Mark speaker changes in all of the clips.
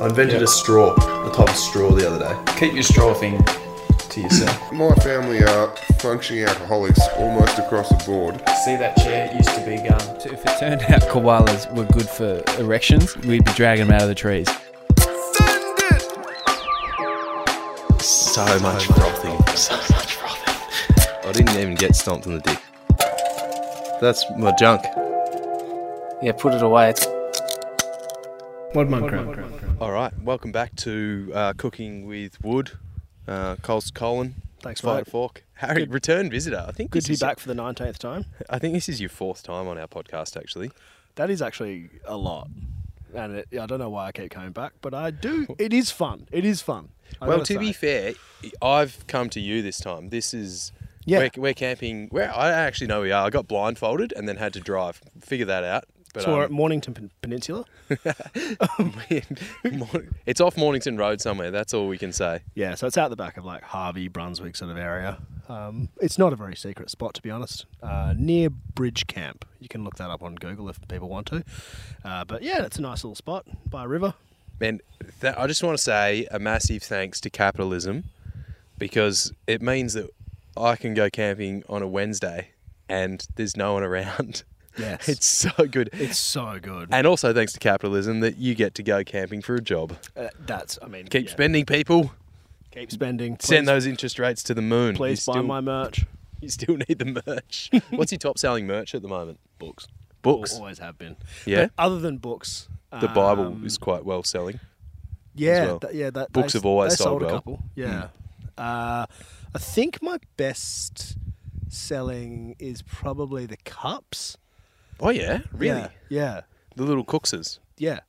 Speaker 1: I invented a straw, the type of straw the other day.
Speaker 2: Keep your straw thing to yourself.
Speaker 3: My family are functioning alcoholics almost across the board.
Speaker 2: See that chair? It used to be
Speaker 1: um,
Speaker 2: gum.
Speaker 4: So if it turned out koalas were good for erections, we'd be dragging them out of the trees.
Speaker 1: So much frothing. So much frothing. I didn't even get stomped in the dick. That's my junk.
Speaker 5: Yeah, put it away.
Speaker 6: What monk
Speaker 1: All right, welcome back to uh, Cooking with Wood. Uh, Coles Colin,
Speaker 6: Thanks,
Speaker 1: Spider
Speaker 6: mate.
Speaker 1: Fork. Harry, return visitor. I think
Speaker 6: Good
Speaker 1: this
Speaker 6: to be
Speaker 1: is your-
Speaker 6: back for the 19th time.
Speaker 1: I think this is your fourth time on our podcast, actually.
Speaker 6: That is actually a lot. And it, I don't know why I keep coming back, but I do. It is fun. It is fun. I
Speaker 1: well,
Speaker 6: gotta
Speaker 1: to be
Speaker 6: say.
Speaker 1: fair, I've come to you this time. This is
Speaker 6: Yeah.
Speaker 1: We're, we're camping. Where I don't actually know where we are. I got blindfolded and then had to drive. Figure that out. But
Speaker 6: So we're at
Speaker 1: um,
Speaker 6: Mornington Pen- Peninsula.
Speaker 1: it's off Mornington Road somewhere. That's all we can say.
Speaker 6: Yeah, so it's out the back of like Harvey, Brunswick sort of area. Um, it's not a very secret spot, to be honest. Uh, near Bridge Camp. You can look that up on Google if people want to. Uh, but yeah, it's a nice little spot by a river.
Speaker 1: Man, that, I just want to say a massive thanks to capitalism because it means that I can go camping on a Wednesday and there's no one around.
Speaker 6: Yes.
Speaker 1: It's so good.
Speaker 6: It's so good.
Speaker 1: and also thanks to capitalism that you get to go camping for a job.
Speaker 6: Uh, that's, I mean,
Speaker 1: Keep
Speaker 6: yeah.
Speaker 1: spending, people.
Speaker 6: Keep spending.
Speaker 1: Send
Speaker 6: Please-
Speaker 1: those interest rates to the moon. You
Speaker 6: Please buy
Speaker 1: still-
Speaker 6: my merch.
Speaker 1: You still need the merch. What's your top selling merch at the moment?
Speaker 6: Books.
Speaker 1: Books.
Speaker 6: Always have been.
Speaker 1: Yeah.
Speaker 6: But other than books,
Speaker 1: The Bible
Speaker 6: um,
Speaker 1: is quite well selling.
Speaker 6: yeah,
Speaker 1: well.
Speaker 6: that- yeah. That,
Speaker 1: Books
Speaker 6: they,
Speaker 1: have always
Speaker 6: they
Speaker 1: sold
Speaker 6: sold, a
Speaker 1: well. Hmm.
Speaker 6: couple. Yeah. Uh, I think my best selling is probably the cups.
Speaker 1: Oh yeah, really?
Speaker 6: Yeah. Yeah.
Speaker 1: The little cookses.
Speaker 6: yeah.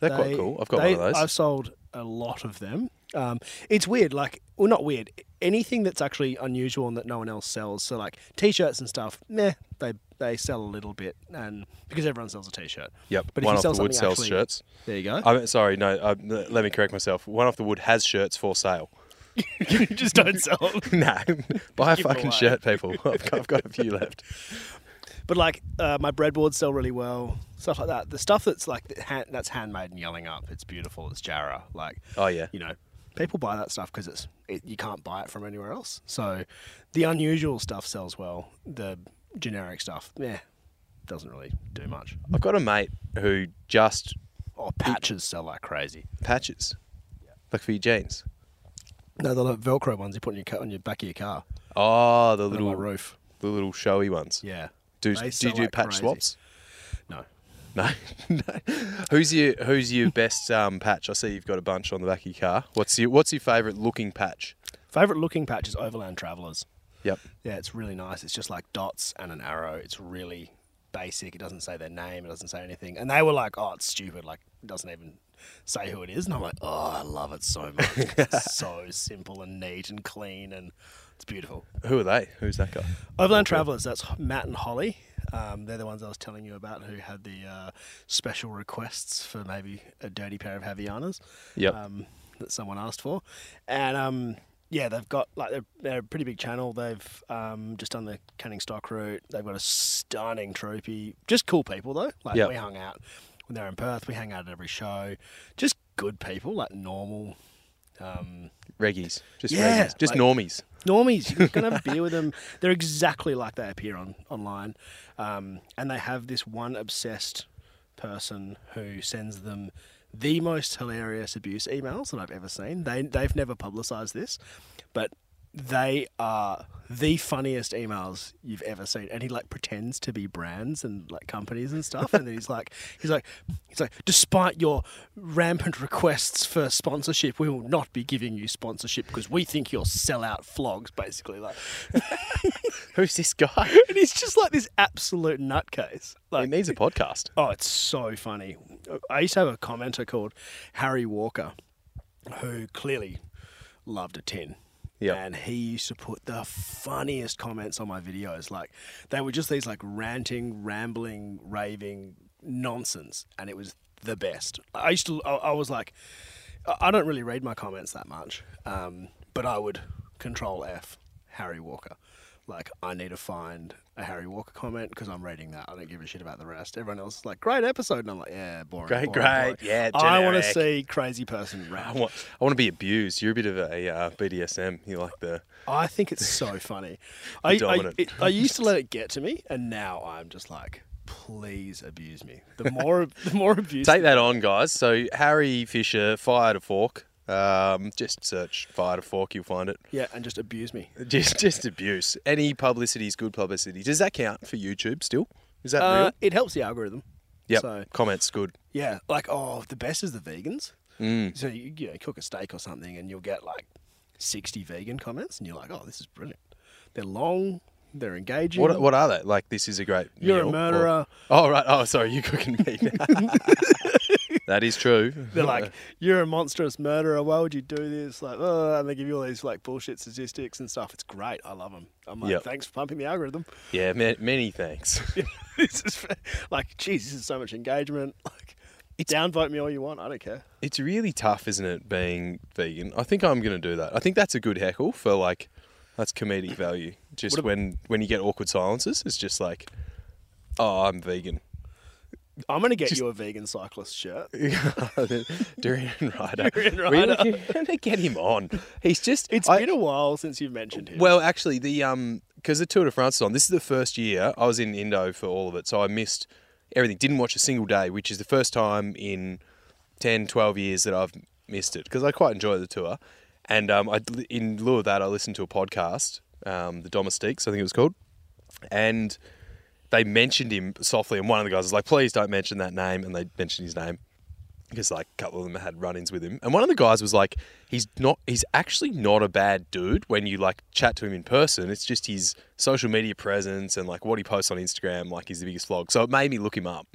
Speaker 1: They're quite
Speaker 6: They-
Speaker 1: cool. I've got
Speaker 6: they-
Speaker 1: one of those.
Speaker 6: I've sold a lot of them. Um, it's weird, like, well, not weird. Anything that's actually unusual and that no one else sells. So, like, t-shirts and stuff. Meh, they they sell a little bit, and because everyone sells a t-shirt.
Speaker 1: Yep,
Speaker 6: But
Speaker 1: One
Speaker 6: if you
Speaker 1: Off
Speaker 6: sell
Speaker 1: the Wood
Speaker 6: something
Speaker 1: sells
Speaker 6: actually-
Speaker 1: shirts.
Speaker 6: There you go.
Speaker 1: I'm sorry, no. Uh, let me correct myself. One off the wood has shirts for sale.
Speaker 6: you just don't sell. them.
Speaker 1: nah, buy a
Speaker 6: Give 'em
Speaker 1: fucking
Speaker 6: away.
Speaker 1: shirt, people. I've got, I've got a few left.
Speaker 6: But like uh, my breadboards sell really well, stuff like that. The stuff that's like that hand, that's handmade and yelling up, it's beautiful. It's Jarrah, like
Speaker 1: Oh, yeah.
Speaker 6: you know, people buy that stuff because it's it, you can't buy it from anywhere else. So the unusual stuff sells well. The generic stuff, yeah, doesn't really do much.
Speaker 1: I've got a mate who just
Speaker 6: Or patches sell like crazy.
Speaker 1: patches, like for your jeans.
Speaker 6: No, the like, Velcro ones you put on your ca- on your back of your car,
Speaker 1: Oh, the
Speaker 6: little
Speaker 1: little
Speaker 6: roof.
Speaker 1: the little showy ones.
Speaker 6: Yeah.
Speaker 1: Do,
Speaker 6: They
Speaker 1: do you
Speaker 6: sell
Speaker 1: do
Speaker 6: like
Speaker 1: patch
Speaker 6: crazy.
Speaker 1: swaps?
Speaker 6: No.
Speaker 1: No. no. Who's your Who's your best um, patch? I see you've got a bunch on the back of your car. What's your What's your favourite looking patch?
Speaker 6: Favorite looking patch is Overland Travelers.
Speaker 1: Yep.
Speaker 6: Yeah, it's really nice. It's just like dots and an arrow. It's really basic. It doesn't say their name. It doesn't say anything. And they were like, "Oh, it's stupid. Like, it doesn't even say who it is." And I'm like, "Oh, I love it so much. 'cause it's so simple and neat and clean, and it's beautiful."
Speaker 1: Who are they? Who's that guy?
Speaker 6: Overland Travelers. That's Matt and Holly. Um, they're the ones I was telling you about who had the uh, special requests for maybe a dirty pair of Havianas
Speaker 1: Yep.
Speaker 6: um, that someone asked for, and um, yeah, they've got like they're, they're a pretty big channel. They've um, just done the Canning Stock route. They've got a stunning troopy. Just cool people though. Like
Speaker 1: Yep.
Speaker 6: we hung out when they're in Perth. We hang out at every show. Just good people, like normal. Um,
Speaker 1: Reggies. Just
Speaker 6: Yeah,
Speaker 1: reggies. Just
Speaker 6: like-
Speaker 1: normies.
Speaker 6: normies. You can have a beer with them. They're exactly like they appear on online, um, and they have this one obsessed person who sends them the most hilarious abuse emails that I've ever seen. They they've never publicized this, but they are uh, the funniest emails you've ever seen and he like pretends to be brands and like companies and stuff and then he's like he's like he's like despite your rampant requests for sponsorship we will not be giving you sponsorship because we think you're sellout flogs basically like
Speaker 1: Who's this guy?
Speaker 6: and he's just like this absolute nutcase
Speaker 1: He
Speaker 6: like
Speaker 1: needs a podcast.
Speaker 6: Oh, it's so funny. I used to have a commenter called Harry Walker, who clearly loved a tin.
Speaker 1: Yep.
Speaker 6: And he used to put the funniest comments on my videos. Like, they were just these like ranting, rambling, raving nonsense. And it was the best. I used to, I, I was like, I- I don't really read my comments that much, um, but I would control F Harry Walker. Like, I need to find a Harry Walker comment because I'm reading that. I don't give a shit about the rest. Everyone else is like, great episode. And I'm like, yeah, boring.
Speaker 1: Great,
Speaker 6: boring, boring."
Speaker 1: great. Yeah,
Speaker 6: I want to
Speaker 1: generic.
Speaker 6: see crazy person
Speaker 1: I
Speaker 6: rap.
Speaker 1: want, I want to be abused. You're a bit of a uh, BDSM. You like the
Speaker 6: I think it's so funny. I, I,
Speaker 1: dominant.
Speaker 6: it, I used to let it get to me, and now I'm just like, please abuse me. The more, the more abuse.
Speaker 1: take that on, guys. So Harry Fisher fired a fork. Um, just search fired a fork, you'll find it.
Speaker 6: Yeah, and just abuse me.
Speaker 1: Just just abuse. Any publicity is good publicity. Does that count for YouTube still? Is that
Speaker 6: Uh,
Speaker 1: real?
Speaker 6: it helps the algorithm.
Speaker 1: Yep.
Speaker 6: So
Speaker 1: Comments good.
Speaker 6: yeah, like oh, the best is the vegans.
Speaker 1: Mm.
Speaker 6: So you, you know, cook a steak or something, and you'll get like sixty vegan comments, and you're like, oh, this is brilliant. They're long, they're engaging.
Speaker 1: What what are they? Like this is a great.
Speaker 6: You're a
Speaker 1: meal, or-
Speaker 6: murderer.
Speaker 1: oh right. Oh sorry, you cooking me. that is true.
Speaker 6: They're like, you're a monstrous murderer. Why would you do this? Like, oh, and they give you all these like bullshit statistics and stuff. It's great. I love them. I'm like,
Speaker 1: Yep.
Speaker 6: thanks for pumping the algorithm.
Speaker 1: yeah. Ma- many thanks.
Speaker 6: this is fa- like, geez, this is so much engagement. Like, downvote me all you want. I don't care.
Speaker 1: it's really tough, isn't it, being vegan? I think I'm gonna do that. I think that's a good heckle for like, that's comedic value. Just
Speaker 6: What ab-
Speaker 1: when when you get awkward silences, it's just like, oh, I'm vegan.
Speaker 6: I'm gonna get you a vegan cyclist shirt.
Speaker 1: Durian Ryder.
Speaker 6: Durian
Speaker 1: We
Speaker 6: Ryder.
Speaker 1: were gonna get him on. He's just.
Speaker 6: It's
Speaker 1: I-
Speaker 6: been a while since you've mentioned him.
Speaker 1: Well, actually, the um, because the Tour de France is on. This is the first year I was in Indo for all of it, so I missed everything. Didn't watch a single day, which is the first time in 10, 12 years that I've missed it because I quite enjoy the tour. And um, I, in lieu of that, I listened to a podcast, um, the Domestiques, I think it was called, and they mentioned him softly. And one of the guys was like, "Please don't mention that name," and they mentioned his name because like a couple of them had run-ins with him and one of the guys was like he's not he's actually not a bad dude when you like chat to him in person it's just his social media presence and like what he posts on instagram like he's the biggest vlog so it made me look him up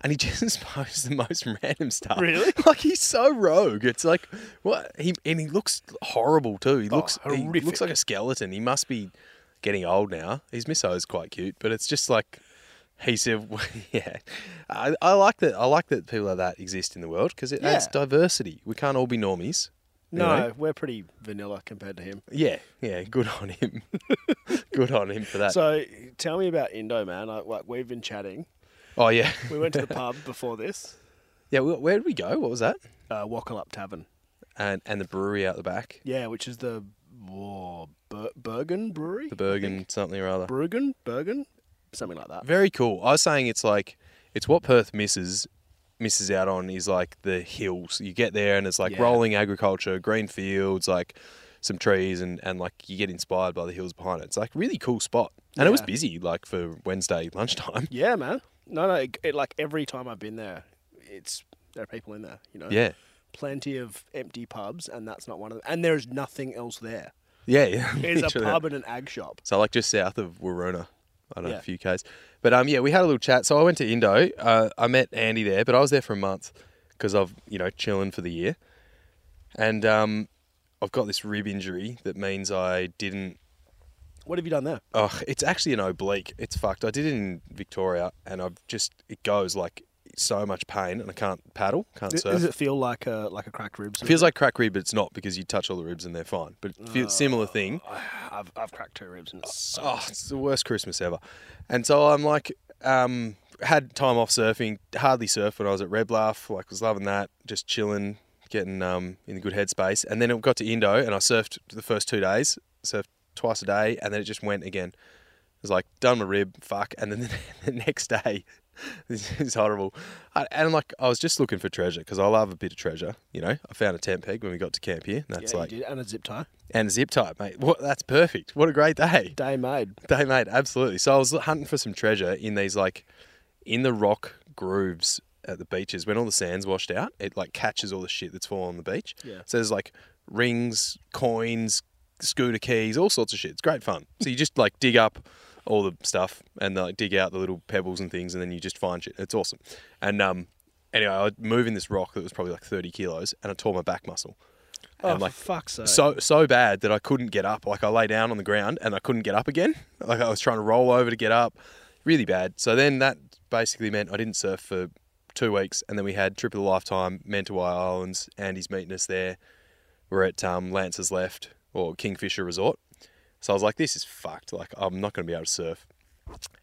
Speaker 1: and he just posts the most random stuff
Speaker 6: Really?
Speaker 1: like he's so rogue it's like what he and he looks horrible too he looks he
Speaker 6: horrific.
Speaker 1: looks like a skeleton he must be getting old now his miso is quite cute but it's just like he said, well, "Yeah, I, I like that. I like that people like that exist in the world because it adds
Speaker 6: Yeah.
Speaker 1: diversity. We can't all be normies." you
Speaker 6: no,
Speaker 1: know?
Speaker 6: we're pretty vanilla compared to him.
Speaker 1: Yeah, yeah. Good on him. good on him for that.
Speaker 6: So tell me about Indo, man. Like, like we've been chatting.
Speaker 1: oh yeah,
Speaker 6: We went to the pub before this.
Speaker 1: yeah. wh- Where did we go? What was that?
Speaker 6: Uh, Wackle Up Tavern.
Speaker 1: And and the brewery out the back,
Speaker 6: Yeah, which is the oh, Ber- Bergen Brewery.
Speaker 1: the Bergen something or other.
Speaker 6: Bergen, Bergen, something like that.
Speaker 1: Very cool. I was saying it's like it's what Perth misses misses out on is like the hills. You get there and it's like
Speaker 6: Yeah.
Speaker 1: rolling agriculture, green fields, like some trees and, and like you get inspired by the hills behind it. It's like really cool spot. And it was
Speaker 6: Yeah.
Speaker 1: busy like for Wednesday lunchtime.
Speaker 6: Yeah, man. No, no. It, it, like every time I've been there, it's there are people in there. You know.
Speaker 1: Yeah.
Speaker 6: Plenty of empty pubs, and that's not one of them. And there is nothing else there.
Speaker 1: Yeah, yeah.
Speaker 6: There's a
Speaker 1: literally.
Speaker 6: pub and an ag shop.
Speaker 1: So like just south of Waruna. I don't know,
Speaker 6: Yeah.
Speaker 1: a few k's. But um, yeah, we had a little chat. So I went to Indo. Uh, I met Andy there, but I was there for a month because I've you know chilling for the year, and um, I've got this rib injury that means I didn't.
Speaker 6: What have you done there?
Speaker 1: Oh, it's actually an oblique. It's fucked. I did it in Victoria, and I've just it goes like so much pain, and I can't paddle, can't surf.
Speaker 6: Does it feel like a like a cracked rib?
Speaker 1: It feels like crack rib, but it's not because you touch all the ribs and they're fine. But it
Speaker 6: Ah.
Speaker 1: feels similar thing.
Speaker 6: I've, I've cracked two ribs and it's so
Speaker 1: oh, it's the worst Christmas ever. And so I'm like, um, had time off surfing, hardly surfed when I was at Red Bluff, like was loving that, just chilling, getting um, in a good headspace. And then it got to Indo and I surfed the first two days, surfed twice a day, and then it just went again. It was like, done my rib, fuck. And then the next day, this is horrible. I, and like, I was just looking for treasure because I love a bit of treasure, you know. I found a tent peg when we got to camp here, and
Speaker 6: yeah,
Speaker 1: that's
Speaker 6: you
Speaker 1: like,
Speaker 6: did. and a zip tie.
Speaker 1: and a zip tie, mate. What, that's perfect. What a great day.
Speaker 6: Day made.
Speaker 1: They mate, absolutely. So I was hunting for some treasure in these like in the rock grooves at the beaches. When all the sand's washed out, it like catches all the shit that's fallen on the beach.
Speaker 6: Yeah.
Speaker 1: So there's like rings, coins, scooter keys, all sorts of shit. It's great fun. So you just like dig up all the stuff and like dig out the little pebbles and things, and then you just find shit. It's awesome. And um, anyway, I was moving this rock that was probably like 30 kilos, and I tore my back muscle.
Speaker 6: Oh,
Speaker 1: and like
Speaker 6: for fuck's sake.
Speaker 1: so so bad that I couldn't get up. Like I lay down on the ground and I couldn't get up again. Like I was trying to roll over to get up, really bad. So then that basically meant I didn't surf for two weeks, and then we had trip of the lifetime, Mentawai Islands. Andy's meeting us there. We're at um, Lance's Left or Kingfisher Resort, So I was like, this is fucked. Like, I'm not going to be able to surf.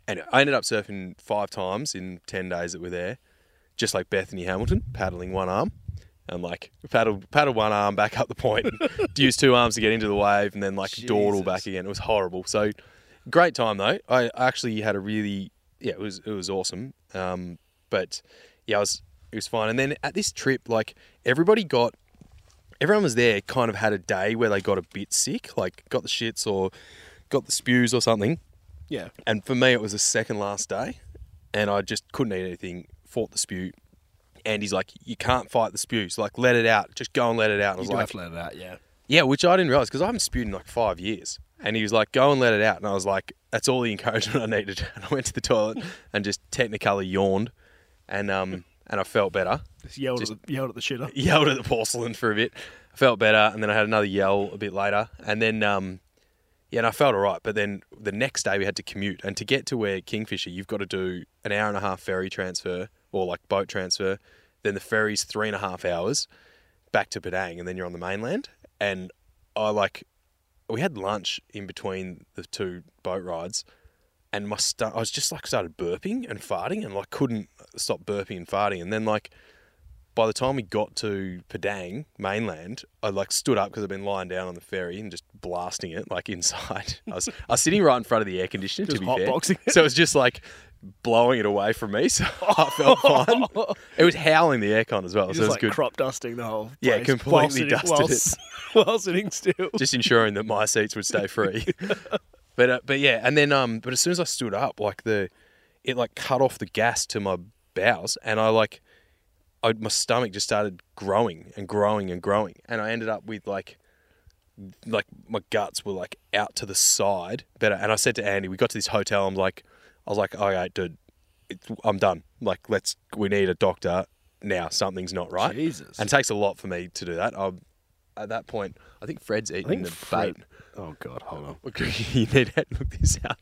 Speaker 1: And I ended up surfing five times in 10 days that we're there, just like Bethany Hamilton, paddling one arm. And like paddle, paddle one arm back up the point, use two arms to get into the wave, and then like dawdle back again. It was horrible. So great time though. I actually had a really yeah, it was it was awesome. Um, but yeah, I was it was fine. And then at this trip, like everybody got everyone was there kind of had a day where they got a bit sick, like got the shits or got the spews or something.
Speaker 6: Yeah.
Speaker 1: And for me, it was the second last day, and I just couldn't eat anything. Fought the spew, and he's like, "You can't fight the spews. Like, let it out. Just go and let it out." And I
Speaker 6: You
Speaker 1: was
Speaker 6: do
Speaker 1: like,
Speaker 6: have to let it out, yeah.
Speaker 1: yeah, which I didn't realize because I haven't spewed in like five years. And he was like, go and let it out. And I was like, that's all the encouragement I needed. And I went to the toilet and just technically yawned. And, um, and I felt better.
Speaker 6: Just yelled,
Speaker 1: Just-
Speaker 6: at the, yelled at the shitter.
Speaker 1: Yelled at the porcelain for a bit. I felt better. And then I had another yell a bit later. And then, um, yeah, and I felt all right. But then the next day we had to commute. And to get to where Kingfisher, you've got to do an hour and a half ferry transfer or like boat transfer. Then the ferry's three and a half hours back to Padang. And then you're on the mainland. And I like, we had lunch in between the two boat rides. And my stu- I was just like started burping and farting and like couldn't stop burping and farting. And then like by the time we got to Padang mainland, I like stood up because I'd been lying down on the ferry and just blasting it like inside. I was, I was sitting right in front of the air conditioner to
Speaker 6: Just
Speaker 1: be
Speaker 6: hot
Speaker 1: fair,
Speaker 6: boxing it.
Speaker 1: so it was just like blowing it away from me. So I felt fine. It was howling the aircon as well,
Speaker 6: You're
Speaker 1: so it
Speaker 6: just
Speaker 1: was
Speaker 6: like
Speaker 1: good.
Speaker 6: crop dusting the whole
Speaker 1: Yeah,
Speaker 6: place
Speaker 1: completely
Speaker 6: while sitting,
Speaker 1: dusted
Speaker 6: while,
Speaker 1: it.
Speaker 6: s- while sitting still.
Speaker 1: just ensuring that my seats would stay free. but uh, but yeah, and then um, but as soon as I stood up, like the, it like cut off the gas to my bowels, and I like, I my stomach just started growing and growing and growing, and I ended up with like, like my guts were like out to the side better, and I said to Andy, we got to this hotel, I'm like, I was like, all right, dude, it's, I'm done. Like, let's we need a doctor now. Something's not right.
Speaker 6: Jesus.
Speaker 1: And it takes a lot for me to do that. I'm, at that point, I think Fred's eating the
Speaker 6: Fred-
Speaker 1: bait.
Speaker 6: Oh God, hold on.
Speaker 1: Okay, you need to look this out.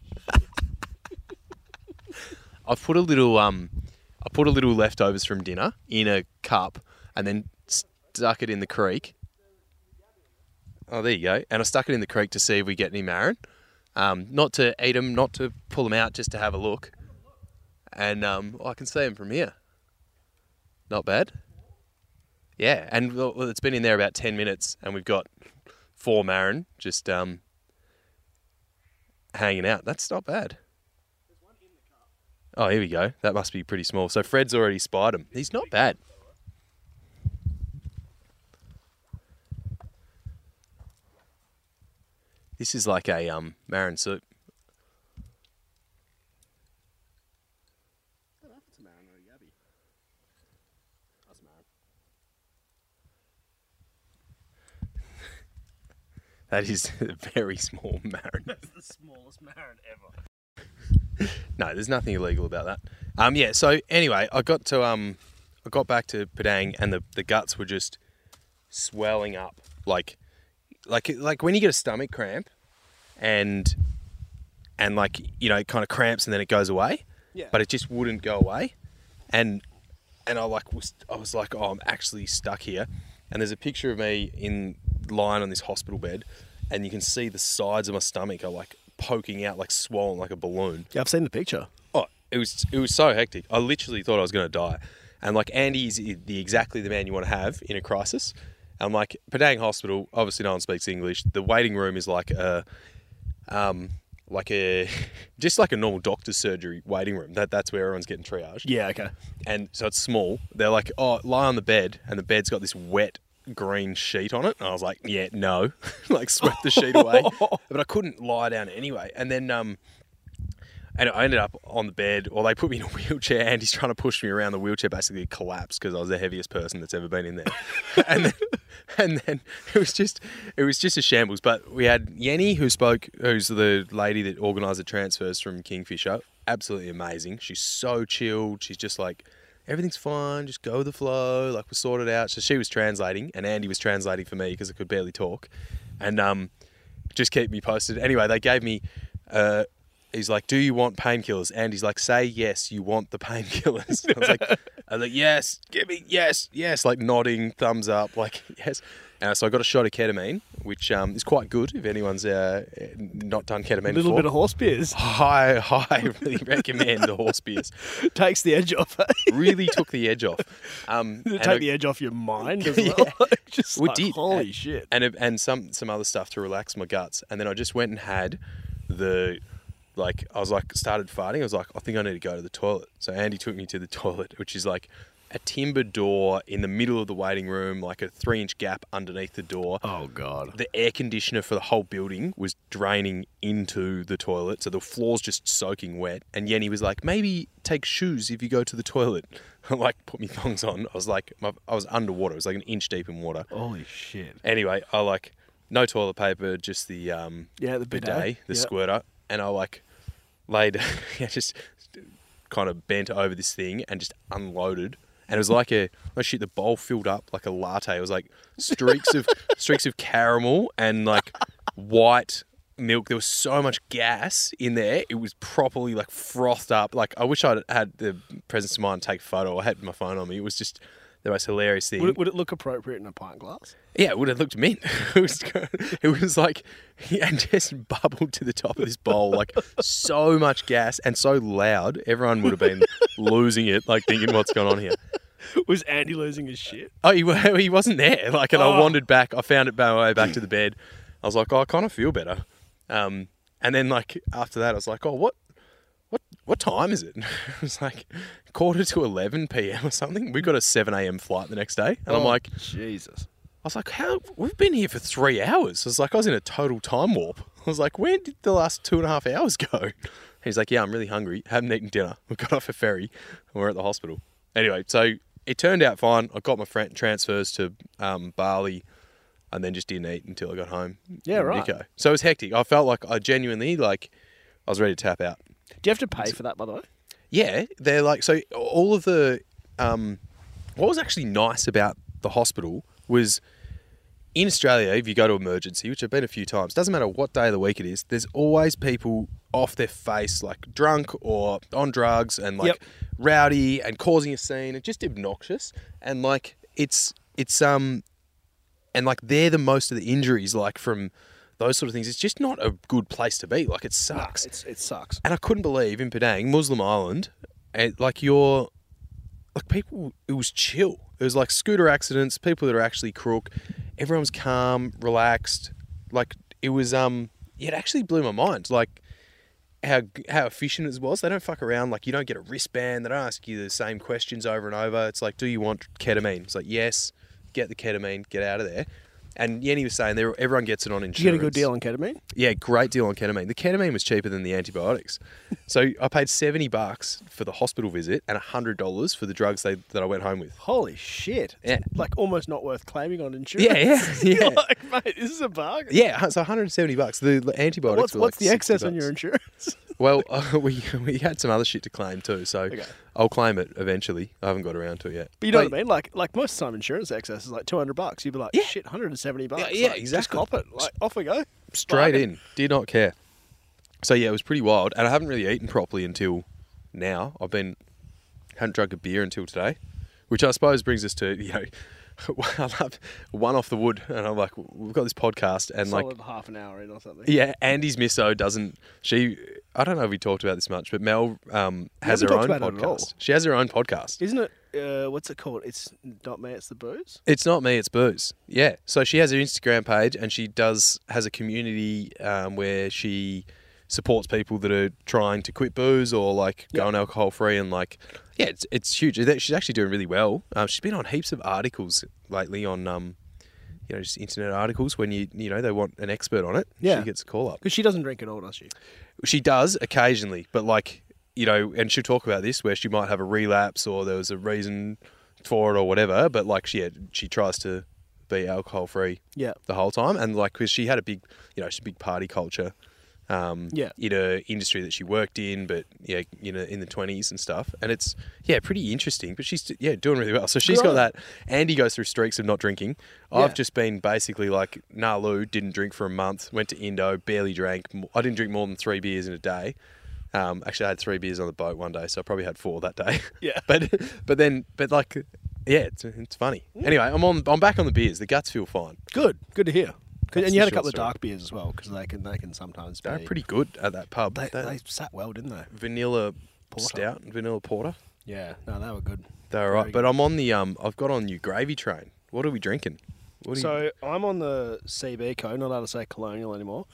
Speaker 1: I've put a little um, I put a little leftovers from dinner in a cup and then stuck it in the creek. Oh, there you go. And I stuck it in the creek to see if we get any marin. Um, not to eat them, not to pull them out, just to have a look. And um, I can see them from here. Not bad. Yeah, and well, it's been in there about ten minutes, and we've got four marin just um, hanging out. That's not bad. Oh, here we go. That must be pretty small. So Fred's already spied him. He's not bad. This is like a um, marin soup. That is a very small marin.
Speaker 6: The smallest marin ever.
Speaker 1: No, there's nothing illegal about that. Um, yeah. So anyway, I got to um, I got back to Padang, and the, the guts were just swelling up, like, like like when you get a stomach cramp, and and like you know, it kind of cramps and then it goes away.
Speaker 6: Yeah.
Speaker 1: But it just wouldn't go away, and and I like was I was like, oh, I'm actually stuck here. And there's a picture of me in lying on this hospital bed, and you can see the sides of my stomach are like poking out, like swollen, like a balloon.
Speaker 6: Yeah, I've seen the picture.
Speaker 1: Oh, it was it was so hectic. I literally thought I was going to die. And like Andy is i- the exactly the man you want to have in a crisis. And like Padang Hospital, obviously no one speaks English. The waiting room is like a, um, like a, just like a normal doctor's surgery waiting room. That that's where everyone's getting triaged
Speaker 6: Yeah, okay.
Speaker 1: and so it's small. They're like, oh, lie on the bed, and the bed's got this wet green sheet on it. And I was like, yeah, no, like swept the sheet away, but I couldn't lie down anyway. And then, um, and I ended up on the bed. Well, they put me in a wheelchair, and he's trying to push me around. The wheelchair basically collapsed because I was the heaviest person that's ever been in there. and then, and then it was just, it was just a shambles. But we had Yenny, who spoke, who's the lady that organised the transfers from Kingfisher. Absolutely amazing. She's so chilled. She's just like, everything's fine. Just go with the flow. Like we're sorted out. So she was translating, and Andy was translating for me because I could barely talk. And um, just keep me posted. Anyway, they gave me. Uh, he's like, "Do you want painkillers?" And he's like, "Say yes, you want the painkillers." I was like, "I was like, yes, give me yes, yes," like nodding, thumbs up, like yes. And Uh, so I got a shot of ketamine, which um, is quite good if anyone's uh, not done ketamine
Speaker 6: A little
Speaker 1: before.
Speaker 6: bit of horse beers
Speaker 1: high, high. Really recommend the horse beers.
Speaker 6: takes the edge off. eh?
Speaker 1: Really took the edge off. Um, and
Speaker 6: Take
Speaker 1: I-
Speaker 6: the edge off your mind as
Speaker 1: Yeah.
Speaker 6: well. Just
Speaker 1: We
Speaker 6: like,
Speaker 1: did.
Speaker 6: Holy
Speaker 1: Uh,
Speaker 6: shit!
Speaker 1: and it- and some some other stuff to relax my guts. And then I just went and had the like I was like started farting. I was like, I think I need to go to the toilet. So Andy took me to the toilet, which is like a timber door in the middle of the waiting room, like a three inch gap underneath the door.
Speaker 6: Oh god.
Speaker 1: The air conditioner for the whole building was draining into the toilet, so the floor's just soaking wet. And Yenny was like, "Maybe take shoes if you go to the toilet." I like put me thongs on. I was like, my, I was underwater. It was like an inch deep in water.
Speaker 6: Holy shit.
Speaker 1: Anyway, I like no toilet paper, just the um
Speaker 6: Yeah, the
Speaker 1: bidet,
Speaker 6: bidet,
Speaker 1: the
Speaker 6: yeah.
Speaker 1: squirter, and I like laid yeah, just kind of bent over this thing and just unloaded. And it was like a oh shit, the bowl filled up like a latte. It was like streaks of streaks of caramel and like white milk. There was so much gas in there. It was properly like frothed up. Like I wish I'd had the presence of mind to take a photo. I had my phone on me. It was just the most hilarious thing.
Speaker 6: Would it, would it look appropriate in a pint glass?
Speaker 1: Yeah, it would have looked mint. it, was, it was like, and just bubbled to the top of this bowl, like so much gas and so loud. Everyone would have been losing it, like thinking, what's going on here?
Speaker 6: Was Andy losing his shit?
Speaker 1: Oh, he, wa- he wasn't there. Like, and I
Speaker 6: Oh.
Speaker 1: wandered back. I found it by my way back to the bed. I was like, oh, I kind of feel better. Um, and then, like, after that, I was like, oh, what? What, what time is it? it was like quarter to 11 p.m. or something. We got a 7 a.m. flight the next day. And
Speaker 6: Oh.
Speaker 1: I'm like,
Speaker 6: Jesus.
Speaker 1: I was like, how? We've been here for three hours. I was like, I was in a total time warp. I was like, where did the last two and a half hours go? He's like, yeah, I'm really hungry. Haven't eaten dinner. We got off a ferry and we're at the hospital. Anyway, so it turned out fine. I got my fran- transfers to um, Bali and then just didn't eat until I got home.
Speaker 6: Yeah,
Speaker 1: in
Speaker 6: right.
Speaker 1: So it was hectic. I felt like I genuinely, like, I was ready to tap out.
Speaker 6: Do you have to pay for that, by the way?
Speaker 1: Yeah, they're like so. All of the, um, what was actually nice about the hospital was, in Australia, if you go to emergency, which I've been a few times, doesn't matter what day of the week it is, there's always people off their face, like drunk or on drugs, and like
Speaker 6: Yep.
Speaker 1: rowdy and causing a scene and just obnoxious, and like it's it's um and like they're the most of the injuries like from those sort of things it's just not a good place to be like it sucks
Speaker 6: It's, it sucks.
Speaker 1: and I couldn't believe in Padang, Muslim Island, and like your like people it was chill. It was like scooter accidents, people that are actually crook, everyone's calm, relaxed. Like it was um it actually blew my mind. Like how how efficient it was. They don't fuck around. Like you don't get a wristband. They don't ask you the same questions over and over. It's like, do you want ketamine? It's like, yes. Get the ketamine. Get out of there. And Yenny was saying there everyone gets it on insurance.
Speaker 6: Did you get a good deal on ketamine?
Speaker 1: Yeah, great deal on ketamine. The ketamine was cheaper than the antibiotics. So I paid 70 bucks for the hospital visit and $100 for the drugs they, that I went home with.
Speaker 6: Holy shit.
Speaker 1: Yeah.
Speaker 6: Like almost not worth claiming on insurance.
Speaker 1: Yeah, yeah, yeah.
Speaker 6: like, mate, this is a bargain.
Speaker 1: Yeah, so 170 bucks. The the antibiotics
Speaker 6: What's,
Speaker 1: were
Speaker 6: what's
Speaker 1: like
Speaker 6: the
Speaker 1: 60
Speaker 6: excess on
Speaker 1: bucks.
Speaker 6: your insurance?
Speaker 1: Well, uh, we, we had some other shit to claim too, so I'll claim it eventually. I haven't got around to it yet.
Speaker 6: But you know what I mean? Like, like most of the time, insurance excess is like 200 bucks. You'd be like,
Speaker 1: Yeah.
Speaker 6: shit, 170 bucks.
Speaker 1: yeah,
Speaker 6: like, Just
Speaker 1: exactly.
Speaker 6: cop it. Like, off we go.
Speaker 1: Straight in. Did not care. So yeah, it was pretty wild. And I haven't really eaten properly until now. I've been hadn't drunk a beer until today, which I suppose brings us to you know, I love one off the wood, and I'm like, we've got this podcast, and like
Speaker 6: Solid half an hour in or something.
Speaker 1: yeah, Andy's misso doesn't she. I don't know if we talked about this much, but Mel um, has her
Speaker 6: haven't
Speaker 1: own
Speaker 6: talked about it at all.
Speaker 1: podcast. She has her own podcast.
Speaker 6: Isn't it, uh, what's it called? It's not me, it's the booze.
Speaker 1: It's not me, it's Booze. Yeah. So she has her Instagram page and she does has a community um, where she supports people that are trying to quit booze or like go on alcohol free and like yeah, it's it's huge. That- She's actually doing really well. Um, she's been on heaps of articles lately on um, you know just internet articles when you you know they want an expert on it.
Speaker 6: Yeah.
Speaker 1: She gets a call up.
Speaker 6: Because she doesn't drink at all, does she?
Speaker 1: She does occasionally, but like you know, and she'll talk about this where she might have a relapse or there was a reason for it or whatever. But like she she tries to be alcohol free
Speaker 6: Yeah.
Speaker 1: the whole time, and like 'cause she had a big you know she's a big party culture. Um,
Speaker 6: Yeah.
Speaker 1: in a industry that she worked in, but yeah, you know, in the twenties and stuff, and it's yeah, pretty interesting. But she's yeah, doing really well. So she's got
Speaker 6: on
Speaker 1: that. Andy goes through streaks of not drinking.
Speaker 6: Yeah.
Speaker 1: I've just been basically like nah, Lou didn't drink for a month. Went to Indo, barely drank. m- I didn't drink more than three beers in a day. Um, actually, I had three beers on the boat one day, so I probably had four that day.
Speaker 6: Yeah.
Speaker 1: but but then but like Yeah, it's, it's funny. Anyway, I'm on. I'm back on the beers. The guts feel fine.
Speaker 6: Good. Good to hear. 'Cause-
Speaker 1: That's
Speaker 6: and you
Speaker 1: the
Speaker 6: had a couple
Speaker 1: short
Speaker 6: of dark beers as well because they can they can sometimes be
Speaker 1: They're pretty good at that pub.
Speaker 6: They,
Speaker 1: That
Speaker 6: they sat well, didn't they?
Speaker 1: vanilla stout and vanilla porter.
Speaker 6: Yeah. No, they were good.
Speaker 1: They're all
Speaker 6: Very
Speaker 1: right. But I'm on the um. I've got on new gravy train. What are we drinking? What are
Speaker 6: So I'm on the CB co, not allowed to say colonial anymore.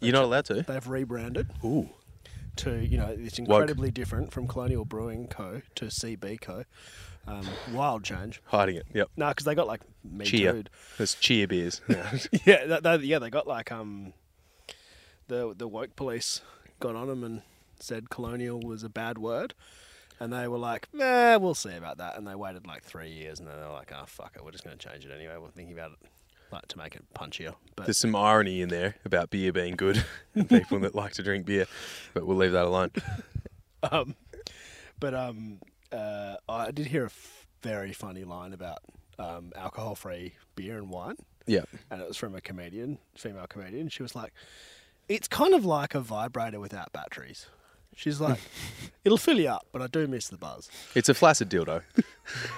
Speaker 1: you, you're not allowed to.
Speaker 6: They've rebranded
Speaker 1: Ooh.
Speaker 6: to you know it's
Speaker 1: Woke.
Speaker 6: incredibly different from Colonial Brewing Co to CB Co. Um, wild change.
Speaker 1: Hiding it. Yep.
Speaker 6: No, because they got like me
Speaker 1: cheer.
Speaker 6: Too'd.
Speaker 1: It's cheer beers.
Speaker 6: Yeah, that, that, yeah, they got like um, the the woke police got on them and said colonial was a bad word, and they were like, nah, we'll see about that, and they waited like three years, and then they're like, ah, fuck it, we're just gonna change it anyway. We're thinking about it like to make it punchier, but
Speaker 1: There's some irony in there about beer being good and people that like to drink beer, but we'll leave that alone.
Speaker 6: But um, uh, I did hear a f- very funny line about um, alcohol-free beer and wine,
Speaker 1: Yeah.
Speaker 6: and it was from a comedian, female comedian. She was like, "It's kind of like a vibrator without batteries." She's like, "It'll fill you up, but I do miss the buzz."
Speaker 1: It's a flaccid dildo.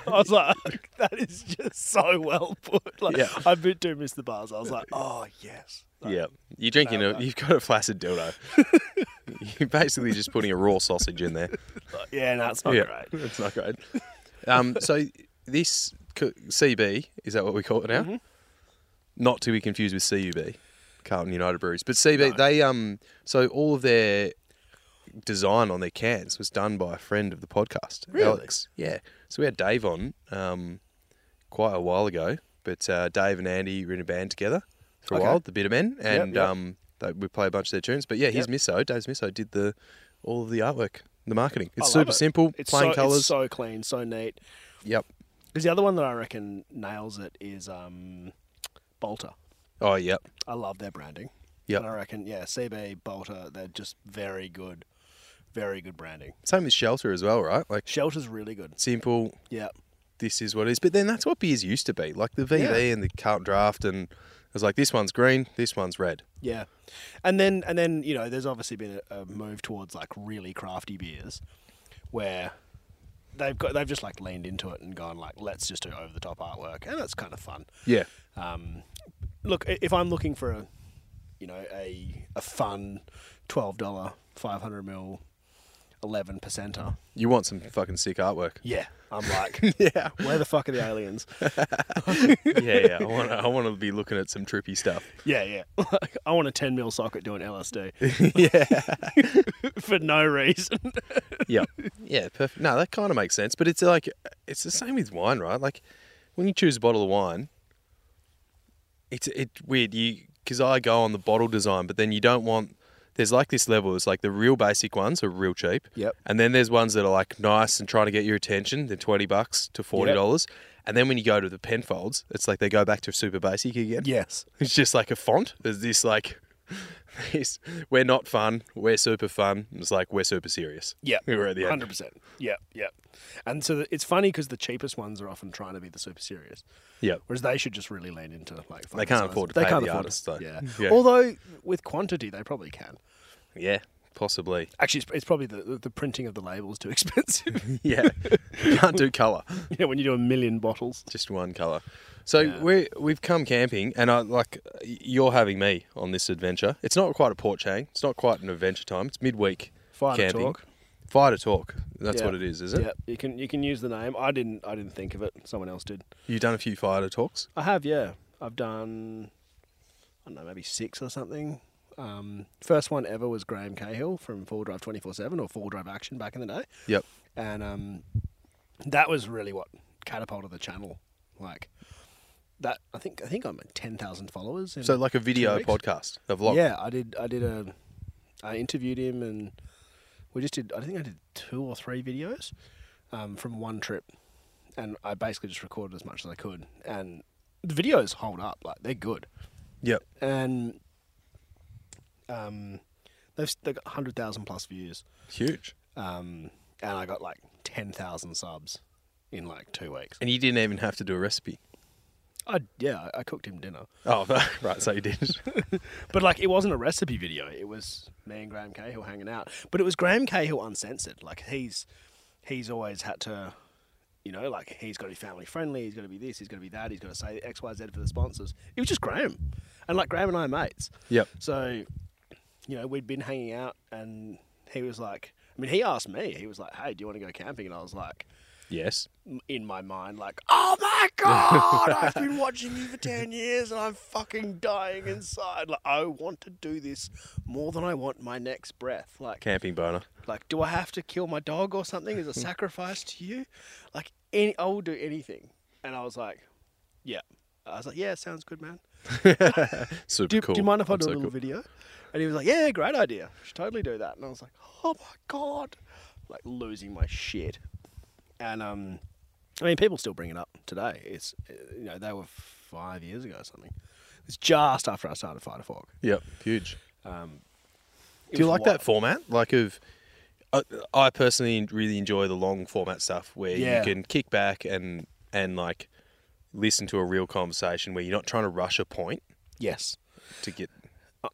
Speaker 6: I was like, "That is just so well put." Like,
Speaker 1: Yeah.
Speaker 6: I bit- do miss the buzz. I was like, "Oh yes." Like,
Speaker 1: yeah. You're drinking a, you've got a flaccid dildo. You're basically just putting a raw sausage in there.
Speaker 6: yeah, no, it's not
Speaker 1: yeah.
Speaker 6: great.
Speaker 1: It's not great. Um, so this c- CB, is that what we call it
Speaker 6: Mm-hmm.
Speaker 1: now? Not to be confused with CUB, Carlton United Breweries. But CB, they, um, so all of their design on their cans was done by a friend of the podcast, Alex. Yeah. So we had Dave on um, quite a while ago, but uh, Dave and Andy were in a band together for a
Speaker 6: Okay.
Speaker 1: while, the Bitter Men, and
Speaker 6: yep.
Speaker 1: Um, they, we play a bunch of their tunes. But yeah, his misso, Dave's misso, did the all of the artwork, the marketing.
Speaker 6: I
Speaker 1: It's
Speaker 6: love
Speaker 1: super
Speaker 6: it.
Speaker 1: simple,
Speaker 6: It's
Speaker 1: plain
Speaker 6: so,
Speaker 1: colours.
Speaker 6: It's so clean, so neat.
Speaker 1: Yep.
Speaker 6: Because the other one that I reckon nails it is um, Bolter.
Speaker 1: Oh, yep.
Speaker 6: I love their branding.
Speaker 1: Yep.
Speaker 6: And I reckon, yeah, CB, Bolter, they're just very good, very good branding.
Speaker 1: Same with shelter as well, right? Like
Speaker 6: Shelter's really good.
Speaker 1: simple.
Speaker 6: Yeah.
Speaker 1: This is what it is. But then that's what beers used to be, like the VV
Speaker 6: Yeah.
Speaker 1: and the Carlton Draft, and it was like this one's green, this one's red.
Speaker 6: Yeah. And then, and then you know, there's obviously been a, a move towards like really crafty beers where they've got, they've just like leaned into it and gone like, let's just do over the top artwork. And that's kind of fun.
Speaker 1: Yeah.
Speaker 6: Um, look, i- if I'm looking for a, you know, a a fun twelve dollar five hundred mil eleven percenter,
Speaker 1: You want some fucking sick artwork.
Speaker 6: yeah, I'm like, yeah, where the fuck are the aliens?
Speaker 1: yeah, yeah. I want. I want to be looking at some trippy stuff.
Speaker 6: yeah, yeah, like, I want a ten mil socket doing LSD, yeah, for no reason.
Speaker 1: Yeah. yeah. Perfect. No, that kind of makes sense. But it's like it's the same with wine, right? Like when you choose a bottle of wine, it's it's weird. You because I go on the bottle design, but then you don't want. There's like this level. It's like the real basic ones are real cheap.
Speaker 6: Yep.
Speaker 1: And then there's ones that are like nice and trying to get your attention. They're twenty bucks to forty dollars. And then when you go to the Penfolds, it's like they go back to super basic again.
Speaker 6: Yes,
Speaker 1: It's just like a font. There's this like, this, we're not fun. We're super fun. It's like we're super serious.
Speaker 6: yeah,
Speaker 1: we're at the end.
Speaker 6: hundred percent, yeah, yeah. And so the, it's funny because the cheapest ones are often trying to be the super serious.
Speaker 1: Yeah,
Speaker 6: Whereas they should just really lean into like
Speaker 1: They can't afford to
Speaker 6: they
Speaker 1: pay
Speaker 6: can't
Speaker 1: the
Speaker 6: afford
Speaker 1: artists, though.
Speaker 6: it. Yeah.
Speaker 1: Yeah.
Speaker 6: Although with quantity they probably can.
Speaker 1: yeah, possibly.
Speaker 6: Actually, it's, it's probably the, the printing of the labels too expensive.
Speaker 1: Yeah, can't do color.
Speaker 6: yeah, when you do a million bottles.
Speaker 1: Just one color. So we we've come camping, and I like you're having me on this adventure. It's not quite a port chain. It's not quite an adventure time. It's midweek
Speaker 6: Fire to
Speaker 1: camping.
Speaker 6: talk.
Speaker 1: Fire to talk. That's
Speaker 6: Yeah.
Speaker 1: what it is, is it?
Speaker 6: Yeah, you can you can use the name. I didn't I didn't think of it. Someone else did.
Speaker 1: You've done a few fire to talks.
Speaker 6: I have, yeah. I've done I don't know, maybe six or something. Um, first one ever was Graham Cahill from Four Drive twenty four seven or Four Drive Action back in the day.
Speaker 1: Yep.
Speaker 6: and um, that was really what catapulted the channel. Like that, I think I think I'm at ten thousand followers. In
Speaker 1: So like a
Speaker 6: two
Speaker 1: video
Speaker 6: weeks.
Speaker 1: podcast, a vlog.
Speaker 6: Yeah, I did. I did a. I interviewed him, and we just did. I think I did two or three videos um, from one trip, and I basically just recorded as much as I could. And the videos hold up; like they're good,
Speaker 1: Yep.
Speaker 6: and um, they've they got hundred thousand plus views
Speaker 1: Huge.
Speaker 6: um, and I got like ten thousand subs in like two weeks.
Speaker 1: And you didn't even have to do a recipe.
Speaker 6: I yeah, I I cooked him dinner,
Speaker 1: Oh, right. So you did.
Speaker 6: but like it wasn't a recipe video. It was me and Graham Cahill hanging out, but it was Graham Cahill uncensored. Like he's he's always had to You know, like he's got to be family friendly. He's got to be this. He's got to be that. He's got to say X, Y, Z for the sponsors. It was just Graham, and like Graham and I are mates.
Speaker 1: Yep.
Speaker 6: So, you know, we'd been hanging out, and he was like, I mean, he asked me. He was like, "Hey, do you want to go camping?" And I was like,
Speaker 1: Yes.
Speaker 6: in my mind, like, oh my god, I've been watching you for ten years and I'm fucking dying inside. Like, I want to do this more than I want my next breath. Like,
Speaker 1: Camping boner.
Speaker 6: like, do I have to kill my dog or something as a sacrifice to you? Like, any, I will do anything. And I was like, yeah. I was like, yeah, sounds good, man.
Speaker 1: Super
Speaker 6: Do,
Speaker 1: cool.
Speaker 6: do you mind if I
Speaker 1: I'm
Speaker 6: do a
Speaker 1: so
Speaker 6: little
Speaker 1: cool.
Speaker 6: video? And he was like, yeah, great idea. Should totally do that. And I was like, oh my god, like losing my shit. And um, I mean, people still bring it up today. It's uh, you know they were five years ago or something. It's just after I started Fighter Fog.
Speaker 1: Yep. Huge.
Speaker 6: It
Speaker 1: Do you
Speaker 6: was
Speaker 1: like
Speaker 6: wild.
Speaker 1: that format? Like of, I, I personally really enjoy the long format stuff where
Speaker 6: Yeah.
Speaker 1: you can kick back and and like listen to a real conversation where you're not trying to rush a point
Speaker 6: Yes.
Speaker 1: to get.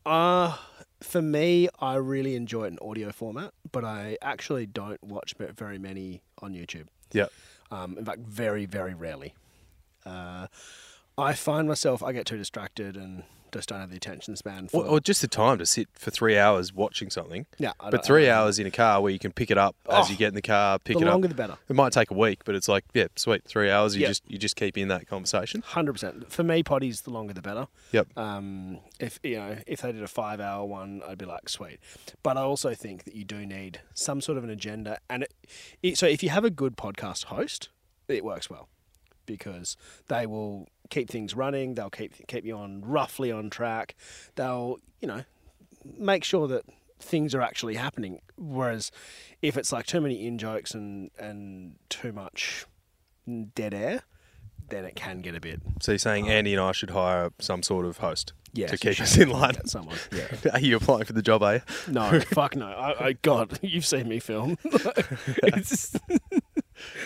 Speaker 6: Uh, for me, I really enjoy it in audio format, but I actually don't watch ve- very many on YouTube.
Speaker 1: Yep.
Speaker 6: Um, in fact, very, very rarely. Uh, I find myself, I get too distracted and just don't have the attention span for
Speaker 1: Or, or just the time to sit for three hours watching something.
Speaker 6: Yeah, I don't-
Speaker 1: but three
Speaker 6: I don't-
Speaker 1: hours in a car where you can pick it up as
Speaker 6: Oh,
Speaker 1: you get in the car. Pick
Speaker 6: the
Speaker 1: it
Speaker 6: longer
Speaker 1: up.
Speaker 6: the better.
Speaker 1: It might take a week, but it's like yeah, sweet. Three hours. You
Speaker 6: Yeah.
Speaker 1: just you just keep in that conversation.
Speaker 6: 100%. For me, potties, the longer the better.
Speaker 1: Yep.
Speaker 6: Um, if you know, if they did a five-hour one, I'd be like, sweet. But I also think that you do need some sort of an agenda, and it, it, so if you have a good podcast host, it works well because they will keep things running. They'll keep keep you on roughly on track. They'll you know make sure that things are actually happening. Whereas if it's like too many in jokes and and too much dead air, then it can get a bit
Speaker 1: So you're saying Andy and I should hire some sort of host
Speaker 6: Yes,
Speaker 1: to
Speaker 6: Uh, you
Speaker 1: keep
Speaker 6: should.
Speaker 1: us in line.
Speaker 6: at someone. Yeah.
Speaker 1: Are you applying for the job, are you?
Speaker 6: No, fuck no. I, I God, you've seen me film. It's-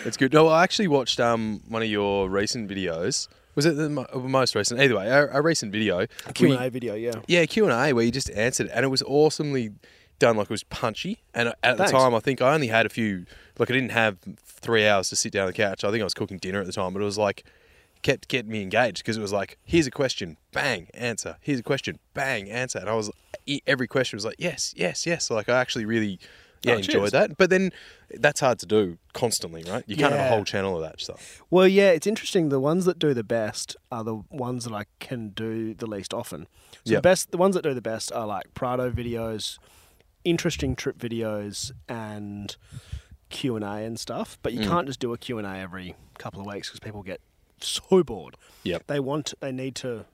Speaker 1: It's good. No, I actually watched um one of your recent videos. Was it the mo- most recent? Either way, a, a recent video.
Speaker 6: Q and
Speaker 1: where
Speaker 6: A
Speaker 1: you-
Speaker 6: video, yeah.
Speaker 1: Yeah, Q and A, where you just answered, and it was awesomely done. Like it was punchy, and at
Speaker 6: Thanks.
Speaker 1: the time, I think I only had a few. Like I didn't have three hours to sit down on the couch. I think I was cooking dinner at the time, but it was like kept getting me engaged because it was like, here's a question, bang, answer. Here's a question, bang, answer. And I was e- every question was like, yes, yes, yes. Like I actually really. Yeah,
Speaker 6: Oh, cheers.
Speaker 1: enjoyed that. But then that's hard to do constantly, right? You can't have
Speaker 6: Yeah.
Speaker 1: a whole channel of that stuff.
Speaker 6: Well, yeah, it's interesting. The ones that do the best are the ones that I can do the least often. So the
Speaker 1: Yep.
Speaker 6: best, the ones that do the best are like Prado videos, interesting trip videos, and Q and A and stuff. But you can't just do a Q and A every couple of weeks because people get so bored.
Speaker 1: Yep.
Speaker 6: They want, they need to,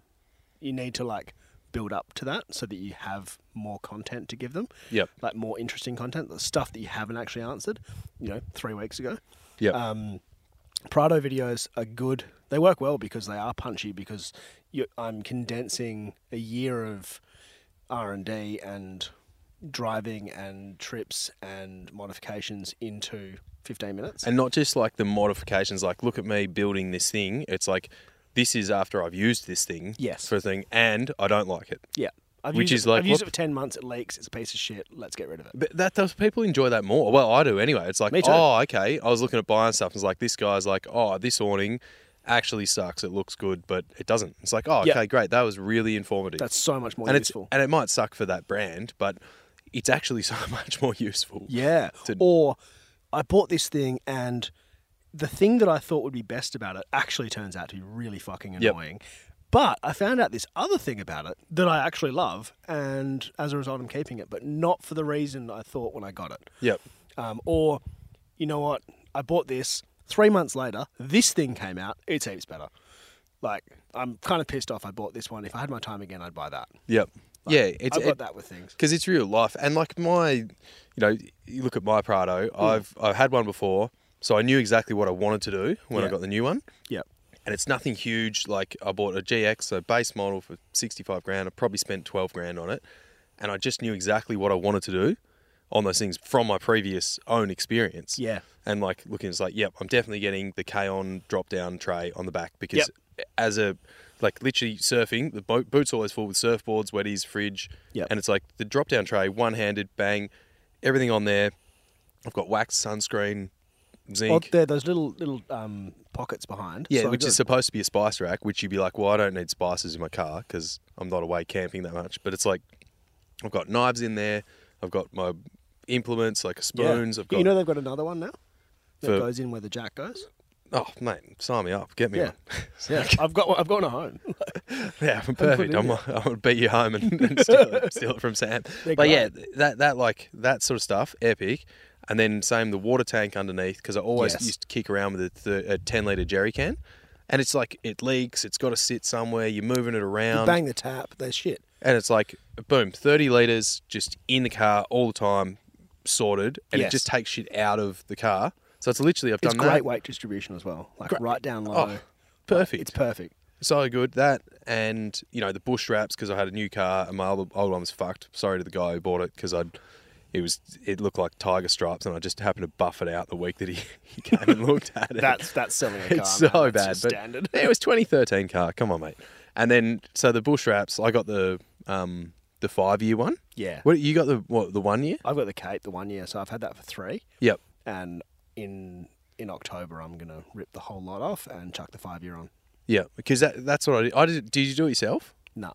Speaker 6: you need to like build up to that so that you have more content to give them.
Speaker 1: Yep.
Speaker 6: Like more interesting content, the stuff that you haven't actually answered, you know, three weeks ago.
Speaker 1: Yep.
Speaker 6: Um, Prado videos are good. They work well because they are punchy. Because you, I'm condensing a year of R and D and driving and trips and modifications into 15 minutes.
Speaker 1: and not just like the modifications, like look at me building this thing. It's like this is after I've used this thing
Speaker 6: Yes.
Speaker 1: for a thing and I don't like it.
Speaker 6: yeah, I've
Speaker 1: Which
Speaker 6: used
Speaker 1: is
Speaker 6: it,
Speaker 1: like
Speaker 6: I've used it
Speaker 1: what-
Speaker 6: for 10 months. It leaks. It's a piece of shit. Let's get rid of it.
Speaker 1: But that does people enjoy that more. Well, I do anyway. It's like,
Speaker 6: Me too.
Speaker 1: oh, okay. I was looking at buying stuff and it's like this guy's like, oh, this awning actually sucks. It looks good, but it doesn't. It's like, oh, okay,
Speaker 6: Yeah.
Speaker 1: great. That was really informative.
Speaker 6: That's so much more
Speaker 1: and it's
Speaker 6: useful.
Speaker 1: and it might suck for that brand, but it's actually so much more useful.
Speaker 6: Yeah.
Speaker 1: to-
Speaker 6: Or I bought this thing and the thing that I thought would be best about it actually turns out to be really fucking
Speaker 1: Yep.
Speaker 6: annoying. But I found out this other thing about it that I actually love, and as a result, I'm keeping it, but not for the reason I thought when I got it.
Speaker 1: Yep.
Speaker 6: Um, or, you know what? I bought this. Three months later, this thing came out. It's heaps better. Like, I'm kind of pissed off I bought this one. If I had my time again, I'd buy that.
Speaker 1: Yep. yeah. It's,
Speaker 6: I've got
Speaker 1: it-
Speaker 6: that with things.
Speaker 1: because it's real life. And like my, you know, you look at my Prado. I've I've had one before, so I knew exactly what I wanted to do when I
Speaker 6: Yeah.
Speaker 1: got the new one.
Speaker 6: Yeah.
Speaker 1: And it's nothing huge. Like I bought a GX, so base model for sixty five grand. I probably spent twelve grand on it, and I just knew exactly what I wanted to do on those things from my previous own experience.
Speaker 6: Yeah.
Speaker 1: And like looking, it's like, yep, I'm definitely getting the K-On drop down tray on the back because as a like literally surfing, the boat, boot's always full with surfboards, wetties, fridge,
Speaker 6: Yep.
Speaker 1: and it's like the drop down tray, one handed, bang, everything on there. I've got wax, sunscreen,
Speaker 6: Well,
Speaker 1: zinc.
Speaker 6: they're Oh, those little little um, pockets behind.
Speaker 1: yeah,
Speaker 6: So
Speaker 1: which
Speaker 6: good.
Speaker 1: is supposed to be a spice rack, which you'd be like, well, I don't need spices in my car because I'm not away camping that much. But it's like, I've got knives in there, I've got my implements, like
Speaker 6: Yeah.
Speaker 1: spoons, I've got.
Speaker 6: You know they've got another one now that
Speaker 1: For-
Speaker 6: goes in where the jack goes.
Speaker 1: oh, mate, sign me up, get me
Speaker 6: Yeah.
Speaker 1: one.
Speaker 6: Yeah, I've got one, I've got one at home.
Speaker 1: Yeah, I'm perfect.
Speaker 6: in
Speaker 1: I'm, I would beat you home and, and steal, it, steal it from Sam.
Speaker 6: They're
Speaker 1: but yeah, that that like that sort of stuff, epic. And then same the water tank underneath because I always
Speaker 6: Yes.
Speaker 1: used to kick around with a, th- a ten liter jerry can, and it's like it leaks. It's got to sit somewhere. You're moving it
Speaker 6: You
Speaker 1: around,
Speaker 6: bang the tap, they're shit.
Speaker 1: and it's like boom, thirty liters just in the car all the time, sorted, and
Speaker 6: Yes.
Speaker 1: it just takes shit out of the car. So it's literally I've
Speaker 6: It's
Speaker 1: done
Speaker 6: great
Speaker 1: that.
Speaker 6: weight distribution as well, like right down low.
Speaker 1: Oh, perfect.
Speaker 6: It's perfect.
Speaker 1: So good that, and you know the bush wraps because I had a new car and my old, old one was fucked. Sorry to the guy who bought it because I'd it was it looked like tiger stripes and I just happened to buff it out the week that he, he came and looked at it.
Speaker 6: That's that's selling a car.
Speaker 1: it's
Speaker 6: man.
Speaker 1: so
Speaker 6: That's
Speaker 1: bad,
Speaker 6: just
Speaker 1: but
Speaker 6: standard.
Speaker 1: it was 2013 car. Come on, mate. And then so the bush wraps, I got the um the five year one.
Speaker 6: Yeah.
Speaker 1: What you got the what the one year?
Speaker 6: I've got the Cape, the one year, so I've had that for three.
Speaker 1: Yep.
Speaker 6: And in in October, I'm gonna rip the whole lot off and chuck the five year on.
Speaker 1: Yeah, because that that's what I did. I did. Did you do it yourself?
Speaker 6: Nah,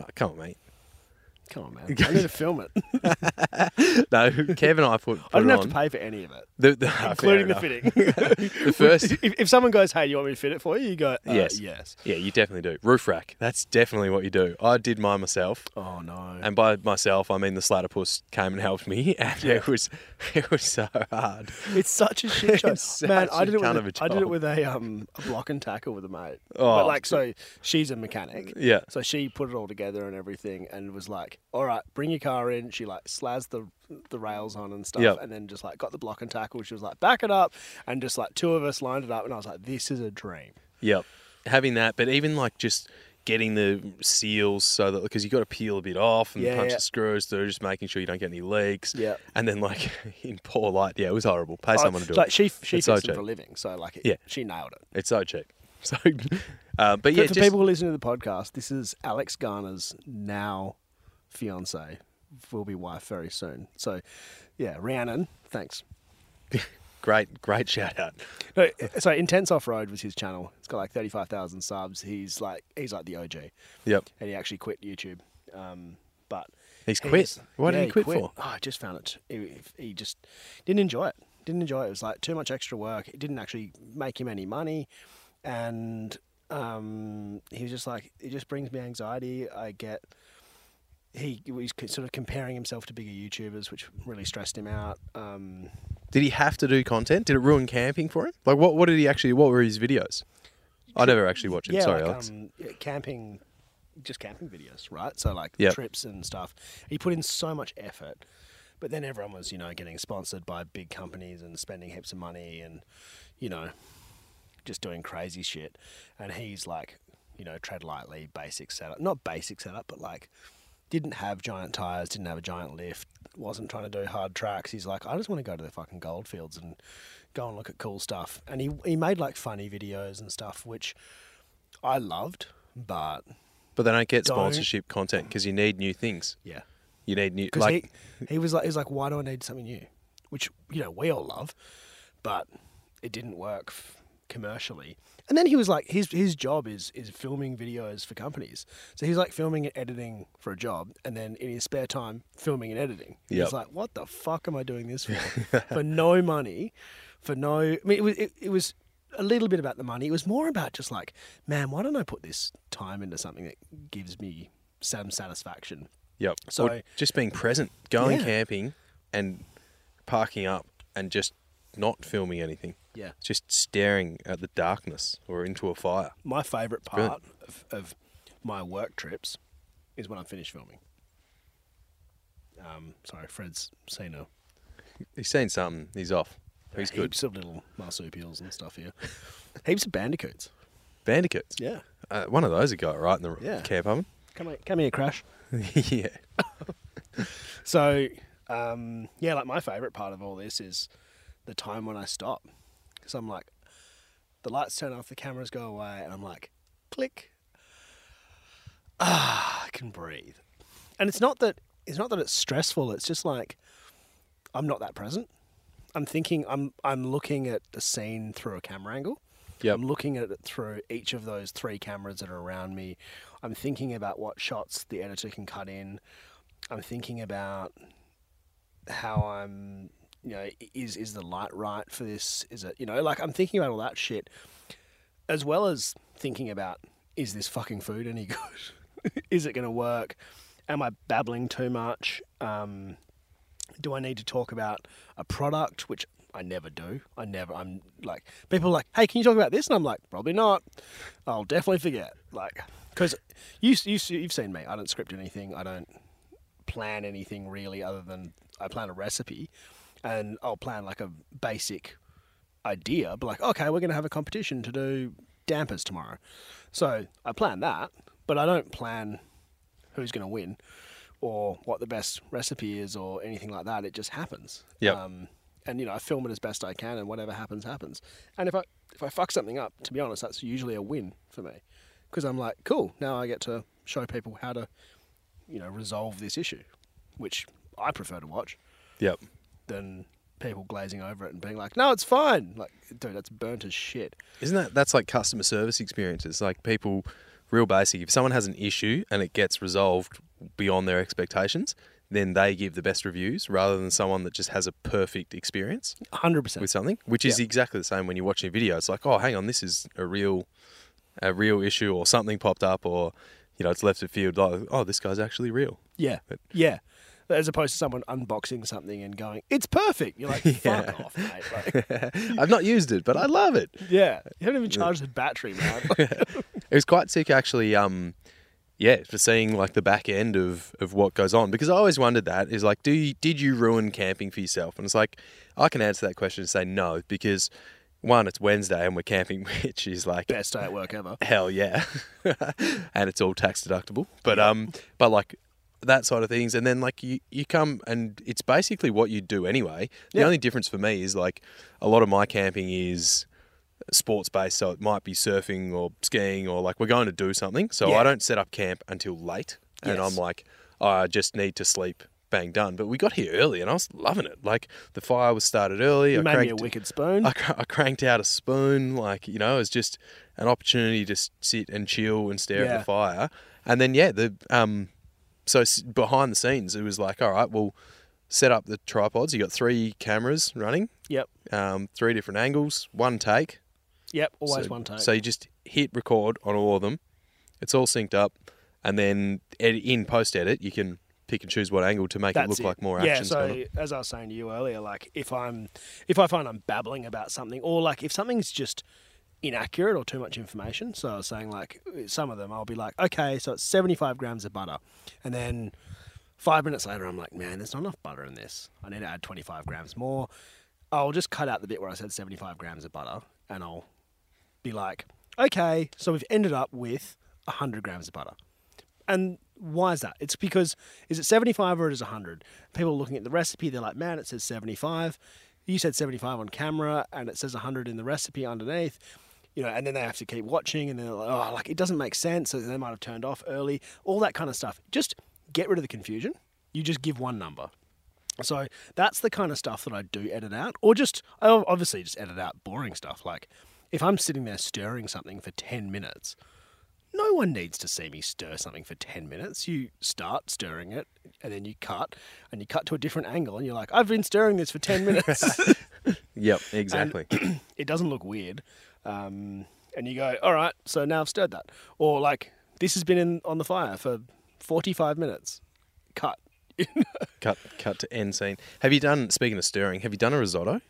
Speaker 1: Oh, come on, mate.
Speaker 6: come on, man. I'm gonna film it.
Speaker 1: No, Kev and I put. put
Speaker 6: I didn't
Speaker 1: it
Speaker 6: have
Speaker 1: on.
Speaker 6: to pay for any of it,
Speaker 1: The- the- fair
Speaker 6: including the
Speaker 1: enough.
Speaker 6: fitting.
Speaker 1: The first
Speaker 6: if, if someone goes, "Hey, you want me to fit it for you?" You go, uh,
Speaker 1: Yes.
Speaker 6: yes."
Speaker 1: Yeah, you definitely do. Roof rack. That's definitely what you do. I did mine myself.
Speaker 6: Oh no.
Speaker 1: And by myself, I mean the platypus came and helped me, and it was it was so hard.
Speaker 6: It's such a shit show,
Speaker 1: It's
Speaker 6: man.
Speaker 1: such
Speaker 6: I did
Speaker 1: a
Speaker 6: it
Speaker 1: cunt
Speaker 6: with
Speaker 1: of a
Speaker 6: a, I did it
Speaker 1: job.
Speaker 6: with a um a block and tackle with a mate.
Speaker 1: Oh.
Speaker 6: but like so she's a mechanic.
Speaker 1: Yeah.
Speaker 6: So she put it all together and everything, and was like, "All right, bring your car in." She like slazed the the rails on and stuff,
Speaker 1: Yep.
Speaker 6: and then just like got the block and tackle. She was like, "Back it up," and just like two of us lined it up, and I was like, "This is a dream."
Speaker 1: Yep. Having that, but even like just getting the seals so that because you got to peel a bit off and
Speaker 6: Yeah,
Speaker 1: punch
Speaker 6: yeah.
Speaker 1: the screws through, just making sure you don't get any leaks.
Speaker 6: Yep.
Speaker 1: And then like in poor light, yeah, it was horrible. Pay
Speaker 6: Oh,
Speaker 1: someone to do
Speaker 6: like
Speaker 1: it.
Speaker 6: she she
Speaker 1: It's
Speaker 6: fits
Speaker 1: so
Speaker 6: them
Speaker 1: cheap.
Speaker 6: for a living, so like it,
Speaker 1: Yeah.
Speaker 6: she nailed it.
Speaker 1: It's so cheap. So, uh, but
Speaker 6: For,
Speaker 1: yeah,
Speaker 6: for
Speaker 1: just,
Speaker 6: people who listen to the podcast, this is Alex Garner's now fiance, will be wife very soon. So, yeah, Rhiannon, thanks.
Speaker 1: great, great shout out.
Speaker 6: No, so Intense Off Road was his channel. It's got like thirty five thousand subs. He's like he's like the OG,
Speaker 1: Yep.
Speaker 6: and he actually quit YouTube. Um, but
Speaker 1: He's quit? Why did
Speaker 6: yeah,
Speaker 1: he quit for?
Speaker 6: Oh, I just found it. He, he just didn't enjoy it. Didn't enjoy it. It was like too much extra work. It didn't actually make him any money, and um, he was just like, it just brings me anxiety. I get. He was sort of comparing himself to bigger YouTubers, which really stressed him out. Um,
Speaker 1: Did he have to do content? Did it ruin camping for him? Like, what, what did he actually, what were his videos? I never actually watched him.
Speaker 6: yeah,
Speaker 1: Sorry,
Speaker 6: like,
Speaker 1: Alex.
Speaker 6: Um, yeah, camping, just camping videos, right? So like
Speaker 1: Yep.
Speaker 6: trips and stuff. He put in so much effort, but then everyone was, you know, getting sponsored by big companies and spending heaps of money and, you know, just doing crazy shit. And he's like, you know, tread lightly, basic setup, not basic setup, but like didn't have giant tires, didn't have a giant lift, wasn't trying to do hard tracks. He's like, I just want to go to the fucking gold fields and go and look at cool stuff. And he he made like funny videos and stuff, which I loved, but
Speaker 1: but they don't get
Speaker 6: don't-
Speaker 1: sponsorship content because you need new things.
Speaker 6: yeah,
Speaker 1: You need new,
Speaker 6: because
Speaker 1: like,
Speaker 6: he he was like he was like, why do I need something new? Which you know we all love, but it didn't work f- commercially. And then he was like, his his job is is filming videos for companies. So he's like filming and editing for a job, and then in his spare time filming and editing.
Speaker 1: Yep.
Speaker 6: He's like, what the fuck am I doing this for? for no money, for no. I mean, it was it, it was a little bit about the money. It was more about just like, man, why don't I put this time into something that gives me some satisfaction?
Speaker 1: yep.
Speaker 6: so-
Speaker 1: Or just being present, going
Speaker 6: Yeah.
Speaker 1: camping and parking up and just not filming anything.
Speaker 6: Yeah.
Speaker 1: Just staring at the darkness or into a fire.
Speaker 6: my favorite part
Speaker 1: Brilliant.
Speaker 6: of, of my work trips is when I'm finished filming. Um, sorry, Fred's seen a
Speaker 1: He's seen something. He's off. He's good.
Speaker 6: heaps of little marsupials and stuff here. heaps of bandicoots.
Speaker 1: Bandicoots.
Speaker 6: Yeah.
Speaker 1: Uh, one of those a guy right in the
Speaker 6: Yeah.
Speaker 1: camp oven.
Speaker 6: Come here, come here, Crash.
Speaker 1: yeah.
Speaker 6: So, um, yeah, like my favorite part of all this is the time when I stop. Because I'm like, the lights turn off, the cameras go away, and I'm like, click. Ah, I can breathe. And it's not that it's not that it's stressful. It's just like I'm not that present. I'm thinking I'm I'm looking at the scene through a camera angle.
Speaker 1: Yep.
Speaker 6: I'm looking at it through each of those three cameras that are around me. I'm thinking about what shots the editor can cut in. I'm thinking about how I'm you know i- is is the light right for this? Is it you know like I'm thinking about all that shit as well as thinking about is this fucking food any good? is it going to work? Am I babbling too much? Um, do I need to talk about a product, which I never do. I never. I'm like people are like, hey, can you talk about this? And I'm like, probably not. I'll definitely forget. Like, because you you you've seen me. I don't script anything. I don't plan anything really, other than I plan a recipe, and I'll plan like a basic idea, but like, okay, we're going to have a competition to do dampers tomorrow. So I plan that, but I don't plan who's going to win or what the best recipe is or anything like that. It just happens.
Speaker 1: Yep.
Speaker 6: Um, and you know, I film it as best I can, and whatever happens, happens. And if I if I fuck something up, to be honest, that's usually a win for me because I'm like, cool, now I get to show people how to, you know, resolve this issue, which I prefer to watch
Speaker 1: Yep.
Speaker 6: than people glazing over it and being like, "No, it's fine." Like, dude, that's burnt as shit.
Speaker 1: Isn't that that's like customer service experiences? Like people, real basic. If someone has an issue and it gets resolved beyond their expectations, then they give the best reviews rather than someone that just has a perfect experience
Speaker 6: Hundred percent.
Speaker 1: with something, which is exactly the same when you're watching a video. It's like, oh, hang on, this is a real, a real issue, or something popped up, or you know, it's left of field. Like, oh, this guy's actually real.
Speaker 6: Yeah, yeah. As opposed to someone unboxing something and going, "It's perfect." You're like, "Fuck off, mate!" Like,
Speaker 1: I've not used it, but I love it.
Speaker 6: yeah, you haven't even charged the battery, man.
Speaker 1: It was quite sick, actually. Um, yeah, for seeing like the back end of of what goes on, because I always wondered that is like, do you, did you ruin camping for yourself? And it's like, I can answer that question and say no, because one, it's Wednesday and we're camping, which is like
Speaker 6: Best day at work ever.
Speaker 1: hell yeah and it's all tax deductible but um but like that side of things and then like you you come and it's basically what you do anyway the
Speaker 6: Yeah.
Speaker 1: only difference for me is like a lot of my camping is sports based so it might be surfing or skiing or like we're going to do something so
Speaker 6: Yeah.
Speaker 1: i don't set up camp until late and i'm
Speaker 6: Yes.
Speaker 1: like oh, i just need to sleep bang done but we got here early and i was loving it like the fire was started early
Speaker 6: You
Speaker 1: I
Speaker 6: made me a
Speaker 1: cranked-
Speaker 6: wicked spoon.
Speaker 1: I, cr- I cranked out a spoon, like you know, it was just an opportunity to s- sit and chill and stare at
Speaker 6: Yeah.
Speaker 1: the fire. And then yeah, the um, so s- behind the scenes, it was like, all right, we'll set up the tripods. You got three cameras running,
Speaker 6: yep,
Speaker 1: um, three different angles, one take.
Speaker 6: yep. Always
Speaker 1: so,
Speaker 6: one take.
Speaker 1: So you just hit record on all of them. It's all synced up, and then ed- in post edit, you can pick and choose what angle to make it
Speaker 6: That's
Speaker 1: look like more
Speaker 6: yeah,
Speaker 1: action's going on.
Speaker 6: so as I was saying to you earlier, like if I'm if I find I'm babbling about something, or like if something's just inaccurate or too much information, so I was saying like some of them, I'll be like, okay, so it's 75 grams of butter, and then five minutes later, I'm like, man, there's not enough butter in this. I need to add 25 grams more. I'll just cut out the bit where I said 75 grams of butter, and I'll be like, okay, so we've ended up with 100 grams of butter. And why is that? It's because is it 75 or it is 100? People are looking at the recipe, they're like, man, it says 75. You said 75 on camera and it says 100 in the recipe underneath. You know, and then they have to keep watching and they're like, oh, like it doesn't make sense. So they might have turned off early, all that kind of stuff. Just get rid of the confusion. You just give one number. So that's the kind of stuff that I do edit out, or just I ob- obviously just edit out boring stuff. Like if I'm sitting there stirring something for 10 minutes, no one needs to see me stir something for 10 minutes. You start stirring it and then you cut and you cut to a different angle and you're like, I've been stirring this for 10 minutes.
Speaker 1: Yep, exactly.
Speaker 6: it doesn't look weird. Um, and you go, all right, so now I've stirred that. Or like, this has been in, on the fire for 45 minutes. Cut.
Speaker 1: Cut cut to end scene. Have you done speaking of stirring, have you done a risotto?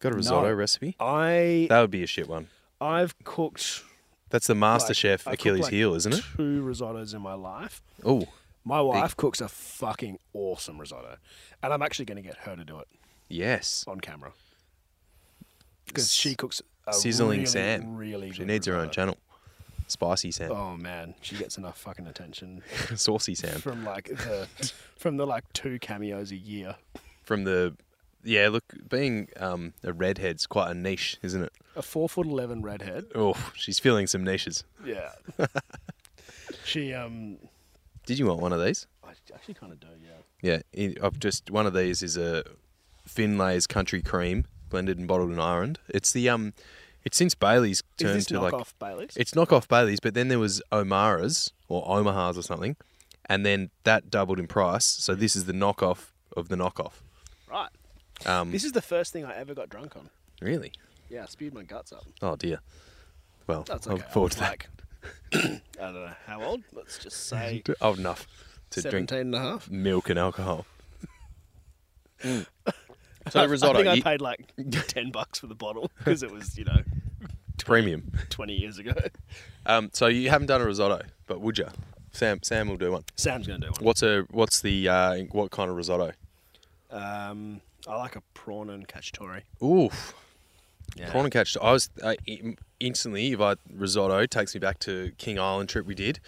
Speaker 1: Got a risotto recipe?
Speaker 6: I,
Speaker 1: That would be a shit one.
Speaker 6: I've cooked
Speaker 1: That's the master
Speaker 6: like,
Speaker 1: chef
Speaker 6: I cooked,
Speaker 1: Achilles
Speaker 6: like,
Speaker 1: heel, isn't it?
Speaker 6: Two risottos in my life.
Speaker 1: Oh.
Speaker 6: My wife cooks a fucking awesome risotto, and I'm actually going to get her to do it
Speaker 1: Yes.
Speaker 6: on camera because she cooks a
Speaker 1: Sizzling
Speaker 6: really,
Speaker 1: Sam.
Speaker 6: Really,
Speaker 1: she
Speaker 6: good
Speaker 1: needs her own
Speaker 6: risotto.
Speaker 1: channel. Spicy Sam.
Speaker 6: Oh man, she gets enough fucking attention
Speaker 1: Saucy Sam.
Speaker 6: from like the from the like two cameos a year.
Speaker 1: From the yeah, look, being um, a redhead's quite a niche, isn't it?
Speaker 6: A four foot eleven redhead.
Speaker 1: Oh, she's filling some niches.
Speaker 6: Yeah. she um,
Speaker 1: Did you want one of these?
Speaker 6: I actually kind of do. Yeah.
Speaker 1: Yeah, i- I've just one of these is a Finlay's Country Cream, blended and bottled in Ireland. It's the um, it's since Bailey's
Speaker 6: Is
Speaker 1: turned
Speaker 6: this
Speaker 1: to like
Speaker 6: knockoff Bailey's?
Speaker 1: it's knockoff Bailey's, but then there was O'Mara's or Omaha's or something, and then that doubled in price. So this is the knockoff of the knockoff.
Speaker 6: right.
Speaker 1: Um,
Speaker 6: This is the first thing I ever got drunk on.
Speaker 1: really?
Speaker 6: Yeah, I spewed my guts up.
Speaker 1: Oh dear. Well,
Speaker 6: That's
Speaker 1: I'll
Speaker 6: okay.
Speaker 1: look forward to that.
Speaker 6: Like, I don't know how old. Let's just say
Speaker 1: Old enough to
Speaker 6: 17
Speaker 1: drink
Speaker 6: and a half.
Speaker 1: milk and alcohol.
Speaker 6: I-
Speaker 1: So risotto,
Speaker 6: Mm. I think
Speaker 1: you-
Speaker 6: I paid like ten bucks for the bottle because it was you know
Speaker 1: premium.
Speaker 6: twenty years ago.
Speaker 1: Um, so you haven't done a risotto, but would you? Sam, Sam will do one.
Speaker 6: Sam's gonna do one.
Speaker 1: What's a what's the uh, what kind of risotto?
Speaker 6: Um, I like a prawn and cacciatore.
Speaker 1: Oof,
Speaker 6: Yeah.
Speaker 1: prawn and catch. I was uh, in- instantly if I risotto takes me back to King Island trip we did,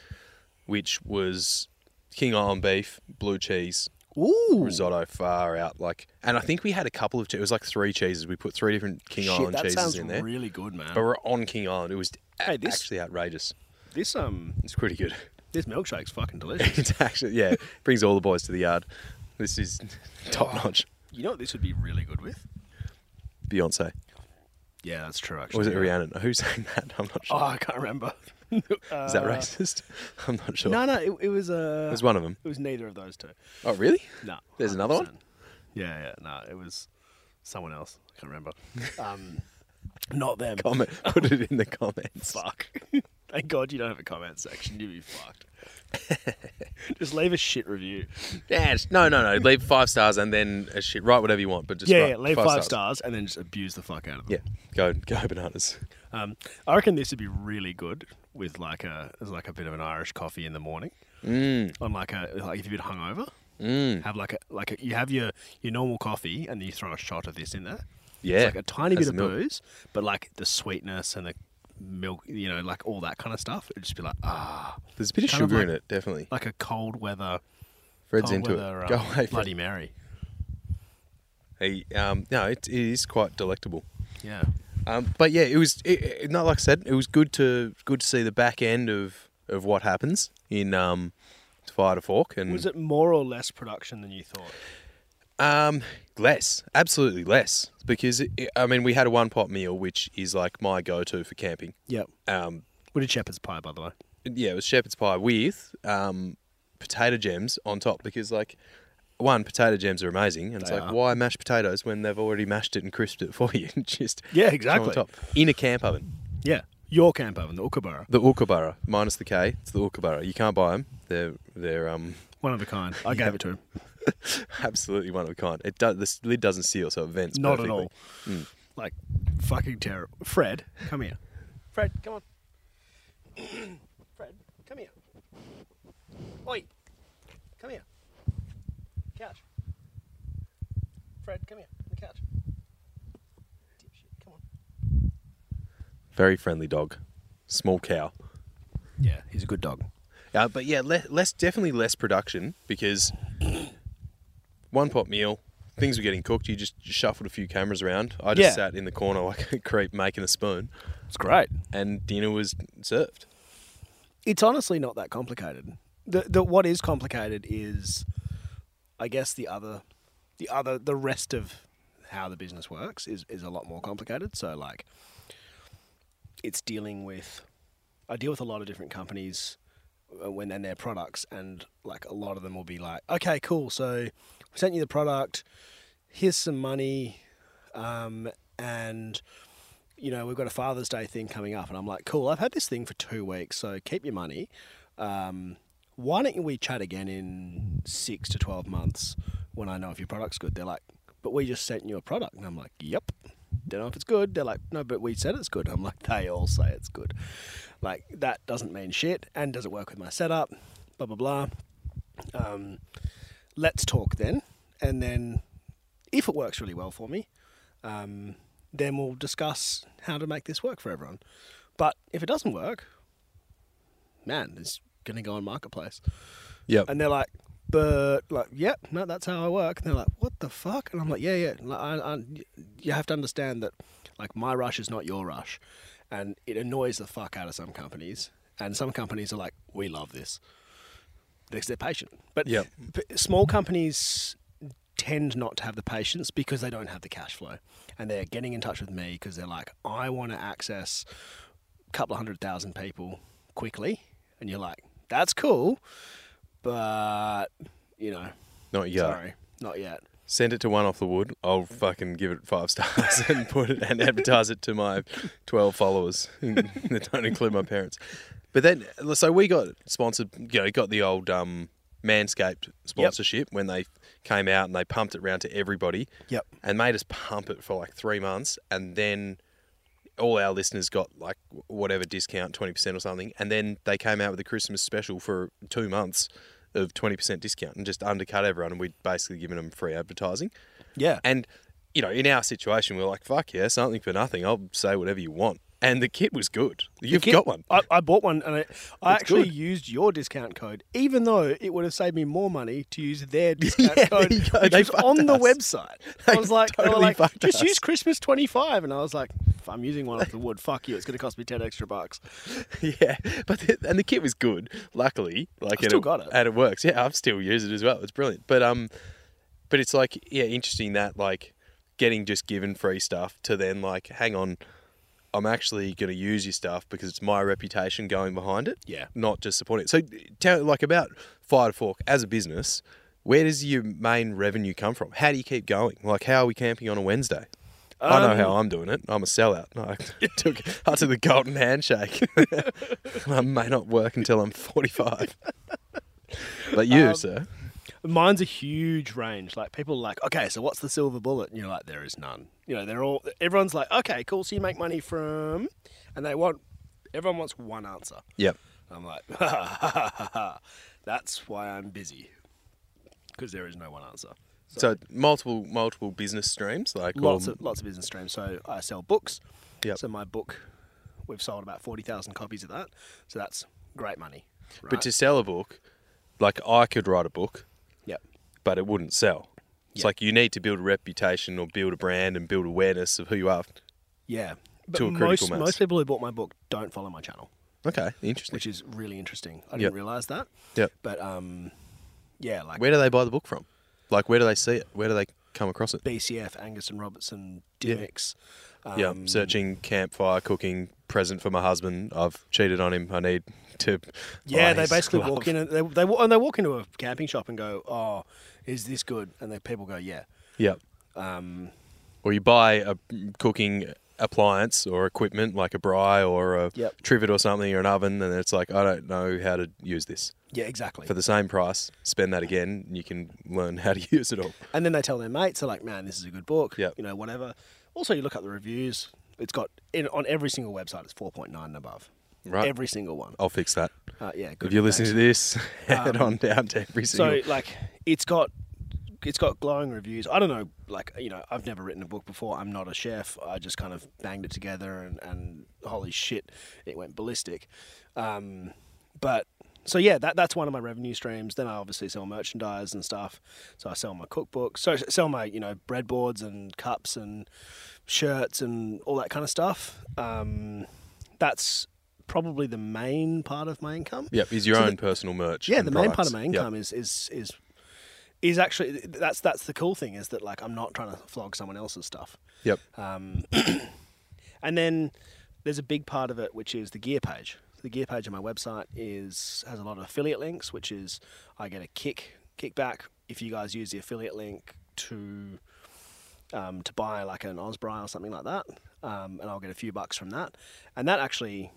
Speaker 1: which was King Island beef, blue cheese,
Speaker 6: Ooh,
Speaker 1: risotto far out. Like, and I think we had a couple of che- it was like three cheeses. We put three different King
Speaker 6: Shit,
Speaker 1: Island
Speaker 6: that
Speaker 1: cheeses
Speaker 6: sounds
Speaker 1: in there,
Speaker 6: really good, man.
Speaker 1: but we're on King Island. It was a-
Speaker 6: Hey, this-
Speaker 1: actually outrageous.
Speaker 6: This um,
Speaker 1: It's pretty good.
Speaker 6: this milkshake's fucking delicious.
Speaker 1: it's actually yeah, brings all the boys to the yard. This is top notch.
Speaker 6: you know what this would be really good with?
Speaker 1: Beyonce.
Speaker 6: Yeah, that's true. Actually,
Speaker 1: Or was it Rhiannon? Who sang that? I'm not
Speaker 6: Oh,
Speaker 1: sure.
Speaker 6: I can't remember. Uh,
Speaker 1: Is that racist? I'm not sure.
Speaker 6: No, no, it, it was uh,
Speaker 1: It was one of them.
Speaker 6: It was neither of those two.
Speaker 1: Oh, really?
Speaker 6: No.
Speaker 1: There's another one?
Speaker 6: 100%. Yeah, yeah. No, it was someone else. I can't remember. Um, not them.
Speaker 1: Comment. Put it in the comments.
Speaker 6: Fuck. Thank God you don't have a comment section. You'd be fucked. Just leave a shit review.
Speaker 1: Yeah, it's- no, no, no. Leave five stars and then a shit. Write whatever you want, but just
Speaker 6: Yeah,
Speaker 1: write
Speaker 6: yeah, leave five, stars. and then just abuse the fuck out of them.
Speaker 1: Yeah, go go bananas.
Speaker 6: Um, I reckon this would be really good with like a as like a bit of an Irish coffee in the morning. Mm. On like a like if you're a bit hungover, mm. have like a like a, you have your your normal coffee and then you throw a shot of this in there.
Speaker 1: Yeah,
Speaker 6: it's like a tiny
Speaker 1: has
Speaker 6: bit of
Speaker 1: milk.
Speaker 6: booze, but like the sweetness and the milk, you know, like all that kind of stuff. It'd just be like ah,
Speaker 1: There's a bit of
Speaker 6: Kind of
Speaker 1: sugar in
Speaker 6: like-
Speaker 1: it, definitely.
Speaker 6: like a cold weather,
Speaker 1: Fred's
Speaker 6: cold
Speaker 1: into it.
Speaker 6: weather, um,
Speaker 1: Go away, Fred.
Speaker 6: Bloody Mary.
Speaker 1: He, um, no, it, it is quite delectable.
Speaker 6: Yeah,
Speaker 1: Um, but yeah, it was it, it, no, like I said, it was good to good to see the back end of of what happens in um, Fire to Fork and
Speaker 6: was it more or less production than you thought?
Speaker 1: Um, less, absolutely less, because it, I mean we had a one pot meal, which is like my go to for camping.
Speaker 6: Yep.
Speaker 1: Um,
Speaker 6: What did shepherd's pie, by the way?
Speaker 1: yeah, it was shepherd's pie with um, potato gems on top because like one potato gems are amazing, and it's
Speaker 6: They
Speaker 1: like
Speaker 6: are.
Speaker 1: why mash potatoes when they've already mashed it and crisped it for you? Just
Speaker 6: Yeah,
Speaker 1: throw
Speaker 6: exactly.
Speaker 1: on top in a camp oven.
Speaker 6: Yeah, your camp oven, the Ukabara.
Speaker 1: The Ulkabara, minus the K, it's the Ulkabara. You can't buy them. They're they're um
Speaker 6: One of a kind. I gave it to him.
Speaker 1: absolutely one of a kind. It does the lid doesn't seal, so it vents.
Speaker 6: Not
Speaker 1: perfectly.
Speaker 6: at all. Mm. Like fucking terrible. Fred, come here. Fred, come on. Fred, come here. Oi, come here. Couch. Fred, come here. The couch. Dipshit, come on.
Speaker 1: Very friendly dog, small cow.
Speaker 6: Yeah, he's a good dog.
Speaker 1: Uh, but yeah, le- less definitely less production because one pot meal, things were getting cooked. You just shuffled a few cameras around. I just
Speaker 6: Yeah.
Speaker 1: sat in the corner like a creep making a spoon,
Speaker 6: It's great.
Speaker 1: and dinner was served.
Speaker 6: it's honestly not that complicated. The, the what is complicated is, I guess the other, the other the rest of how the business works is is a lot more complicated. So like, it's dealing with, I deal with a lot of different companies uh, when and their products, and like a lot of them will be like, okay, cool, so we sent you the product, here's some money, um, and you know, we've got a Father's Day thing coming up. And I'm like, cool, I've had this thing for two weeks, so keep your money. Um, why don't we chat again in six to 12 months when I know if your product's good? They're like, but we just sent you a product. And I'm like, yep. Don't know if it's good. They're like, no, but we said it's good. I'm like, they all say it's good. Like, that doesn't mean shit and doesn't work with my setup, blah, blah, blah. Um, let's talk then. And then if it works really well for me, um, then we'll discuss how to make this work for everyone. But if it doesn't work, man, it's going to go on marketplace.
Speaker 1: Yep.
Speaker 6: And they're like, but like, yep, no, that's how I work. And they're like, what the fuck? And I'm like, yeah, yeah. Like, I, I, you have to understand that, like, my rush is not your rush, and it annoys the fuck out of some companies. And some companies are like, we love this because they're patient. But
Speaker 1: Yep.
Speaker 6: p- small companies tend not to have the patience because they don't have the cash flow, and they're getting in touch with me because they're like, I want to access a couple of hundred thousand people quickly, and you're like, that's cool, but you know,
Speaker 1: Not yet.
Speaker 6: sorry, not yet.
Speaker 1: Send it to one off the wood. I'll fucking give it five stars and put it and advertise it to my twelve followers that don't include my parents. But then, so we got sponsored. You know, got the old um, Manscaped sponsorship when they came out and they pumped it round to everybody.
Speaker 6: Yep.
Speaker 1: And made us pump it for like three months, and then all our listeners got like whatever discount, twenty percent or something, and then they came out with a Christmas special for two months of twenty percent discount and just undercut everyone, and we'd basically given them free advertising.
Speaker 6: Yeah.
Speaker 1: And you know, in our situation, we are like, "Fuck yeah, something for nothing." I'll say whatever you want, and the kit was good. You've
Speaker 6: kit-
Speaker 1: got one.
Speaker 6: I, I bought one and I, I
Speaker 1: It's
Speaker 6: actually
Speaker 1: good.
Speaker 6: used your discount code, even though it would have saved me more money to use their discount code,
Speaker 1: you go.
Speaker 6: which
Speaker 1: They
Speaker 6: was
Speaker 1: fucked
Speaker 6: on the
Speaker 1: us.
Speaker 6: website. I
Speaker 1: They
Speaker 6: was like, they were
Speaker 1: totally
Speaker 6: like,
Speaker 1: fucked
Speaker 6: just
Speaker 1: us."
Speaker 6: use Christmas 25. And I was like, if I'm using one off the wood, fuck you. It's going to cost me 10 extra bucks.
Speaker 1: yeah, but the, and the kit was good. Luckily, like and
Speaker 6: still got it.
Speaker 1: and it works. Yeah, I've still used it as well. It's brilliant. But um, but it's like yeah, interesting that like getting just given free stuff to then like, hang on, I'm actually going to use your stuff because it's my reputation going behind it.
Speaker 6: Yeah.
Speaker 1: not just supporting it. So tell like about Fire to Fork as a business. Where does your main revenue come from? How do you keep going? Like, how are we camping on a Wednesday? I know
Speaker 6: Um,
Speaker 1: how I'm doing it. I'm a sellout. I took I took the golden handshake. I may not work until I'm 45. But you,
Speaker 6: Um,
Speaker 1: sir,
Speaker 6: Mine's a huge range. Like people are like, okay, so what's the silver bullet? And you're like, there is none. You know, they're all everyone's like, okay, cool. So you make money from, and they want everyone wants one answer.
Speaker 1: yep,
Speaker 6: I'm like, ha, ha, ha, ha, ha. that's why I'm busy because there is no one answer.
Speaker 1: so multiple multiple business streams like um,
Speaker 6: Lots
Speaker 1: or-
Speaker 6: of lots of business streams. So I sell books.
Speaker 1: Yep.
Speaker 6: So my book, we've sold about forty thousand copies of that. So that's great money. Right?
Speaker 1: but to sell a book, like I could write a book,
Speaker 6: yep.
Speaker 1: but it wouldn't sell. It's
Speaker 6: Yeah.
Speaker 1: like you need to build a reputation or build a brand and build awareness of who you are.
Speaker 6: Yeah. But
Speaker 1: to a critical
Speaker 6: most,
Speaker 1: mass.
Speaker 6: most people who bought my book don't follow my channel,
Speaker 1: Okay, interesting.
Speaker 6: which is really interesting. I
Speaker 1: Yep.
Speaker 6: didn't realize that.
Speaker 1: Yep.
Speaker 6: But um, yeah, like
Speaker 1: Where do they buy the book from? Like, where do they see it? Where do they come across it?
Speaker 6: BCF, Angus and Robertson,
Speaker 1: Yeah.
Speaker 6: Dimmicks.
Speaker 1: yeah,
Speaker 6: um,
Speaker 1: I'm searching campfire cooking present for my husband. I've cheated on him. I need to.
Speaker 6: Yeah,
Speaker 1: buy
Speaker 6: they
Speaker 1: his
Speaker 6: basically
Speaker 1: glove.
Speaker 6: walk in and they, they wa- and they walk into a camping shop and go, "Oh, is this good?" And the people go, "Yeah."
Speaker 1: Yep.
Speaker 6: Um,
Speaker 1: Or you buy a cooking appliance or equipment like a bri or a
Speaker 6: Yep.
Speaker 1: trivet or something or an oven, and it's like I don't know how to use this.
Speaker 6: yeah, exactly.
Speaker 1: For the same price, spend that again, and you can learn how to use it all.
Speaker 6: and then they tell their mates, they're like, "Man, this is a good book."
Speaker 1: Yep.
Speaker 6: You know, whatever. Also, you look up the reviews. It's got in, on every single website. It's four point nine and above.
Speaker 1: Right.
Speaker 6: Every single one.
Speaker 1: I'll fix that.
Speaker 6: Uh, yeah. Good Um,
Speaker 1: If you're listening to this, head on down to every single.
Speaker 6: So like it's got it's got glowing reviews. I don't know, like you know, I've never written a book before. I'm not a chef. I just kind of banged it together, and, and holy shit, it went ballistic. Um, but so yeah, that that's one of my revenue streams. Then I obviously sell merchandise and stuff. So I sell my cookbooks, so I sell my you know breadboards and cups and shirts and all that kind of stuff. Um, that's probably the main part of my income.
Speaker 1: yep, is your
Speaker 6: so
Speaker 1: own
Speaker 6: the-
Speaker 1: personal merch.
Speaker 6: Yeah,
Speaker 1: and
Speaker 6: the main part
Speaker 1: products.
Speaker 6: of my
Speaker 1: Yep.
Speaker 6: income is is is is actually that's that's the cool thing is that like I'm not trying to flog someone else's stuff.
Speaker 1: Yep.
Speaker 6: Um, and then there's a big part of it which is the gear page. The gear page on my website is has a lot of affiliate links, which is I get a kick kickback if you guys use the affiliate link to um, to buy like an Osbri or something like that, um, and I'll get a few bucks from that. And that actually,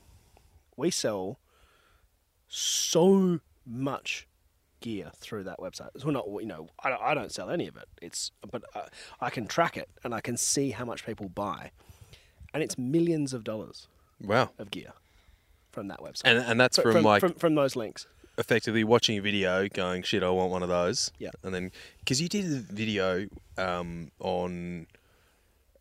Speaker 6: we sell so much gear through that website. So not you know I don't, I don't sell any of it. It's but uh, I can track it and I can see how much people buy, and it's millions of dollars
Speaker 1: Wow.
Speaker 6: of gear from that website.
Speaker 1: And and that's
Speaker 6: Fr-
Speaker 1: from, like
Speaker 6: from, from those links.
Speaker 1: effectively watching a video, going, "Shit, I want one of those."
Speaker 6: Yeah.
Speaker 1: and then because you did a video um, on,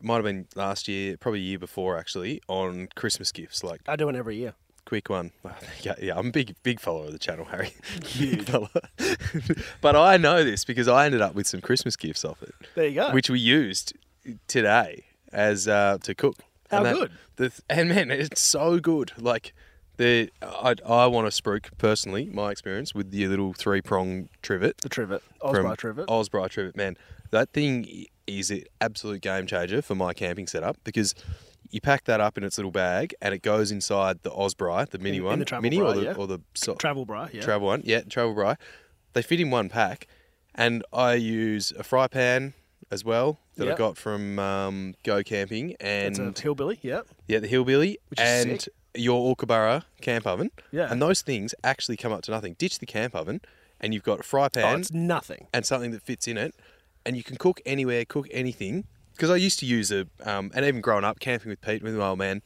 Speaker 1: might have been last year, probably a year before actually, on Christmas gifts, like
Speaker 6: I do one every year.
Speaker 1: quick one. Wow, yeah, yeah, I'm a big big follower of the channel, Harry. Big follower. but I know this because I ended up with some Christmas gifts off it,
Speaker 6: There you go.
Speaker 1: which we used today as uh, to cook.
Speaker 6: How
Speaker 1: And that-
Speaker 6: good.
Speaker 1: The, th- and man, it's so good. Like the I, I want a spruik personally. My experience with the little three prong trivet
Speaker 6: the trivet,
Speaker 1: from
Speaker 6: Osbri trivet.
Speaker 1: Osbri trivet, man. That thing is an absolute game changer for my camping setup because you pack that up in its little bag and it goes inside the Osbri, the mini
Speaker 6: In- in
Speaker 1: one,
Speaker 6: the travel
Speaker 1: mini or
Speaker 6: bra,
Speaker 1: the
Speaker 6: yeah.
Speaker 1: or the so-
Speaker 6: Travel bra, yeah.
Speaker 1: travel one, yeah, travel bra. They fit in one pack, and I use a fry pan as well that I
Speaker 6: Yep.
Speaker 1: got from um, Go Camping and
Speaker 6: it's a hillbilly, yeah.
Speaker 1: yeah, the hillbilly
Speaker 6: Which is
Speaker 1: and
Speaker 6: sick.
Speaker 1: your Orkabara camp oven.
Speaker 6: Yeah.
Speaker 1: And those things actually come up to nothing. Ditch the camp oven and you've got a fry
Speaker 6: Oh,
Speaker 1: pan
Speaker 6: it's nothing.
Speaker 1: and something that fits in it and you can cook anywhere, cook anything. Because I used to use a, um, and even growing up camping with Pete, with my old man,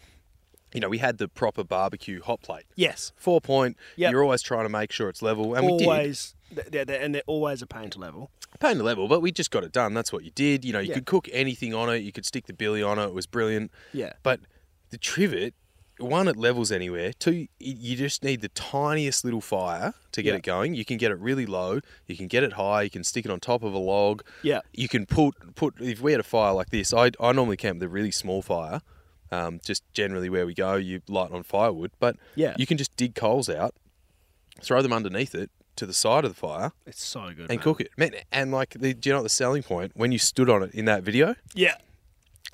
Speaker 1: you know, we had the proper barbecue hot plate.
Speaker 6: Yes.
Speaker 1: Four point,
Speaker 6: Yep.
Speaker 1: you're always trying to make sure it's level. And we did.
Speaker 6: always, th- they're, they're, and they're always a pain to level.
Speaker 1: pain the level, but we just got it done. That's what you did. You know, you
Speaker 6: Yeah.
Speaker 1: could cook anything on it. You could stick the billy on it. It was brilliant.
Speaker 6: Yeah.
Speaker 1: But the trivet, one, it levels anywhere. Two, y- you just need the tiniest little fire to get
Speaker 6: Yeah.
Speaker 1: it going. You can get it really low. You can get it high. You can stick it on top of a log.
Speaker 6: Yeah.
Speaker 1: You can put put if we had a fire like this. I I normally camp with a really small fire. Um, just generally where we go, you light on firewood, but
Speaker 6: Yeah.
Speaker 1: you can just dig coals out, throw them underneath it to the side of the fire,
Speaker 6: It's so good.
Speaker 1: and
Speaker 6: man.
Speaker 1: cook it. Man, and like, the, do you know what the selling point? When you stood on it in that video,
Speaker 6: Yeah.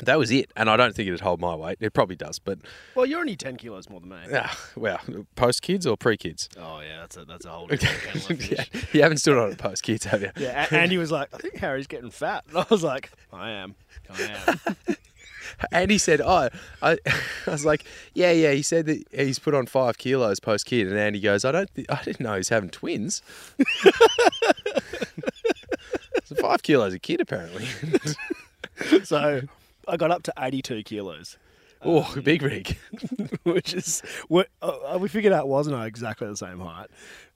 Speaker 1: that was it. And I don't think it'd hold my weight. It probably does, but
Speaker 6: Well, you're only 10 kilos more than me.
Speaker 1: ah, wow, post kids or pre kids?
Speaker 6: Oh, yeah, that's a, that's a whole different kettle of fish.
Speaker 1: yeah, you haven't stood on it post kids, have you?
Speaker 6: Yeah, a- Andy was like, I think Harry's getting fat. And I was like, I am. I am.
Speaker 1: And he said, "Oh, I, I was like, yeah, yeah." He said that he's put on five kilos post kid, and Andy goes, "I don't, th- I didn't know he's having twins." so five kilos a kid, apparently.
Speaker 6: so I got up to 82 kilos,
Speaker 1: oh, big rig.
Speaker 6: which is, we uh, we figured out wasn't I exactly the same height.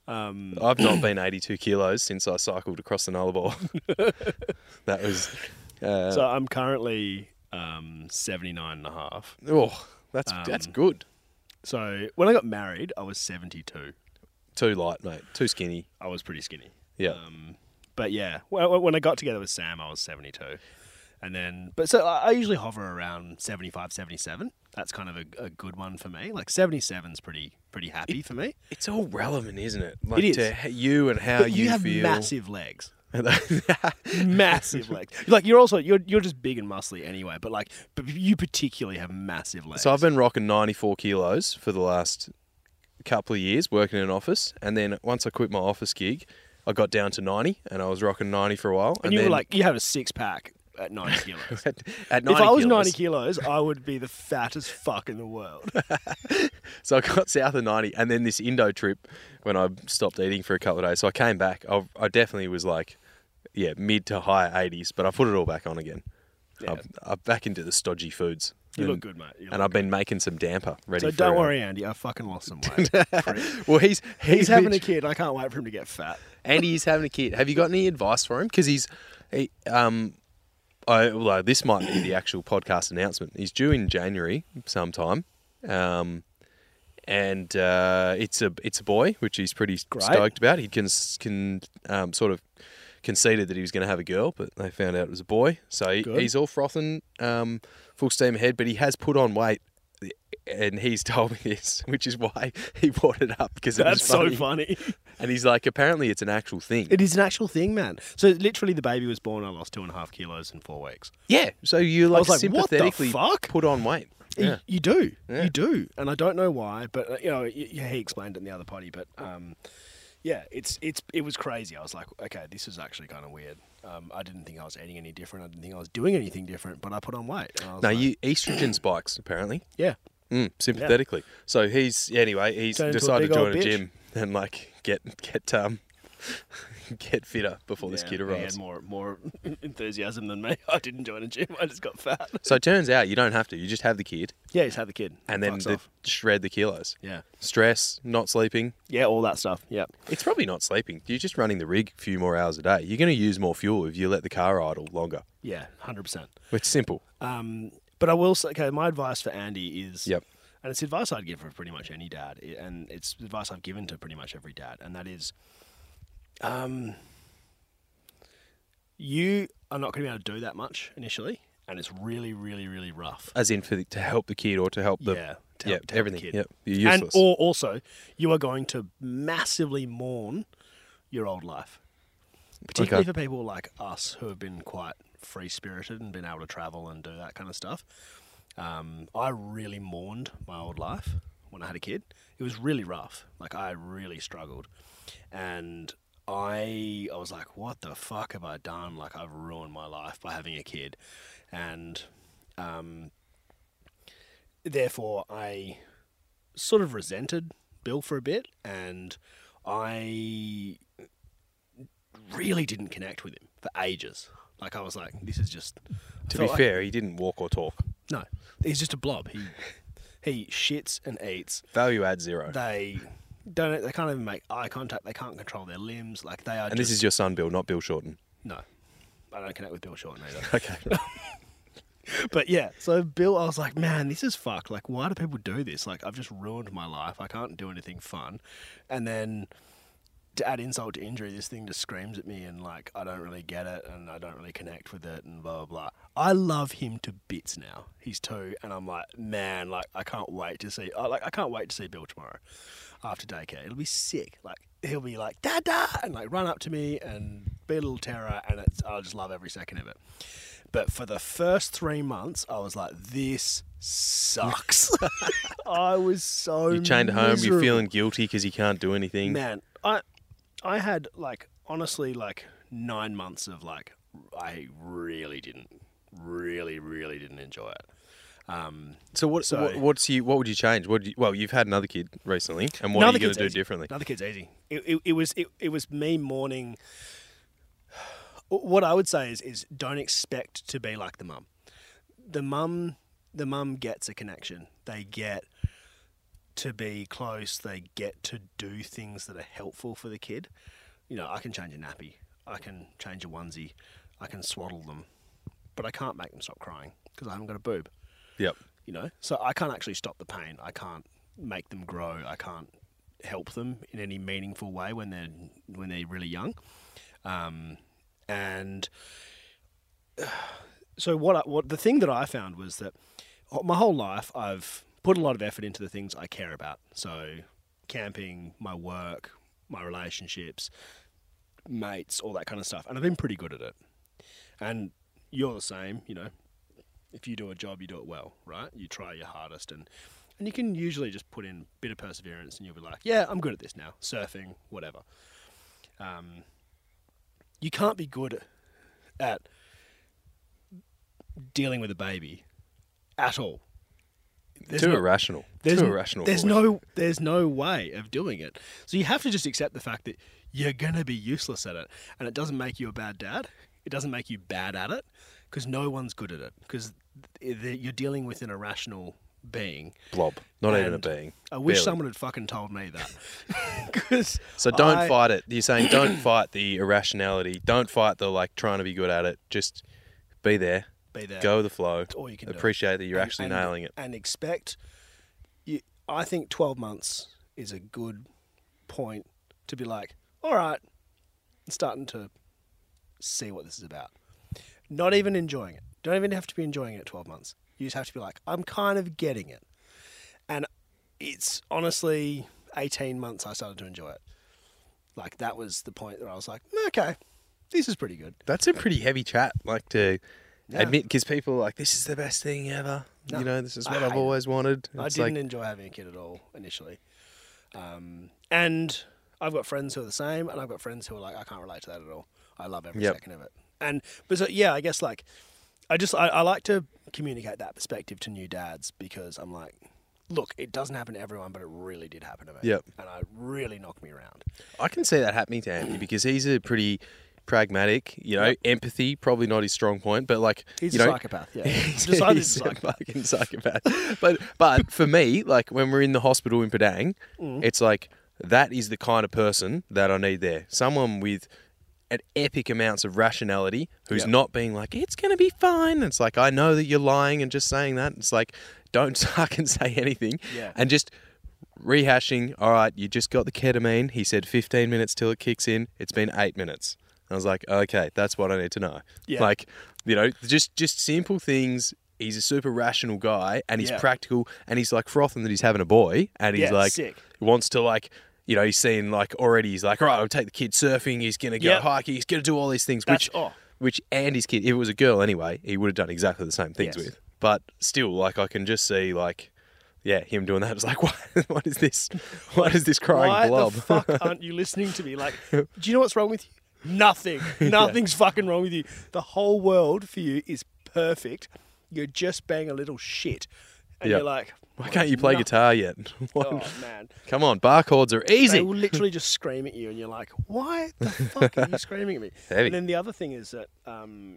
Speaker 6: Um,
Speaker 1: I've not been 82 kilos since I cycled across the Nullarbor. that was, uh,
Speaker 6: so I'm currently um, 79 and a half.
Speaker 1: oh, that's
Speaker 6: um,
Speaker 1: that's good.
Speaker 6: So when I got married, I was 72.
Speaker 1: Too light, mate. Too skinny.
Speaker 6: I was pretty skinny.
Speaker 1: Yeah.
Speaker 6: Um, but yeah, when, when I got together with Sam, I was 72. And then, but so I I usually hover around 75, 77. That's kind of a, a good one for me. Like 77's pretty, pretty happy for me.
Speaker 1: it's all relevant, isn't it? Like
Speaker 6: is.
Speaker 1: to h- you and how
Speaker 6: but
Speaker 1: you,
Speaker 6: you, have
Speaker 1: feel.
Speaker 6: massive legs. massive legs. Like you're also you're you're just big and muscly anyway. But like, but you particularly have massive legs.
Speaker 1: so I've been rocking 94 kilos for the last couple of years working in an office, and then once I quit my office gig, I got down to 90, and I was rocking 90 for a while.
Speaker 6: and you
Speaker 1: then
Speaker 6: were like, you have a six pack at 90 kilos.
Speaker 1: at, at 90
Speaker 6: if I was
Speaker 1: kilos,
Speaker 6: 90 kilos, I would be the fattest fuck in the world.
Speaker 1: So I got south of 90, and then this Indo trip when I stopped eating for a couple of days. So I came back. I, I definitely was like, yeah, mid to high 80s, but I put it all back on again. I'm, I'm back into the stodgy foods.
Speaker 6: You
Speaker 1: and,
Speaker 6: look good, mate. You
Speaker 1: And
Speaker 6: look
Speaker 1: I've been making some damper ready
Speaker 6: So
Speaker 1: for
Speaker 6: don't
Speaker 1: uh,
Speaker 6: worry, Andy. I fucking lost some weight. Prick.
Speaker 1: Well, he's he's,
Speaker 6: He's having a
Speaker 1: bitch-
Speaker 6: kid. I can't wait for him to get fat.
Speaker 1: and he's having a kid. Have you got any advice for him? Because he's, he, um, I, well, this might be the actual podcast announcement. He's due in January sometime, um, and uh, it's a it's a boy, which he's pretty
Speaker 6: Great.
Speaker 1: stoked about. He can can um, sort of conceded that he was going to have a girl, but they found out it was a boy. So he,
Speaker 6: Good.
Speaker 1: he's all frothing, um, full steam ahead. But he has put on weight. And he's told me this, which is why he brought it up because it
Speaker 6: That's
Speaker 1: was
Speaker 6: so funny.
Speaker 1: and he's like, apparently it's an actual thing.
Speaker 6: It is an actual thing, man. So literally, the baby was born. I lost two and a half kilos in four weeks.
Speaker 1: yeah. So you like,
Speaker 6: was like, what the
Speaker 1: sympathetically
Speaker 6: fuck?
Speaker 1: put on weight. Yeah.
Speaker 6: You, you do, you do, and I don't know why, but uh, you know, y y- he explained it in the other potty, but um, yeah, it's it's it was crazy. I was like, okay, this is actually kind of weird. Um, I didn't think I was eating any different. I didn't think I was doing anything different, but I put on weight. And I was
Speaker 1: No,
Speaker 6: like,
Speaker 1: you estrogen spikes apparently.
Speaker 6: yeah,
Speaker 1: Mm, sympathetically. So he's anyway, he's
Speaker 6: Turned into a
Speaker 1: decided
Speaker 6: big
Speaker 1: to join a
Speaker 6: old bitch.
Speaker 1: gym and like get get um get fitter before this
Speaker 6: Yeah,
Speaker 1: kid
Speaker 6: He had
Speaker 1: arrives.
Speaker 6: more more enthusiasm than me. I didn't join a gym. I just got fat.
Speaker 1: So it turns out you don't have to. You just have the kid
Speaker 6: Yeah, he's had the kid.
Speaker 1: and then
Speaker 6: Fucks
Speaker 1: the,
Speaker 6: off.
Speaker 1: shred the kilos.
Speaker 6: yeah,
Speaker 1: Stress, not sleeping.
Speaker 6: yeah, all that stuff. Yeah,
Speaker 1: It's probably not sleeping. You're just running the rig a few more hours a day. You're going to use more fuel if you let the car idle longer.
Speaker 6: yeah, hundred percent.
Speaker 1: It's simple.
Speaker 6: Um, but I will say, okay, my advice for Andy is,
Speaker 1: Yep.
Speaker 6: and it's advice I'd give for pretty much any dad, i- and it's advice I've given to pretty much every dad, and that is, um, you are not going to be able to do that much initially, and it's really, really, really rough.
Speaker 1: As in for the, to help the kid or to help the
Speaker 6: yeah,
Speaker 1: yeah,
Speaker 6: to help- to help the
Speaker 1: everything.
Speaker 6: kid.
Speaker 1: Yep, you're useless.
Speaker 6: And or also, you are going to massively mourn your old life. particularly
Speaker 1: Okay.
Speaker 6: for people like us who have been quite free spirited and been able to travel and do that kind of stuff. Um, I really mourned my old life when I had a kid. It was really rough. Like I really struggled, and I I was like, what the fuck have I done? Like I've ruined my life by having a kid, and um, therefore I sort of resented Bill for a bit, and I really didn't connect with him for ages. Like I was like, this is just.
Speaker 1: To be
Speaker 6: I felt like-
Speaker 1: fair, he didn't walk or talk.
Speaker 6: no, he's just a blob. He he shits and eats.
Speaker 1: Value add zero.
Speaker 6: They don't. They can't even make eye contact. They can't control their limbs. Like they are.
Speaker 1: and
Speaker 6: just,
Speaker 1: this is your son, Bill, not Bill Shorten.
Speaker 6: no. I don't connect with Bill Shorten either.
Speaker 1: Okay.
Speaker 6: but yeah, so Bill, I was like, man, this is fucked. Like, why do people do this? Like, I've just ruined my life. I can't do anything fun. And then to add insult to injury, this thing just screams at me and like, I don't really get it and I don't really connect with it and blah, blah, blah. I love him to bits now. He's two. And I'm like, man, like, I can't wait to see, I, like, I can't wait to see Bill tomorrow after daycare. It'll be sick. Like, he'll be like, da da, and like run up to me and be a little terror. And it's, I'll just love every second of it. But for the first three months, I was like, this sucks. I was so
Speaker 1: You're chained to home, you're
Speaker 6: miserable.
Speaker 1: feeling guilty because you can't do anything.
Speaker 6: Man, I I had like honestly like nine months of like I really didn't really really didn't enjoy it. Um,
Speaker 1: So what?
Speaker 6: So-
Speaker 1: what what's you? What would you change? What? do you, well, you've had another kid recently, and what
Speaker 6: Another
Speaker 1: are you going
Speaker 6: kid's
Speaker 1: to do
Speaker 6: easy.
Speaker 1: differently?
Speaker 6: Another kid's easy. It, it, it was it, it was me mourning. What I would say is is don't expect to be like the mum. The mum the mum gets a connection. They get to be close. They get to do things that are helpful for the kid. You know, I can change a nappy. I can change a onesie. I can swaddle them, but I can't make them stop crying because I haven't got a boob
Speaker 1: Yep.
Speaker 6: you know so i can't actually stop the pain i can't make them grow i can't help them in any meaningful way when they're when they're really young um, and so what I, what the thing that i found was that my whole life i've put a lot of effort into the things i care about so camping my work my relationships mates all that kind of stuff and i've been pretty good at it and you're the same you know if you do a job, you do it well, right? You try your hardest, and and you can usually just put in a bit of perseverance, and you'll be like, yeah, I'm good at this now, surfing, whatever. Um, you can't be good at dealing with a baby at all. There's
Speaker 1: Too
Speaker 6: no-
Speaker 1: irrational.
Speaker 6: there's
Speaker 1: Too
Speaker 6: n-
Speaker 1: irrational.
Speaker 6: There's
Speaker 1: for
Speaker 6: no there's no way of doing it. So you have to just accept the fact that you're gonna be useless at it, and it doesn't make you a bad dad. It doesn't make you bad at it, because no one's good at it. Because you're dealing with an irrational being.
Speaker 1: it. blob, not even a
Speaker 6: and
Speaker 1: being.
Speaker 6: I wish
Speaker 1: Barely.
Speaker 6: someone had fucking told me that. 'Cause
Speaker 1: So don't
Speaker 6: I-
Speaker 1: fight it. You're saying don't fight the irrationality. Don't fight the like trying to be good at it. Just be there.
Speaker 6: Be there.
Speaker 1: Go with the flow.
Speaker 6: all you can do.
Speaker 1: Appreciate that you're
Speaker 6: and-
Speaker 1: actually
Speaker 6: and-
Speaker 1: nailing it.
Speaker 6: and expect you i think 12 months is a good point to be like all right I'm starting to see what this is about not even enjoying it don't even have to be enjoying it at 12 months you just have to be like i'm kind of getting it and it's honestly 18 months i started to enjoy it like that was the point that i was like okay this is pretty good
Speaker 1: That's a pretty heavy chat. Like to
Speaker 6: Yeah.
Speaker 1: admit because people are like this is the best thing ever.
Speaker 6: No,
Speaker 1: you know, this is
Speaker 6: I
Speaker 1: what I've
Speaker 6: hate it.
Speaker 1: always wanted.
Speaker 6: I
Speaker 1: It's
Speaker 6: didn't
Speaker 1: like
Speaker 6: enjoy having a kid at all initially. Um, and I've got friends who are the same, and I've got friends who are like, I can't relate to that at all. I love every
Speaker 1: Yep.
Speaker 6: second of it. And but so, yeah, I guess like I just I, I like to communicate that perspective to new dads because I'm like, look, it doesn't happen to everyone, but it really did happen to me.
Speaker 1: Yep.
Speaker 6: And I really knocked me around.
Speaker 1: I can see that happening to Anthony because he's a pretty pragmatic, you know, empathy probably not his strong point, but like
Speaker 6: He's
Speaker 1: you
Speaker 6: a
Speaker 1: know,
Speaker 6: psychopath. Yeah.
Speaker 1: he's,
Speaker 6: Decided
Speaker 1: he's
Speaker 6: he's a
Speaker 1: a
Speaker 6: psychopath.
Speaker 1: fucking psychopath. But but for me, like when we're in the hospital in Padang, it's like that is the kind of person that I need there. Someone with an epic amounts of rationality who's not being like it's going to be fine. It's like I know that you're lying and just saying that. It's like don't suck and say anything
Speaker 6: Yeah.
Speaker 1: and just rehashing. All right, you just got the ketamine. He said 15 minutes till it kicks in. It's been eight minutes. I was like, okay, that's what I need to know.
Speaker 6: Yeah.
Speaker 1: Like, you know, just just simple things. He's a super rational guy, and he's
Speaker 6: Yeah.
Speaker 1: practical, and he's like frothing that he's having a boy, and he's
Speaker 6: Yeah,
Speaker 1: like
Speaker 6: sick.
Speaker 1: wants to like you know, he's seen like already he's like, all right, I'll take the kid surfing, he's gonna go
Speaker 6: Yep.
Speaker 1: hiking, he's gonna do all these things,
Speaker 6: That's-
Speaker 1: which
Speaker 6: oh.
Speaker 1: which and his kid, if it was a girl anyway, he would have done exactly the same things
Speaker 6: Yes.
Speaker 1: with. But still, like I can just see like yeah, him doing that. It's like, what, what is this? What is this crying
Speaker 6: Why
Speaker 1: blob?
Speaker 6: the fuck aren't you listening to me? Like, do you know what's wrong with you? Nothing. Nothing's fucking wrong with you. The whole world for you is perfect. You're just being a little shit, and
Speaker 1: Yeah.
Speaker 6: you're like,
Speaker 1: Why can't you play
Speaker 6: "No."
Speaker 1: guitar yet? What-
Speaker 6: Oh man,
Speaker 1: Come on, bar chords are
Speaker 6: they
Speaker 1: easy.
Speaker 6: will literally just scream at you, and you're like, "Why the fuck are you screaming at me?"
Speaker 1: Heavy.
Speaker 6: And then the other thing is that um,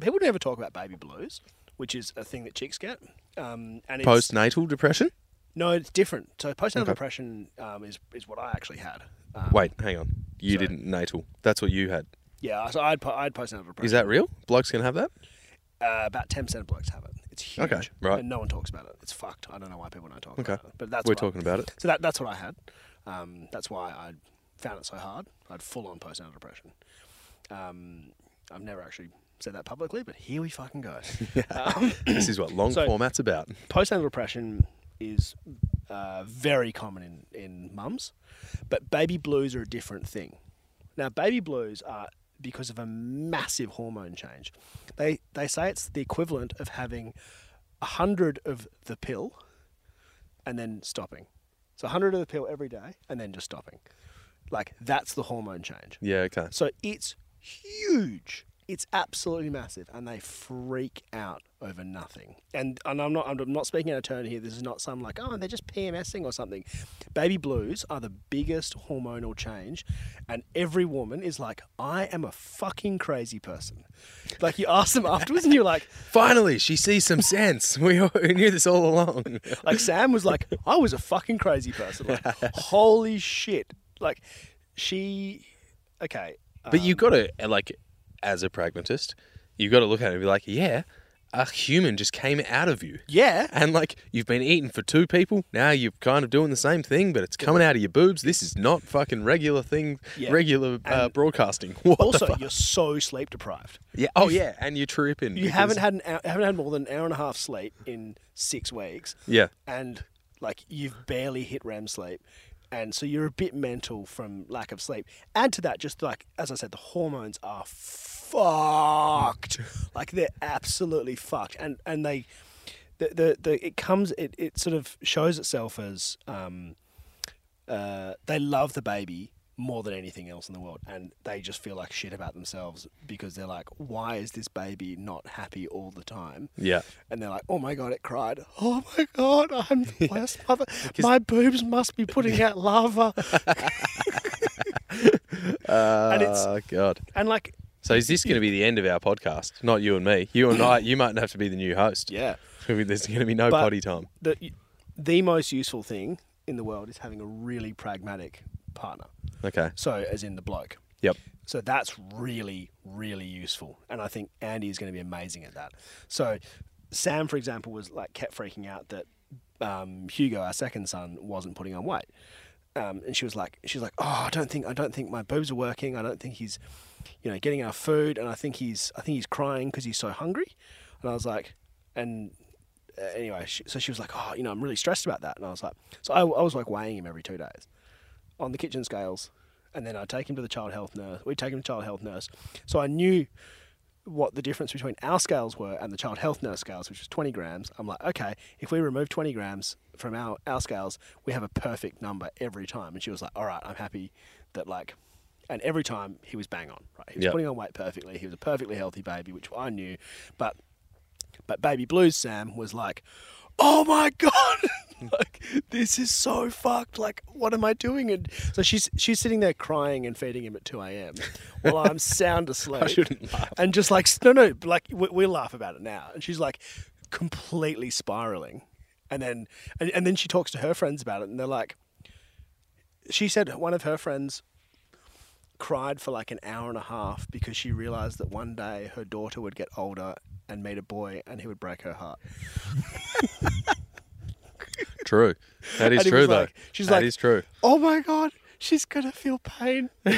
Speaker 6: people never talk about baby blues, which is a thing that chicks get. Um, and it's,
Speaker 1: Postnatal depression?
Speaker 6: no, it's different. So postnatal
Speaker 1: Okay.
Speaker 6: depression um, is is what I actually had. Um,
Speaker 1: Wait, hang on. You
Speaker 6: sorry.
Speaker 1: didn't natal. That's what you had.
Speaker 6: Yeah, so I'd po- I'd postnatal depression.
Speaker 1: Is that real? Blokes can have that?
Speaker 6: Uh, about ten percent of blokes have it. It's huge,
Speaker 1: Okay, right.
Speaker 6: And no one talks about it. It's fucked. I don't know why people don't talk
Speaker 1: Okay.
Speaker 6: about it. Uh, But that's
Speaker 1: We're
Speaker 6: what I-
Speaker 1: talking about it.
Speaker 6: So that that's what I had. Um, that's why I found it so hard. I had full on postnatal depression. Um, I've never actually said that publicly, but here we fucking go. um,
Speaker 1: This is what long
Speaker 6: So-
Speaker 1: format's about.
Speaker 6: postnatal depression is uh, very common in, in mums, but baby blues are a different thing. Now, baby blues are because of a massive hormone change. They, they say it's the equivalent of having 100 of the pill and then stopping. So 100 of the pill every day and then just stopping. Like, that's the hormone change.
Speaker 1: Yeah, okay.
Speaker 6: So it's huge. It's absolutely massive, and they freak out over nothing. And and I'm not I'm not speaking out of turn here. This is not some like oh they're just PMSing or something. Baby blues are the biggest hormonal change, and every woman is like I am a fucking crazy person. Like you ask them afterwards, and you're like
Speaker 1: Finally, she sees some sense. We, all- we knew this all along.
Speaker 6: like Sam was like I was a fucking crazy person. Like holy shit. Like she okay. uh,
Speaker 1: But you've got to, like, as a pragmatist, you've got to look at it and be like, yeah, a human just came out of you.
Speaker 6: Yeah.
Speaker 1: And, like, you've been eating for two people. Now you're kind of doing the same thing, but it's coming out of your boobs. This is not fucking regular thing,
Speaker 6: Yeah.
Speaker 1: regular uh, broadcasting. What the
Speaker 6: Also,
Speaker 1: fuck?
Speaker 6: you're so sleep deprived.
Speaker 1: Yeah. Oh, yeah. And you're tripping.
Speaker 6: You
Speaker 1: because-
Speaker 6: haven't had an hour, haven't had more than an hour and a half sleep in six weeks.
Speaker 1: Yeah.
Speaker 6: and like you've barely hit REM sleep, and so you're a bit mental from lack of sleep. Add to that, just like as I said, the hormones are fucked. like they're absolutely fucked, and and they. The, the, the it comes it, it sort of shows itself as um, uh, they love the baby more than anything else in the world and they just feel like shit about themselves because they're like why is this baby not happy all the time
Speaker 1: Yeah.
Speaker 6: and they're like oh my god it cried oh my god i'm the worst mother my boobs must be putting out lava and it's
Speaker 1: Oh God.
Speaker 6: and like
Speaker 1: So is this going to be the end of our podcast? Not you and me. You and I. You might have to be the new host.
Speaker 6: yeah
Speaker 1: There's going to be no
Speaker 6: But-
Speaker 1: potty time.
Speaker 6: the the most useful thing in the world is having a really pragmatic partner
Speaker 1: Okay.
Speaker 6: so as in the bloke
Speaker 1: Yep.
Speaker 6: So that's really, really useful. And I think Andy is going to be amazing at that. So Sam, for example, was like kept freaking out that um, Hugo, our second son, wasn't putting on weight. Um, and she was like, she's like, oh, I don't think, I don't think my boobs are working. I don't think he's, you know, getting enough food. And I think he's, I think he's crying because he's so hungry. And I was like, and uh, anyway, she, so she was like, oh, you know, I'm really stressed about that. And I was like, so I, I was like weighing him every two days on the kitchen scales, and then I'd take him to the child health nurse. We'd take him to child health nurse, so I knew what the difference between our scales were and the child health nurse scales, which was 20 grams. I'm like, okay, if we remove 20 grams from our our scales, we have a perfect number every time. And she was like, all right, I'm happy that like. And every time he was bang on, right? He was
Speaker 1: Yeah.
Speaker 6: putting on weight perfectly. He was a perfectly healthy baby, which I knew. But but Baby Blues Sam was like, "Oh my god, like this is so fucked. Like, what am I doing?" And so she's she's sitting there crying and feeding him at two a.m. while I'm sound asleep. I shouldn't laugh. And just like no, no, like we, we laugh about it now. And she's like completely spiraling. And then and, and then she talks to her friends about it, and they're like, she said one of her friends cried for like an hour and a half because she realized that one day her daughter would get older and meet a boy and he would break her heart.
Speaker 1: True. That is
Speaker 6: And he
Speaker 1: true
Speaker 6: was
Speaker 1: though.
Speaker 6: like- she's
Speaker 1: That
Speaker 6: like-
Speaker 1: is true.
Speaker 6: Oh my god, she's gonna feel pain.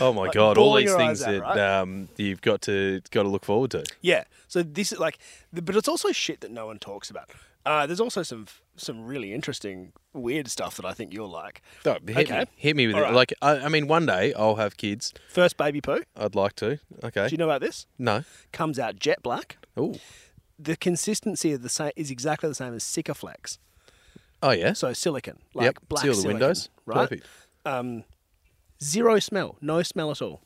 Speaker 1: Oh my God! All
Speaker 6: bawling
Speaker 1: these
Speaker 6: your
Speaker 1: things
Speaker 6: eyes out,
Speaker 1: that
Speaker 6: right?
Speaker 1: um, you've got to got to look forward to.
Speaker 6: yeah. So this is like, but it's also shit that no one talks about. Uh, there's also some some really interesting weird stuff that I think you'll like.
Speaker 1: No, Oh, hit,
Speaker 6: Oh, Okay.
Speaker 1: me, hit me with
Speaker 6: All
Speaker 1: it.
Speaker 6: right.
Speaker 1: Like, I, I mean, one day I'll have kids.
Speaker 6: First baby poo.
Speaker 1: I'd like to. Okay.
Speaker 6: Do you know about this?
Speaker 1: no.
Speaker 6: Comes out jet black.
Speaker 1: Ooh.
Speaker 6: The consistency of the same is exactly the same as Sikaflex.
Speaker 1: Oh yeah.
Speaker 6: So silicon, like
Speaker 1: yep.
Speaker 6: black
Speaker 1: Seal the
Speaker 6: silicon,
Speaker 1: windows.
Speaker 6: right?
Speaker 1: Perfect.
Speaker 6: Um, zero smell, no smell at all.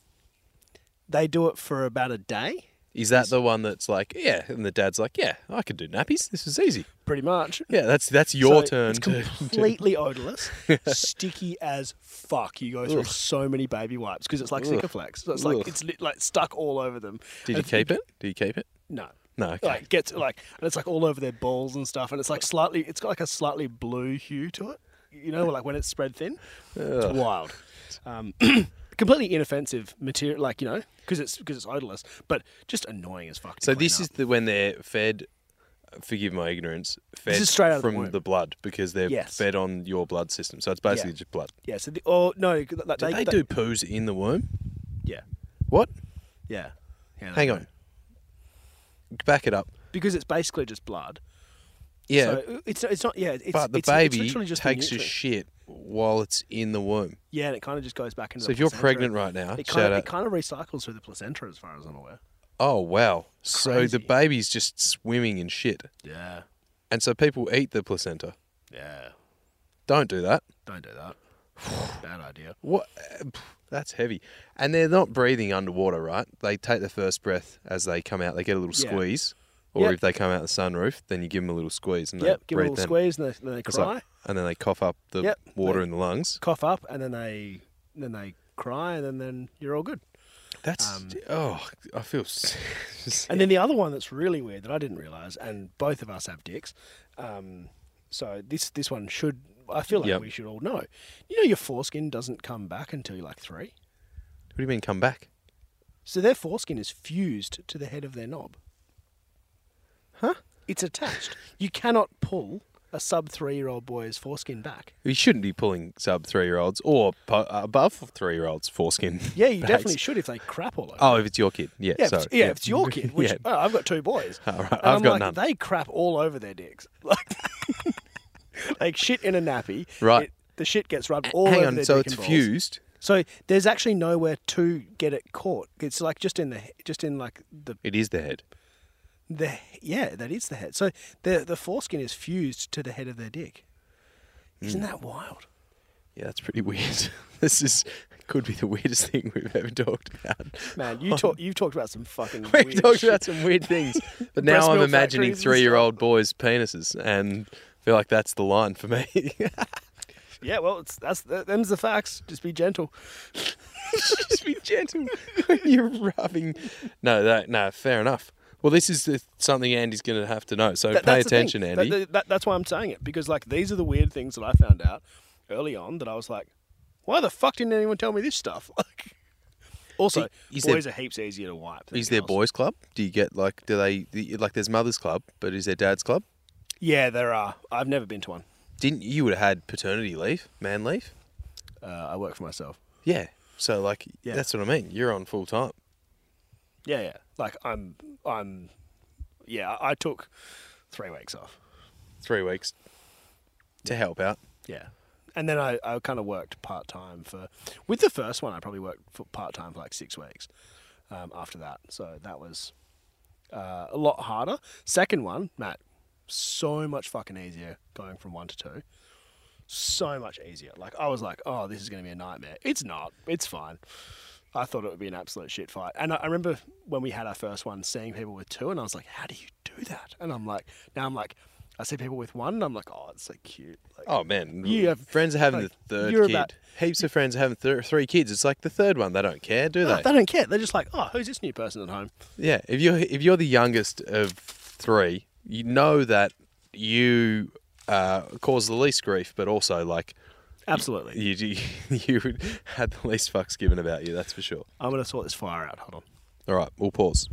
Speaker 6: They do it for about a day,
Speaker 1: Is that the one that's like, yeah? And the dad's like, yeah, I could do nappies. This is easy.
Speaker 6: pretty much.
Speaker 1: Yeah, that's that's your
Speaker 6: So
Speaker 1: turn.
Speaker 6: It's
Speaker 1: to-
Speaker 6: completely odorless, sticky as fuck. You go through so many baby wipes because it's like Sikaflex. So it's like
Speaker 1: Ugh.
Speaker 6: it's li- like stuck all over them.
Speaker 1: Did you
Speaker 6: And-
Speaker 1: keep it? Did you keep it?
Speaker 6: No.
Speaker 1: No. Okay.
Speaker 6: Like gets like and it's like all over their balls and stuff, and it's like slightly. It's got like a slightly blue hue to it. You know, like when it's spread thin. It's wild. Um, completely inoffensive material, like you know, because it's because it's odorless, but just annoying as fuck. To
Speaker 1: so
Speaker 6: clean
Speaker 1: this
Speaker 6: up.
Speaker 1: is the when they're fed. Forgive my ignorance. Fed
Speaker 6: is straight out of the
Speaker 1: from
Speaker 6: womb.
Speaker 1: blood because they're
Speaker 6: Yes.
Speaker 1: fed on your blood system. So it's basically
Speaker 6: Yeah.
Speaker 1: just blood.
Speaker 6: yeah. So the, oh no, like,
Speaker 1: Do they, do poos in the womb?
Speaker 6: yeah
Speaker 1: What?
Speaker 6: yeah. yeah
Speaker 1: Hang
Speaker 6: they
Speaker 1: on.
Speaker 6: do.
Speaker 1: Back it up.
Speaker 6: because it's basically just blood.
Speaker 1: Yeah,
Speaker 6: So uh, it's it's not yeah. It's,
Speaker 1: but the
Speaker 6: it's, it's
Speaker 1: baby
Speaker 6: literally just the
Speaker 1: takes a
Speaker 6: nutrient.
Speaker 1: shit while it's in the womb.
Speaker 6: Yeah, and it kind of just goes back into.
Speaker 1: So
Speaker 6: the
Speaker 1: if you're
Speaker 6: placenta.
Speaker 1: pregnant right now,
Speaker 6: it
Speaker 1: shout
Speaker 6: kind of
Speaker 1: out.
Speaker 6: it kind of recycles through the placenta, as far as I'm aware.
Speaker 1: Oh wow! So the
Speaker 6: Crazy.
Speaker 1: baby's just swimming in shit,
Speaker 6: Yeah,
Speaker 1: and so people eat the placenta.
Speaker 6: yeah.
Speaker 1: Don't do that.
Speaker 6: Don't do that. Bad idea.
Speaker 1: What? uh, pff, That's heavy. And they're not breathing underwater, right? They take their first breath as they come out. They get a little
Speaker 6: Yeah.
Speaker 1: squeeze, or
Speaker 6: Yep.
Speaker 1: if they come out the sunroof, then you give them a little squeeze and
Speaker 6: yep,
Speaker 1: they
Speaker 6: give them
Speaker 1: breathe.
Speaker 6: a little
Speaker 1: then.
Speaker 6: squeeze and they, then they
Speaker 1: It's
Speaker 6: cry,
Speaker 1: like- and then they cough up the
Speaker 6: Yep.
Speaker 1: water in the lungs.
Speaker 6: cough up, and then they then they cry, and then, then you're all good.
Speaker 1: That's
Speaker 6: Um,
Speaker 1: oh, I feel. s-
Speaker 6: And then the other one that's really weird that I didn't realize, and both of us have dicks, um, so this this one should I feel like
Speaker 1: Yep.
Speaker 6: we should all know. You know, your foreskin doesn't come back until you're like three,
Speaker 1: what do you mean come back?
Speaker 6: so their foreskin is fused to the head of their knob. Huh? It's attached. you cannot pull a sub three year old boy's foreskin back.
Speaker 1: You shouldn't be pulling sub three year olds or po- above three year olds foreskin.
Speaker 6: Yeah, you
Speaker 1: bags.
Speaker 6: definitely should if they crap all over.
Speaker 1: Oh, if it's your kid, yeah.
Speaker 6: Yeah, if
Speaker 1: sorry.
Speaker 6: it's- yeah, if it's your kid, which
Speaker 1: yeah.
Speaker 6: oh, I've got two boys.
Speaker 1: All right,
Speaker 6: And
Speaker 1: I've
Speaker 6: I'm
Speaker 1: got
Speaker 6: like,
Speaker 1: none.
Speaker 6: They crap all over their dicks. Like, like shit in a nappy.
Speaker 1: Right.
Speaker 6: it- the shit gets rubbed all
Speaker 1: Hang
Speaker 6: over
Speaker 1: on,
Speaker 6: their
Speaker 1: so
Speaker 6: dick
Speaker 1: it's
Speaker 6: and balls.
Speaker 1: fused.
Speaker 6: So there's actually nowhere to get it caught. It's like just in the just in like the
Speaker 1: It is the head.
Speaker 6: the yeah that is the head. So the the foreskin is fused to the head of their dick.
Speaker 1: Hmm.
Speaker 6: Isn't that wild?
Speaker 1: Yeah, that's pretty weird. this is could be the weirdest thing we've ever talked about.
Speaker 6: Man, you talk you talked about some fucking.
Speaker 1: We've
Speaker 6: weird
Speaker 1: talked
Speaker 6: shit.
Speaker 1: about some weird things, but
Speaker 6: Breast
Speaker 1: now I'm
Speaker 6: milk
Speaker 1: imagining
Speaker 6: factories and stuff.
Speaker 1: three year old boys' penises, and I feel like that's the line for me.
Speaker 6: Yeah, well, it's that's them's the facts. Just be gentle.
Speaker 1: just be gentle when you're rubbing. No, that, no, fair enough. Well, this is the, something Andy's going to have to know. So
Speaker 6: That-
Speaker 1: pay
Speaker 6: that's the thing.
Speaker 1: attention,
Speaker 6: That-
Speaker 1: Andy.
Speaker 6: that- that- that's why I'm saying it because like these are the weird things that I found out early on that I was like, why the fuck didn't anyone tell me this stuff? Like, also,
Speaker 1: Is there-
Speaker 6: boys are heaps easier to wipe. than
Speaker 1: Is there
Speaker 6: girls.
Speaker 1: boys' club? Do you get like do they the- like? There's mothers' club, but is there dad's club?
Speaker 6: Yeah, there are. I've never been to one.
Speaker 1: Didn't you would have had paternity leave, man leave?
Speaker 6: Uh, I work for myself.
Speaker 1: Yeah. So like,
Speaker 6: Yeah.
Speaker 1: that's what I mean. You're on full time.
Speaker 6: Yeah, yeah. Like I'm, I'm. Yeah, I I took three weeks off.
Speaker 1: three weeks to help out.
Speaker 6: Yeah. And then I, I kind of worked part time for, with the first one, I probably worked for part time for like six weeks um, after that. So that was uh, a lot harder. Second one, Matt, so much fucking easier going from one to two. So much easier. Like, I was like, oh, this is going to be a nightmare. It's not. It's fine. I thought it would be an absolute shit fight. And I, I remember when we had our first one, seeing people with two, and I was like, how do you do that? And I'm like, now I'm like, I see people with one, and I'm like, oh, it's so cute. Like,
Speaker 1: Oh man,
Speaker 6: You have-
Speaker 1: friends are having
Speaker 6: like,
Speaker 1: the third
Speaker 6: you're
Speaker 1: kid.
Speaker 6: about-
Speaker 1: Heaps of friends are having th- three kids. It's like the third one. They don't care, do
Speaker 6: No,
Speaker 1: they?
Speaker 6: they don't care. They're just like, oh, who's this new person at home?
Speaker 1: Yeah. If you're if you're the youngest of three, you know that you uh, cause the least grief, but also like
Speaker 6: Absolutely.
Speaker 1: you you, you had the least fucks given about you. That's for sure.
Speaker 6: I'm going to sort this fire out. Hold on.
Speaker 1: All right, we'll pause.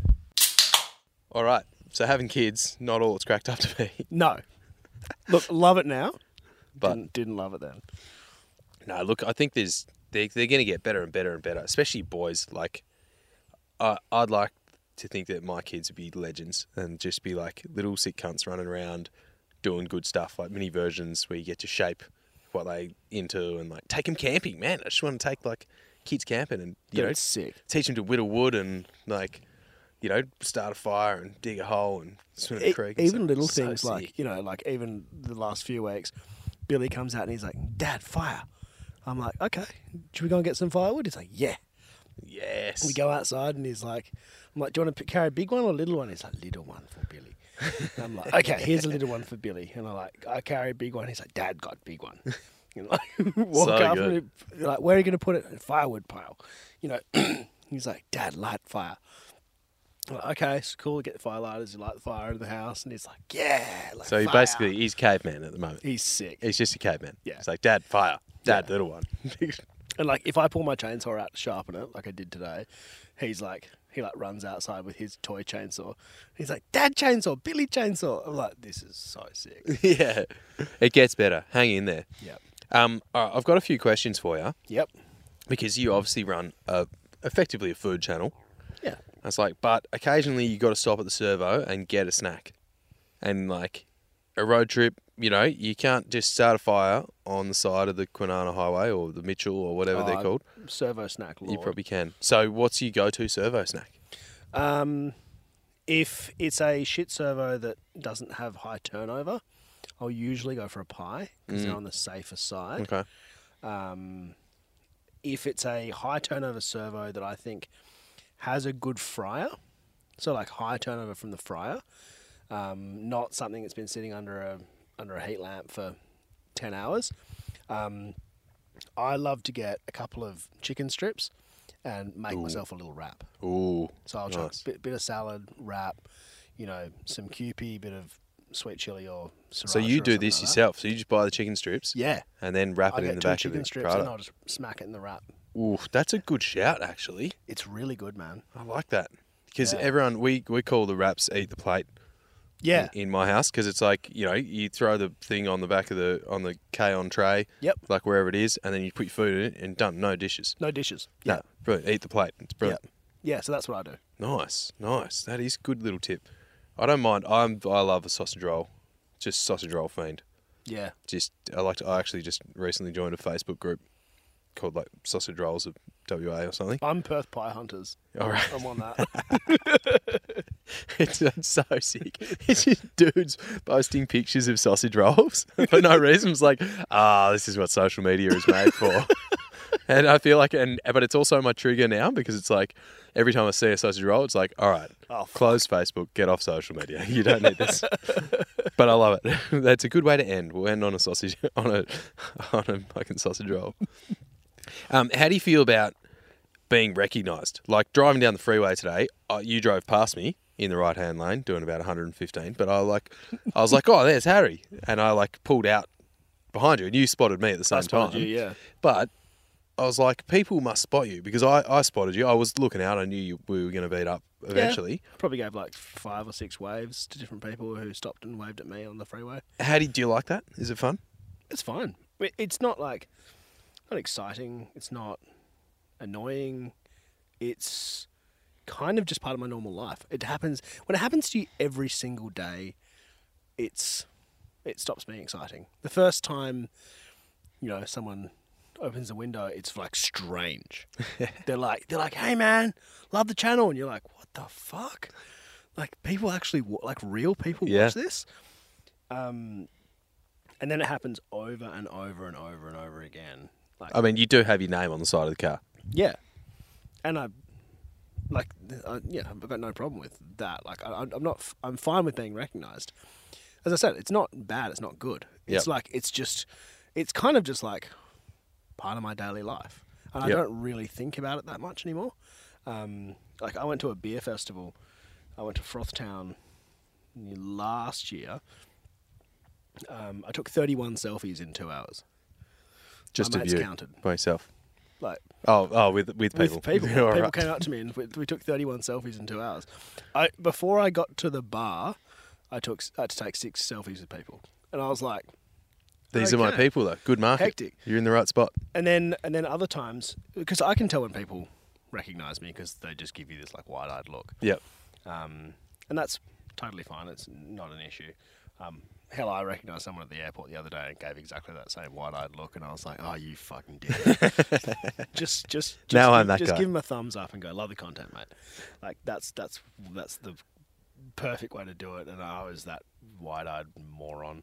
Speaker 1: All right. So having kids, not all it's cracked up to be.
Speaker 6: No. Look, love it now.
Speaker 1: But-
Speaker 6: didn't, didn't love it then.
Speaker 1: No, look, I think there's they're, they're going to get better and better and better, especially boys. Like, I I'd like to think that my kids would be legends and just be like little sick cunts running around doing good stuff like mini versions where you get to shape what they into and like take them camping. Man, I just want to take like kids camping and you
Speaker 6: Dude,
Speaker 1: know
Speaker 6: it's sick.
Speaker 1: teach them to whittle wood and like you know start a fire and dig a hole and swim in
Speaker 6: E-
Speaker 1: a creek. and
Speaker 6: even
Speaker 1: stuff.
Speaker 6: little
Speaker 1: So
Speaker 6: things like
Speaker 1: sick.
Speaker 6: you know, like even the last few weeks, Billy comes out and he's like, "Dad, fire." I'm like, "Okay, should we go and get some firewood?" He's like, "Yeah."
Speaker 1: yes,
Speaker 6: We go outside and he's like, "I'm like, do you want to carry a big one or a little one?" He's like, "Little one for Billy." And I'm like, "Okay, here's a little one for Billy." And I'm like, "I carry a big one." He's like, "Dad got big one." You know, like, walk
Speaker 1: So
Speaker 6: up
Speaker 1: good.
Speaker 6: and like, "Where are you going to put it?" Firewood pile. You know, he's like, "Dad, light fire." I'm like, okay, it's cool. Get the fire lighters. You light the fire in the house, and he's like, "Yeah." Like
Speaker 1: So he
Speaker 6: fire."
Speaker 1: basically he's caveman at the moment.
Speaker 6: he's sick.
Speaker 1: He's just a caveman.
Speaker 6: Yeah.
Speaker 1: It's like dad fire, dad little one.
Speaker 6: And like, if I pull my chainsaw out to sharpen it, like I did today, he's like, he like runs outside with his toy chainsaw. He's like, Dad chainsaw, Billy chainsaw. I'm like, this is so sick.
Speaker 1: yeah, it gets better. Hang in there.
Speaker 6: yep.
Speaker 1: Um, all right, I've got a few questions for you
Speaker 6: Yep.
Speaker 1: because you obviously run a, effectively a food channel.
Speaker 6: Yeah.
Speaker 1: I was like, but occasionally you got to stop at the servo and get a snack, and like a road trip. You know, you can't just start a fire on the side of the Quinana Highway or the Mitchell or whatever they're
Speaker 6: Uh,
Speaker 1: called.
Speaker 6: Servo snack. Lord.
Speaker 1: You probably can. So, what's your go-to servo snack?
Speaker 6: Um, if it's a shit servo that doesn't have high turnover, I'll usually go for a pie
Speaker 1: Mm.
Speaker 6: because they're on the safer side.
Speaker 1: Okay.
Speaker 6: um, if it's a high turnover servo that I think has a good fryer, so like high turnover from the fryer, um, not something that's been sitting under a under a heat lamp for ten hours. Um, I love to get a couple of chicken strips and make myself a little wrap.
Speaker 1: Ooh.
Speaker 6: So I'll chuck
Speaker 1: nice.
Speaker 6: a bit, bit of salad wrap, you know, some QP, bit of sweet chili or
Speaker 1: So
Speaker 6: sriracha
Speaker 1: you
Speaker 6: or
Speaker 1: do
Speaker 6: something
Speaker 1: this
Speaker 6: like that.
Speaker 1: yourself. So you just buy the chicken strips.
Speaker 6: Yeah.
Speaker 1: And then wrap
Speaker 6: I
Speaker 1: it in
Speaker 6: get
Speaker 1: the
Speaker 6: two
Speaker 1: back of
Speaker 6: chicken
Speaker 1: the
Speaker 6: strips and I'll
Speaker 1: strata.
Speaker 6: just smack it in the wrap.
Speaker 1: Ooh, that's a good shout actually.
Speaker 6: It's really good, man.
Speaker 1: I like that because
Speaker 6: Yeah.
Speaker 1: everyone we we call the wraps eat the plate.
Speaker 6: Yeah.
Speaker 1: in my house because it's like you know you throw the thing on the back of the on the K on tray.
Speaker 6: Yep.
Speaker 1: Like wherever it is, and then you put your food in it and done. No dishes.
Speaker 6: No dishes.
Speaker 1: No, brilliant. Eat the plate. It's
Speaker 6: Yeah.
Speaker 1: brilliant.
Speaker 6: Yeah. Yeah, so that's what I do.
Speaker 1: Nice, nice. That is good little tip. I don't mind. I'm I love a sausage roll. Just sausage roll fiend.
Speaker 6: Yeah.
Speaker 1: Just I like to. I actually just recently joined a Facebook group called like Sausage Rolls of WA or something.
Speaker 6: I'm Perth Pie Hunters.
Speaker 1: All right.
Speaker 6: I'm on that.
Speaker 1: It's, it's so sick. It's just dudes posting pictures of sausage rolls for no reason. It's like, ah, this is what social media is made for. and I feel like, and but it's also my trigger now because it's like every time I see a sausage roll, it's like, all right,
Speaker 6: Oh,
Speaker 1: close Facebook, get off social media. You don't need this. but I love it. That's a good way to end. We'll end on a sausage on a on a fucking sausage roll. Um, how do you feel about being recognised. Like driving down the freeway today, uh, you drove past me in the right hand lane doing about 115, but I like, I was like, oh, there's Harry, and I like pulled out behind you, and you spotted me at the same
Speaker 6: spotted
Speaker 1: time.
Speaker 6: you, yeah.
Speaker 1: But I was like, people must spot you because I, I spotted you. I was looking out. I knew you, we were going to beat up eventually.
Speaker 6: Yeah. Probably gave like five or six waves to different people who stopped and waved at me on the freeway.
Speaker 1: How do you, do you like that? Is it fun?
Speaker 6: It's fine. I- It's not like not exciting. It's not annoying. It's kind of just part of my normal life. It happens when it happens to you every single day. It's it stops being exciting. The first time, you know, someone opens the window, it's like strange. they're like they're like, "Hey man, love the channel," and you're like, "What the fuck?" Like people actually wa- like real people
Speaker 1: Yeah.
Speaker 6: watch this. Um, and then it happens over and over and over and over again. Like
Speaker 1: I mean, you do have your name on the side of the car.
Speaker 6: yeah, and I like th- I, yeah, I've got no problem with that. Like I, I'm I'm not, f- I'm fine with being recognised. As I said, it's not bad. It's not good.
Speaker 1: Yep.
Speaker 6: It's like it's just, it's kind of just like part of my daily life, and I
Speaker 1: Yep.
Speaker 6: don't really think about it that much anymore. Um, like I went to a beer festival. I went to Frothtown last year. Um, I took 31 selfies in two hours.
Speaker 1: Just of
Speaker 6: mate's
Speaker 1: you
Speaker 6: counted.
Speaker 1: by yourself.
Speaker 6: Like
Speaker 1: Oh, oh, with with people.
Speaker 6: with people.
Speaker 1: All
Speaker 6: people
Speaker 1: right.
Speaker 6: came up to me and we, we took 31 selfies in two hours. I before I got to the bar, I took I had to take six selfies with people, and I was like,
Speaker 1: These are my
Speaker 6: Okay.
Speaker 1: people, though. Good market.
Speaker 6: Hectic.
Speaker 1: You're in the right spot.
Speaker 6: and then and then other times because I can tell when people recognize me because they just give you this like wide-eyed look,
Speaker 1: Yep.
Speaker 6: um, and that's totally fine. It's not an issue. Um, Hell, I recognised someone at the airport the other day and gave exactly that same wide-eyed look, and I was like, "Oh, you fucking dick!" just, just, just,
Speaker 1: Now
Speaker 6: give,
Speaker 1: I'm that
Speaker 6: just
Speaker 1: guy.
Speaker 6: give him a thumbs up and go, "Love the content, mate." Like that's that's that's the perfect way to do it, and I was that wide-eyed moron.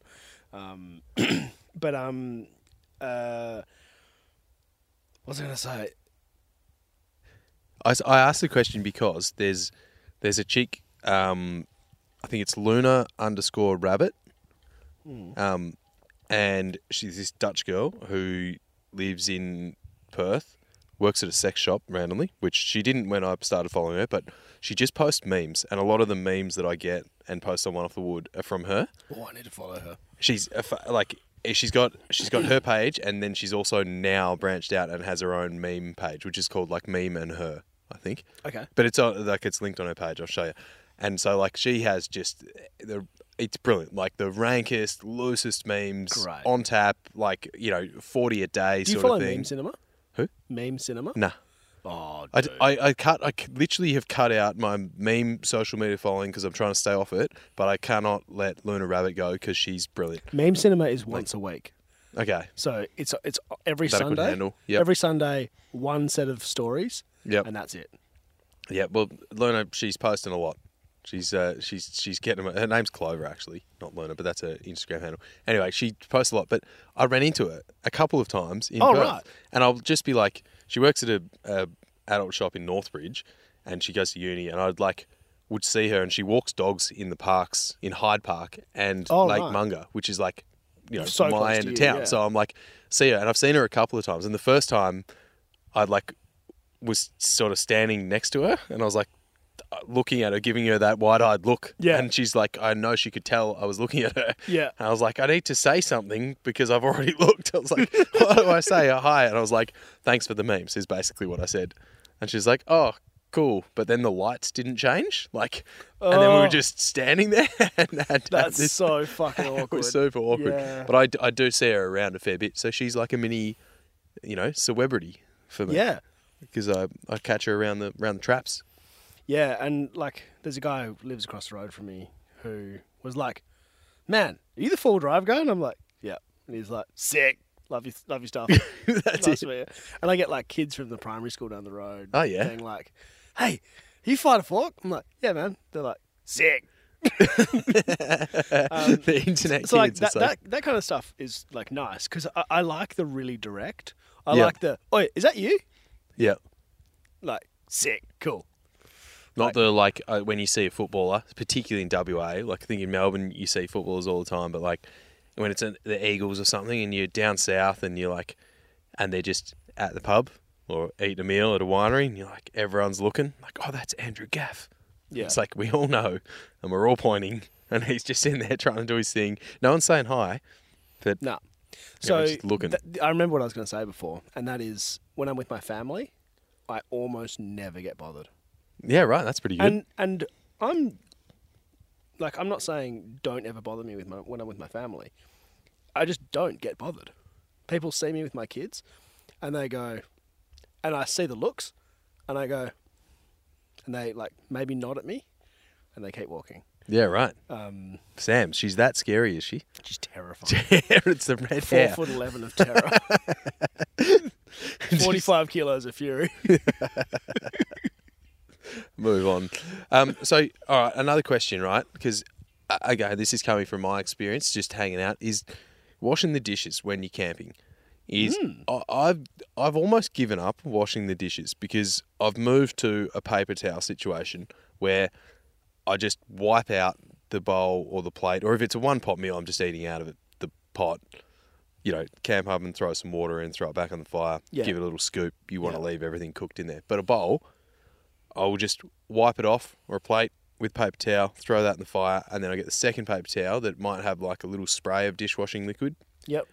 Speaker 6: Um, but um, uh, what was I gonna say?
Speaker 1: I, s- I asked the question because there's there's a chick, um, I think it's Luna underscore Rabbit, um, and she's this Dutch girl who lives in Perth, works at a sex shop randomly, which she didn't when I started following her, but she just posts memes, and a lot of the memes that I get and post on One Off the Wood are from her
Speaker 6: Oh, I need to follow her.
Speaker 1: she's a fa- like eh, she's got she's got her page and then she's also now branched out and has her own meme page which is called like meme and her i think
Speaker 6: Okay.
Speaker 1: but it's on like it's linked on her page i'll show you and so like she has just eh, the it's brilliant like the rankest loosest memes
Speaker 6: Great.
Speaker 1: on tap like you know 40 a day
Speaker 6: Do you
Speaker 1: sort
Speaker 6: follow
Speaker 1: of thing
Speaker 6: meme cinema?
Speaker 1: Who?
Speaker 6: Meme cinema.
Speaker 1: nah
Speaker 6: Oh,
Speaker 1: I,
Speaker 6: dude.
Speaker 1: I, I cut I c- literally have cut out my meme social media following because I'm trying to stay off it, but I cannot let Luna Rabbit go because she's brilliant.
Speaker 6: meme cinema is once a week.
Speaker 1: Okay,
Speaker 6: So it's it's every
Speaker 1: That I could
Speaker 6: Sunday.
Speaker 1: handle, yep.
Speaker 6: Every Sunday, one set of stories.
Speaker 1: Yep.
Speaker 6: And that's it.
Speaker 1: Yeah, well, Luna, she's posting a lot. She's uh, she's she's getting her name's Clover actually, not Luna, but that's her Instagram handle. Anyway, she posts a lot, but I ran into her a couple of times in
Speaker 6: Oh,
Speaker 1: Perth,
Speaker 6: right.
Speaker 1: and I'll just be like, she works at a, a adult shop in Northbridge, and she goes to uni, and I'd like would see her, and she walks dogs in the parks in Hyde Park and
Speaker 6: Oh,
Speaker 1: Lake
Speaker 6: right.
Speaker 1: Munga, which is like you know
Speaker 6: So
Speaker 1: my
Speaker 6: close
Speaker 1: end
Speaker 6: to
Speaker 1: of
Speaker 6: you,
Speaker 1: town.
Speaker 6: yeah.
Speaker 1: So I'm like, see her, and I've seen her a couple of times, and the first time, I'd like was sort of standing next to her, and I was like uh, looking at her, giving her that wide-eyed look.
Speaker 6: Yeah.
Speaker 1: And she's like, I know she could tell I was looking at her.
Speaker 6: Yeah.
Speaker 1: And I was like, I need to say something because I've already looked. I was like, what do I say? Uh, Hi. And I was like, thanks for the memes is basically what I said. And she's like, oh, cool. But then the lights didn't change. Like, and then we were
Speaker 6: Oh.
Speaker 1: just standing there. and had to have
Speaker 6: That's
Speaker 1: this-
Speaker 6: so fucking
Speaker 1: it
Speaker 6: awkward.
Speaker 1: was super awkward.
Speaker 6: Yeah.
Speaker 1: But I d- I, do see her around a fair bit. So she's like a mini, you know, celebrity for me.
Speaker 6: yeah.
Speaker 1: Because I, I catch her around the around the traps.
Speaker 6: Yeah, and like there's a guy who lives across the road from me who was like, "Man, are you the full drive guy?" And I'm like, "Yeah." And he's like, "Sick, love your love your stuff."
Speaker 1: That's
Speaker 6: Nice
Speaker 1: it.
Speaker 6: of you. And I get like kids from the primary school down the road.
Speaker 1: Oh, yeah.
Speaker 6: being like, "Hey, you fight a fork?" I'm like, "Yeah, man." They're like, "Sick."
Speaker 1: the internet
Speaker 6: Um, So like
Speaker 1: kids.
Speaker 6: that,
Speaker 1: it's like,
Speaker 6: that that kind of stuff is like nice because I, I like the really direct. I
Speaker 1: Yeah.
Speaker 6: like the, "Oh, is that you?"
Speaker 1: yeah.
Speaker 6: Like, sick, cool.
Speaker 1: Not
Speaker 6: Like-
Speaker 1: the like uh, when you see a footballer, particularly in WA. Like I think in Melbourne, you see footballers all the time, but like when it's in the Eagles or something, and you're down south, and you're like, and they're just at the pub or eating a meal at a winery, and you're like, everyone's looking, like, oh, that's Andrew Gaff.
Speaker 6: Yeah.
Speaker 1: It's like we all know, and we're all pointing, and he's just in there trying to do his thing. No one's saying hi, but
Speaker 6: No.
Speaker 1: Yeah,
Speaker 6: So
Speaker 1: we're just looking.
Speaker 6: th- I remember what I was going to say before, and that is when I'm with my family, I almost never get bothered.
Speaker 1: yeah, right. That's pretty good.
Speaker 6: And and I'm like I'm not saying don't ever bother me with my when I'm with my family. I just don't get bothered. People see me with my kids and they go and I see the looks and I go and they like maybe nod at me and they keep walking.
Speaker 1: yeah, right.
Speaker 6: Um
Speaker 1: Sam, she's that scary, is she?
Speaker 6: just terrifying.
Speaker 1: it's the red
Speaker 6: Four
Speaker 1: hair.
Speaker 6: foot eleven of terror. Forty five kilos of fury.
Speaker 1: move on. Um, so, all right, another question, right? Because uh, okay, this is coming from my experience, just hanging out, is washing the dishes when you're camping. Is I, I've I've almost given up washing the dishes because I've moved to a paper towel situation where I just wipe out the bowl or the plate, or if it's a one pot meal, I'm just eating out of it, the pot. You know, camp up and throw some water in, throw it back on the fire,
Speaker 6: Yeah.
Speaker 1: give it a little scoop. You want to
Speaker 6: Yeah.
Speaker 1: leave everything cooked in there, but a bowl, I will just wipe it off or a plate with paper towel, throw that in the fire, and then I get the second paper towel that might have like a little spray of dishwashing liquid.
Speaker 6: Yep.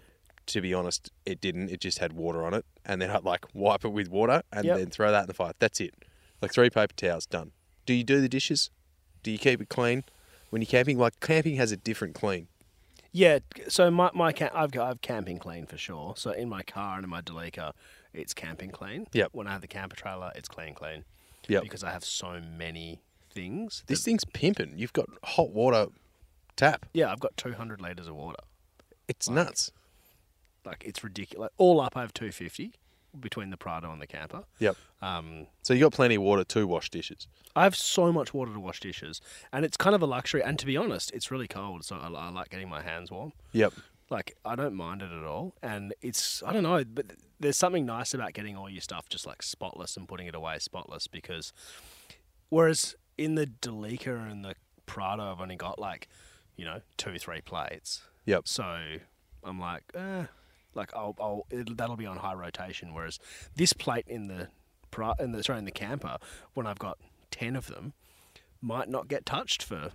Speaker 1: To be honest, it didn't. It just had water on it, and then I'd like wipe it with water and
Speaker 6: Yep.
Speaker 1: then throw that in the fire. That's it. Like three paper towels done. Do you do the dishes? Do you keep it clean when you're camping? Like camping has a different clean.
Speaker 6: Yeah, so my my ca- I've got I've camping clean for sure. So in my car and in my Delica, it's camping clean.
Speaker 1: Yep.
Speaker 6: When I have the camper trailer, it's clean clean.
Speaker 1: Yep.
Speaker 6: Because I have so many things.
Speaker 1: This thing's pimping. You've got hot water tap.
Speaker 6: Yeah, I've got 200 litres of water.
Speaker 1: It's nuts.
Speaker 6: Like, it's ridiculous. All up, I have 250 between the Prado and the camper.
Speaker 1: Yep.
Speaker 6: Um,
Speaker 1: So you got plenty of water to wash dishes.
Speaker 6: I have so much water to wash dishes, and it's kind of a luxury. And to be honest, it's really cold, so I, I like getting my hands warm.
Speaker 1: Yep.
Speaker 6: Like I don't mind it at all, and it's I don't know, but there's something nice about getting all your stuff just like spotless and putting it away spotless because, whereas in the Delica and the Prado, I've only got like, you know, two three plates,
Speaker 1: Yep.
Speaker 6: so I'm like, eh, like I'll, I'll it'll, that'll be on high rotation. Whereas this plate in the pri- in the sorry in the camper, when I've got ten of them, might not get touched for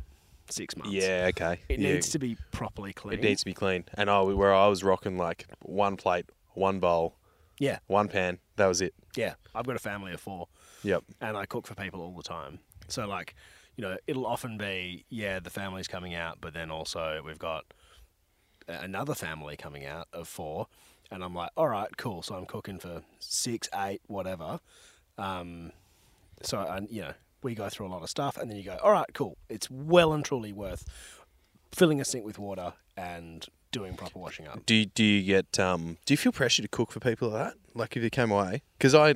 Speaker 6: six months.
Speaker 1: Yeah. Okay.
Speaker 6: it
Speaker 1: yeah.
Speaker 6: needs to be properly clean.
Speaker 1: It needs to be clean. And I where I was rocking like one plate, one bowl,
Speaker 6: Yeah,
Speaker 1: one pan. That was it.
Speaker 6: yeah. I've got a family of four,
Speaker 1: Yep.
Speaker 6: and I cook for people all the time. So like, you know, it'll often be yeah, the family's coming out, but then also we've got a- another family coming out of four, and I'm like, all right, cool. So I'm cooking for six, eight, whatever. Um, so I, you know, we go through a lot of stuff, and then you go, all right, cool. It's well and truly worth filling a sink with water and doing proper washing up.
Speaker 1: Do you, do you get um do you feel pressure to cook for people like that? Like if you came away because I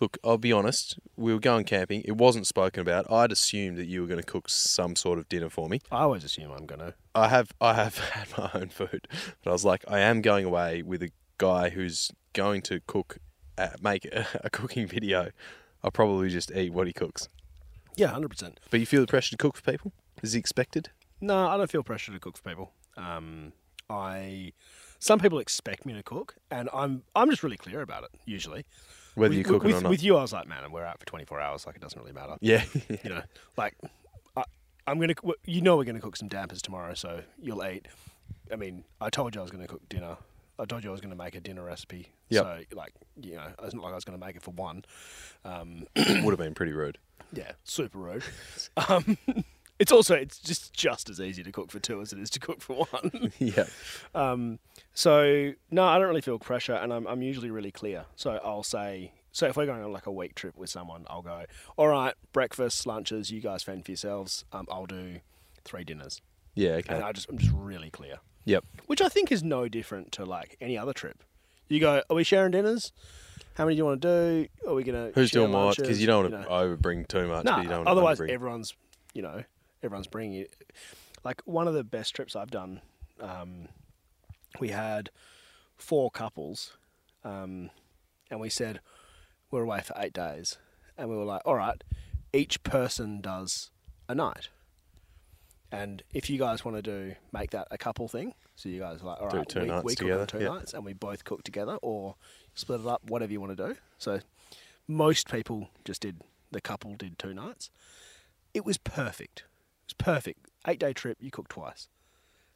Speaker 1: look, I'll be honest. We were going camping. It wasn't spoken about. I'd assumed that you were going to cook some sort of dinner for me.
Speaker 6: I always assume I'm gonna.
Speaker 1: I have I have had my own food, but I was like, I am going away with a guy who's going to cook, uh, make a, a cooking video. I'll probably just eat what he cooks.
Speaker 6: Yeah, hundred percent.
Speaker 1: But you feel the pressure to cook for people? Is it expected?
Speaker 6: No, I don't feel pressure to cook for people. Um, I some people expect me to cook, and I'm I'm just really clear about it usually.
Speaker 1: Whether
Speaker 6: With-
Speaker 1: you cook it
Speaker 6: with,
Speaker 1: or not.
Speaker 6: With you, I was like, man, we're out for 24 hours. Like it doesn't really matter.
Speaker 1: Yeah.
Speaker 6: You know, like I, I'm gonna. w- You know, we're gonna cook some dampers tomorrow, so you'll eat. I mean, I told you I was gonna cook dinner. I told you I was gonna make a dinner recipe.
Speaker 1: Yep.
Speaker 6: So like, you know, it's not like I was gonna make it for one. Um,
Speaker 1: Would have been pretty rude.
Speaker 6: yeah, super rude. um, it's also it's just just as easy to cook for two as it is to cook for one.
Speaker 1: yeah.
Speaker 6: Um, so no, I don't really feel pressure, and I'm I'm usually really clear. So I'll say. So if we're going on like a week trip with someone, I'll go. All right, breakfast, lunches. You guys fend for yourselves. Um, I'll do three dinners,
Speaker 1: Yeah.
Speaker 6: and
Speaker 1: Okay.
Speaker 6: I just I'm just really clear,
Speaker 1: Yep.
Speaker 6: which I think is no different to like any other trip. You go. Are we sharing dinners? How many do you want to do? Are we gonna?
Speaker 1: Who's
Speaker 6: share
Speaker 1: doing what? Because
Speaker 6: lunches?
Speaker 1: you don't want
Speaker 6: know.
Speaker 1: to overbring too much.
Speaker 6: No,
Speaker 1: but you don't wanna
Speaker 6: otherwise
Speaker 1: underbring.
Speaker 6: everyone's, you know, everyone's bringing it. Like one of the best trips I've done, um, we had four couples, um, and we said we're away for eight days, and we were like, all right, each person does a night. And if you guys want to do make that a couple thing, so you guys are like, all
Speaker 1: Do
Speaker 6: right,
Speaker 1: two
Speaker 6: we,
Speaker 1: nights
Speaker 6: we cook
Speaker 1: together,
Speaker 6: on two
Speaker 1: yeah.
Speaker 6: nights, and we both cook together, or split it up, whatever you want to do. So most people just did the couple did two nights. It was perfect. It was perfect. Eight day trip, you cook twice,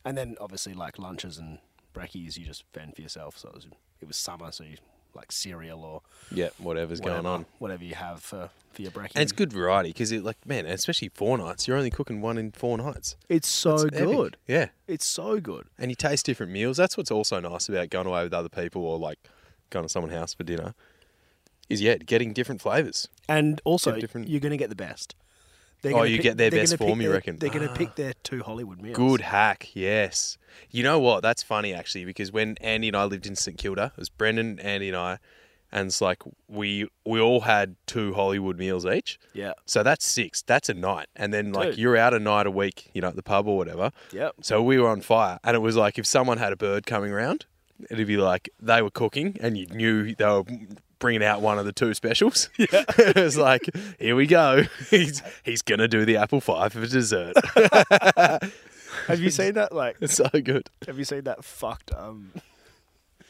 Speaker 6: and then obviously like lunches and brekkies, you just fend for yourself. So it was, it was summer, so you like cereal or
Speaker 1: yeah. Whatever's
Speaker 6: whatever,
Speaker 1: going on.
Speaker 6: whatever you have for, for your brekkie.
Speaker 1: And it's good variety because it like man, especially four nights. You're only cooking one in four nights.
Speaker 6: It's so
Speaker 1: It's epic.
Speaker 6: good.
Speaker 1: Yeah.
Speaker 6: It's so good.
Speaker 1: and you taste different meals. That's what's also nice about going away with other people or like going to someone's house for dinner is yeah, getting different flavors.
Speaker 6: And also,
Speaker 1: Get different-
Speaker 6: you're going to get the best. They're
Speaker 1: Oh,
Speaker 6: gonna
Speaker 1: you get their
Speaker 6: they're
Speaker 1: best
Speaker 6: gonna pick
Speaker 1: form, you
Speaker 6: their-
Speaker 1: reckon?
Speaker 6: They're going to
Speaker 1: Ah.
Speaker 6: pick their two Hollywood meals.
Speaker 1: Good hack, yes. You know what? That's funny actually because when Andy and I lived in St Kilda, it was Brendan, Andy, and I, and it's like we we all had two Hollywood meals each.
Speaker 6: Yeah.
Speaker 1: So that's six. That's a night, and then like
Speaker 6: Dude.
Speaker 1: you're out a night a week, you know, at the pub or whatever.
Speaker 6: Yep.
Speaker 1: So we were on fire, and it was like if someone had a bird coming around, it'd be like they were cooking, and you knew they were bringing out one of the two specials. Yeah. it was like, here we go. He's he's gonna do the apple pie for dessert.
Speaker 6: Have you seen that? Like,
Speaker 1: it's so good.
Speaker 6: Have you seen that fucked um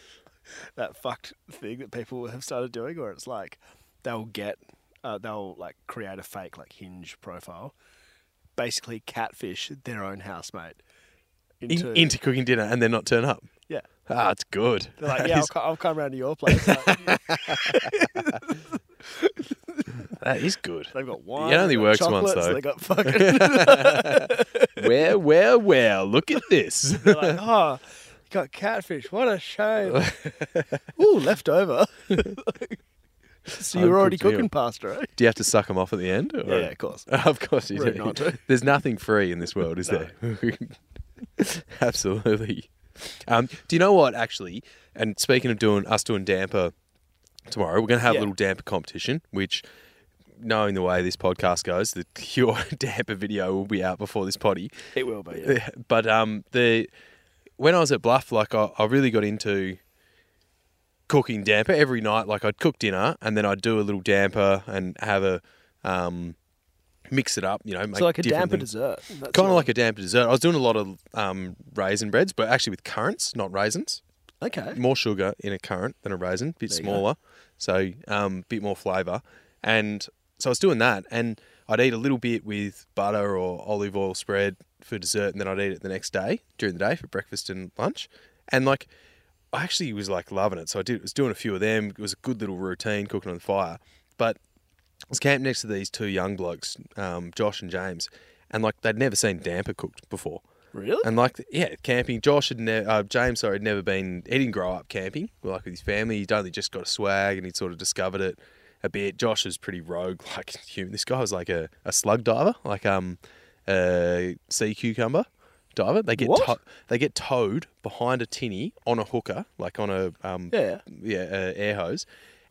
Speaker 6: that fucked thing that people have started doing where it's like they'll get uh, they'll like create a fake like hinge profile, basically catfish their own housemate
Speaker 1: In, into cooking dinner and then not turn up.
Speaker 6: yeah.
Speaker 1: Ah, it's good.
Speaker 6: They're like,
Speaker 1: That
Speaker 6: yeah, I'll,
Speaker 1: is-
Speaker 6: co- I'll come round to your place. Like,
Speaker 1: that is good.
Speaker 6: they've got wine.
Speaker 1: It only
Speaker 6: they've got
Speaker 1: works once,
Speaker 6: chocolates,
Speaker 1: though.
Speaker 6: They got fucking.
Speaker 1: Where, where, where? Look at this.
Speaker 6: They're like, oh, you got catfish. What a shame. Ooh, leftover. So you're
Speaker 1: Home
Speaker 6: already
Speaker 1: cooked meal.
Speaker 6: cooking pasta, right?
Speaker 1: Do you have to suck them off at the end? or-
Speaker 6: Yeah, of course.
Speaker 1: Of course you
Speaker 6: Rude
Speaker 1: do.
Speaker 6: not to.
Speaker 1: There's nothing free in this world, is there? Absolutely. Um, do you know what? Actually, and speaking of doing us doing damper tomorrow, we're going to have
Speaker 6: Yeah.
Speaker 1: a little damper competition. Which, knowing the way this podcast goes, the your damper video will be out before this potty.
Speaker 6: It will be. yeah.
Speaker 1: Yeah, but um, the when I was at Bluff, like I, I really got into cooking damper every night. Like I'd cook dinner and then I'd do a little damper and have a um, mix it up. You know, make
Speaker 6: So like a
Speaker 1: different
Speaker 6: damper
Speaker 1: things.
Speaker 6: dessert. That's
Speaker 1: Kind of
Speaker 6: your-
Speaker 1: like a damper dessert. I was doing a lot of um, raisin breads, but actually with currants, not raisins.
Speaker 6: okay.
Speaker 1: More sugar in a currant than a raisin, bit
Speaker 6: There you go.
Speaker 1: smaller, so um, bit more flavour. And so I was doing that, and I'd eat a little bit with butter or olive oil spread for dessert, and then I'd eat it the next day during the day for breakfast and lunch. And like, I actually was like loving it. So I did was doing a few of them. It was a good little routine cooking on the fire, but I was camped next to these two young blokes, um, Josh and James, and like they'd never seen damper cooked before.
Speaker 6: Really?
Speaker 1: And like, yeah, camping. Josh had ne- uh, James, sorry, had never been. He didn't grow up camping. Like with his family, he'd only just got a swag and he'd sort of discovered it a bit. Josh was pretty rogue, like human. This guy was like a, a slug diver, like um, a sea cucumber diver. They get
Speaker 6: What?
Speaker 1: to- they get towed behind a tinny on a hooker, like on a um,
Speaker 6: Yeah.
Speaker 1: yeah, uh, air hose.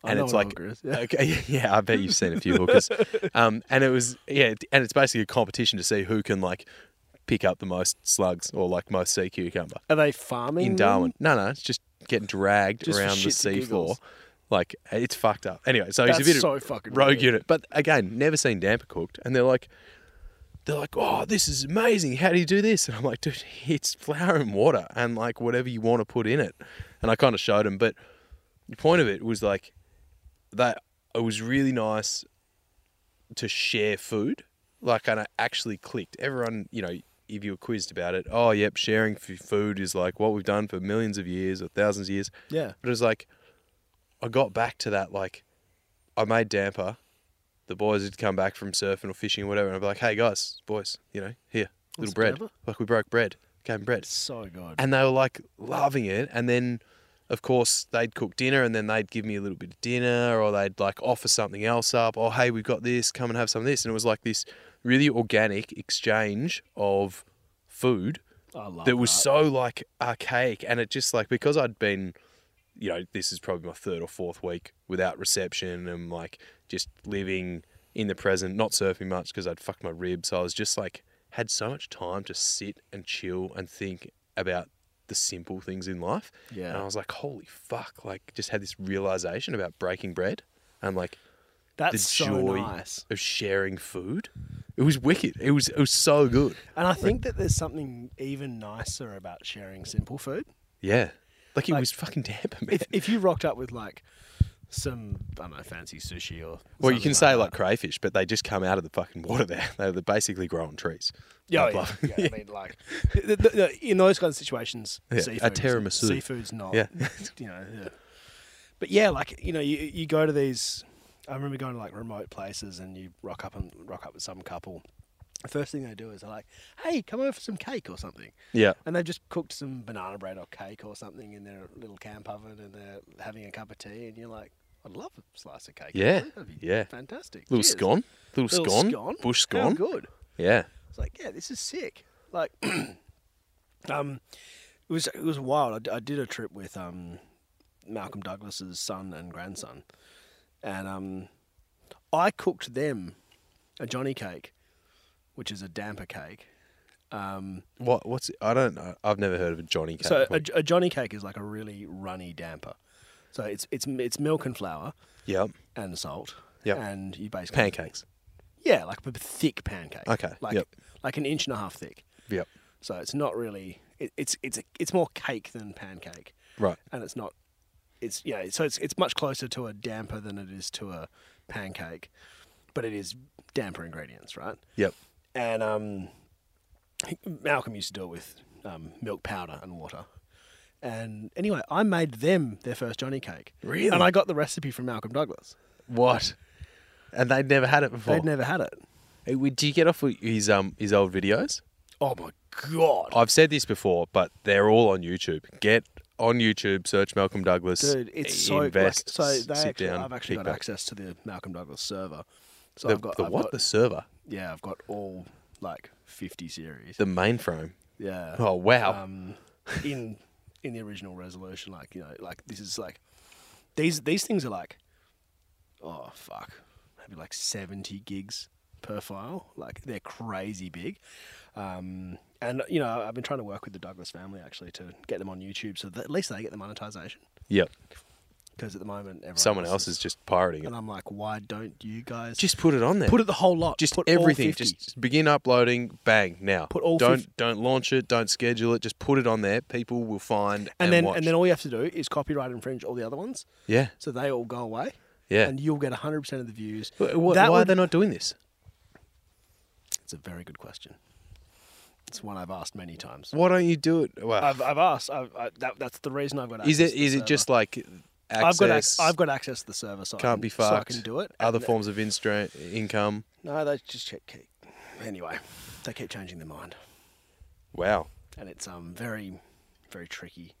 Speaker 6: I
Speaker 1: And
Speaker 6: know
Speaker 1: it's
Speaker 6: what a
Speaker 1: like,
Speaker 6: hooker is, yeah.
Speaker 1: okay, yeah, I bet you've seen a few hookers. Um, and it was, yeah, and it's basically a competition to see who can like pick up the most slugs or like most sea cucumber
Speaker 6: Are they farming
Speaker 1: in
Speaker 6: them?
Speaker 1: Darwin. No, no, it's just getting dragged
Speaker 6: Mm-hmm. Just for
Speaker 1: around the
Speaker 6: shits and
Speaker 1: seafloor.
Speaker 6: giggles.
Speaker 1: Like it's fucked up. Anyway, so he's
Speaker 6: That's
Speaker 1: a bit
Speaker 6: so
Speaker 1: of
Speaker 6: fucking
Speaker 1: rogue
Speaker 6: weird.
Speaker 1: unit. But again, never seen damper cooked, and they're like, they're like, oh, this is amazing. How do you do this? And I'm like, dude, it's flour and water, and like whatever you want to put in it. And I kind of showed him, but the point of it was like that. It was really nice to share food. Like, and I actually clicked. Everyone, you know, if you were quizzed about it, oh, yep, sharing f- food is like what we've done for millions of years or thousands of years.
Speaker 6: Yeah.
Speaker 1: But it was like, I got back to that, like, I made damper. The boys had come back from surfing or fishing or whatever. And I'd be like, hey, guys, boys, you know, here,
Speaker 6: Want
Speaker 1: little
Speaker 6: some
Speaker 1: bread.
Speaker 6: damper?
Speaker 1: Like, we broke bread, came bread.
Speaker 6: So good.
Speaker 1: And they were like loving it. And then, of course, they'd cook dinner and then they'd give me a little bit of dinner or they'd like offer something else up. Oh, hey, we've got this. Come and have some of this. And it was like this really organic exchange of food
Speaker 6: I love
Speaker 1: that was so like archaic. And it just like, because I'd been, you know, this is probably my third or fourth week without reception and like just living in the present, not surfing much because I'd fucked my ribs. So I was just like, had so much time to sit and chill and think about the simple things in life.
Speaker 6: Yeah.
Speaker 1: And I was like, holy fuck. Like, just had this realization about breaking bread and like the
Speaker 6: That's so
Speaker 1: joy
Speaker 6: nice.
Speaker 1: of sharing food. It was wicked. It was, it was so good.
Speaker 6: And I think that there's something even nicer about sharing simple food.
Speaker 1: Yeah. Like it
Speaker 6: Like-
Speaker 1: was fucking damp, man.
Speaker 6: If, if you rocked up with like some, I don't know, fancy sushi or.
Speaker 1: Well, you
Speaker 6: something
Speaker 1: can say
Speaker 6: that.
Speaker 1: like crayfish, but they just come out of the fucking water there. They're they're basically growing trees.
Speaker 6: Yeah,
Speaker 1: Like,
Speaker 6: yeah,
Speaker 1: like-
Speaker 6: yeah, I mean, like the, the, the, in those kind of situations,
Speaker 1: Yeah, a
Speaker 6: seafood's,
Speaker 1: tiramisu.
Speaker 6: seafood's not.
Speaker 1: Yeah.
Speaker 6: you know. Yeah. But yeah, like you know, you you go to these. I remember going to like remote places, and you rock up and rock up with some couple. The first thing they do is they're like, "Hey, come over for some cake or something."
Speaker 1: yeah.
Speaker 6: And they've just cooked some banana bread or cake or something in their little camp oven, and they're having a cup of tea, and you're like, "I'd love a slice of cake."
Speaker 1: Yeah,
Speaker 6: actually. That'd be
Speaker 1: yeah.
Speaker 6: fantastic.
Speaker 1: Little
Speaker 6: Cheers."
Speaker 1: scone. Little,
Speaker 6: little
Speaker 1: scone.
Speaker 6: scone,
Speaker 1: Bush
Speaker 6: How
Speaker 1: scone.
Speaker 6: good.
Speaker 1: Yeah.
Speaker 6: It's like, yeah, this is sick. Like, um, it was it was wild. I d- I, did a trip with um, Malcolm Douglas's son and grandson, and um, I cooked them a Johnny cake, which is a damper cake. Um,
Speaker 1: What? What's? I don't know. I've never heard of a Johnny cake.
Speaker 6: so a, a Johnny cake is like a really runny damper. So it's it's it's milk and flour
Speaker 1: yep.
Speaker 6: and salt.
Speaker 1: Yep.
Speaker 6: And you basically
Speaker 1: Pancakes.
Speaker 6: Yeah, like a thick pancake.
Speaker 1: Okay,
Speaker 6: Like
Speaker 1: yep.
Speaker 6: like an inch and a half thick.
Speaker 1: Yep.
Speaker 6: So it's not really it, it's it's a, it's more cake than pancake,
Speaker 1: Right.
Speaker 6: and it's not it's yeah. So it's it's much closer to a damper than it is to a pancake, but it is damper ingredients, right?
Speaker 1: Yep.
Speaker 6: And um, Malcolm used to do it with um, milk powder and water. And anyway, I made them their first Johnny cake.
Speaker 1: Really?
Speaker 6: And I got the recipe from Malcolm Douglas.
Speaker 1: What? And they'd never had it before.
Speaker 6: They'd never had it.
Speaker 1: Hey, would- Do you get off with his um his old videos?
Speaker 6: Oh my god!
Speaker 1: I've said this before, but they're all on YouTube. Get on YouTube, search Malcolm Douglas.
Speaker 6: Dude, it's so like,
Speaker 1: invest,
Speaker 6: so they
Speaker 1: sit
Speaker 6: actually,
Speaker 1: down,
Speaker 6: I've actually
Speaker 1: pick
Speaker 6: got
Speaker 1: back.
Speaker 6: access to the Malcolm Douglas server. So
Speaker 1: The,
Speaker 6: I've got
Speaker 1: the
Speaker 6: I've
Speaker 1: what?
Speaker 6: got-
Speaker 1: the server.
Speaker 6: yeah, I've got all like fifty series.
Speaker 1: The mainframe.
Speaker 6: yeah.
Speaker 1: Oh wow.
Speaker 6: Um, in in the original resolution, like you know, like this is like these these things are like oh fuck, maybe like seventy gigs per file. Like they're crazy big. Um, and you know, I've been trying to work with the Douglas family actually to get them on YouTube, so that at least they get the monetization.
Speaker 1: yep.
Speaker 6: Because at the moment, everyone
Speaker 1: Someone else is just pirating it.
Speaker 6: And I'm like, why don't you guys
Speaker 1: Just put it on there.
Speaker 6: put it the whole lot?
Speaker 1: just
Speaker 6: put all
Speaker 1: everything.
Speaker 6: 50.
Speaker 1: Just begin uploading. Bang now.
Speaker 6: Put all
Speaker 1: Don't
Speaker 6: 50
Speaker 1: don't launch it. Don't schedule it. Just put it on there. People will find and,
Speaker 6: and then
Speaker 1: watch.
Speaker 6: and then all you have to do is copyright infringe all the other ones,
Speaker 1: yeah
Speaker 6: so they all go away.
Speaker 1: yeah.
Speaker 6: and you'll get 100% of the views.
Speaker 1: Wh- wh-
Speaker 6: that
Speaker 1: why are
Speaker 6: would-
Speaker 1: they not doing this?
Speaker 6: It's a very good question. It's one I've asked many times.
Speaker 1: Why don't you do it? Well,
Speaker 6: I've, I've asked. I've, I, that, that's the reason I've got. Access
Speaker 1: is it
Speaker 6: to the
Speaker 1: is it
Speaker 6: server.
Speaker 1: just like access?
Speaker 6: I've got ac- I've got access to the server, so I
Speaker 1: can't
Speaker 6: can,
Speaker 1: be
Speaker 6: so I
Speaker 1: fucked.
Speaker 6: can do it.
Speaker 1: Other
Speaker 6: And-
Speaker 1: forms of instra- income.
Speaker 6: No, they just keep, keep. Anyway, they keep changing their mind,
Speaker 1: Wow.
Speaker 6: and it's um very, very tricky.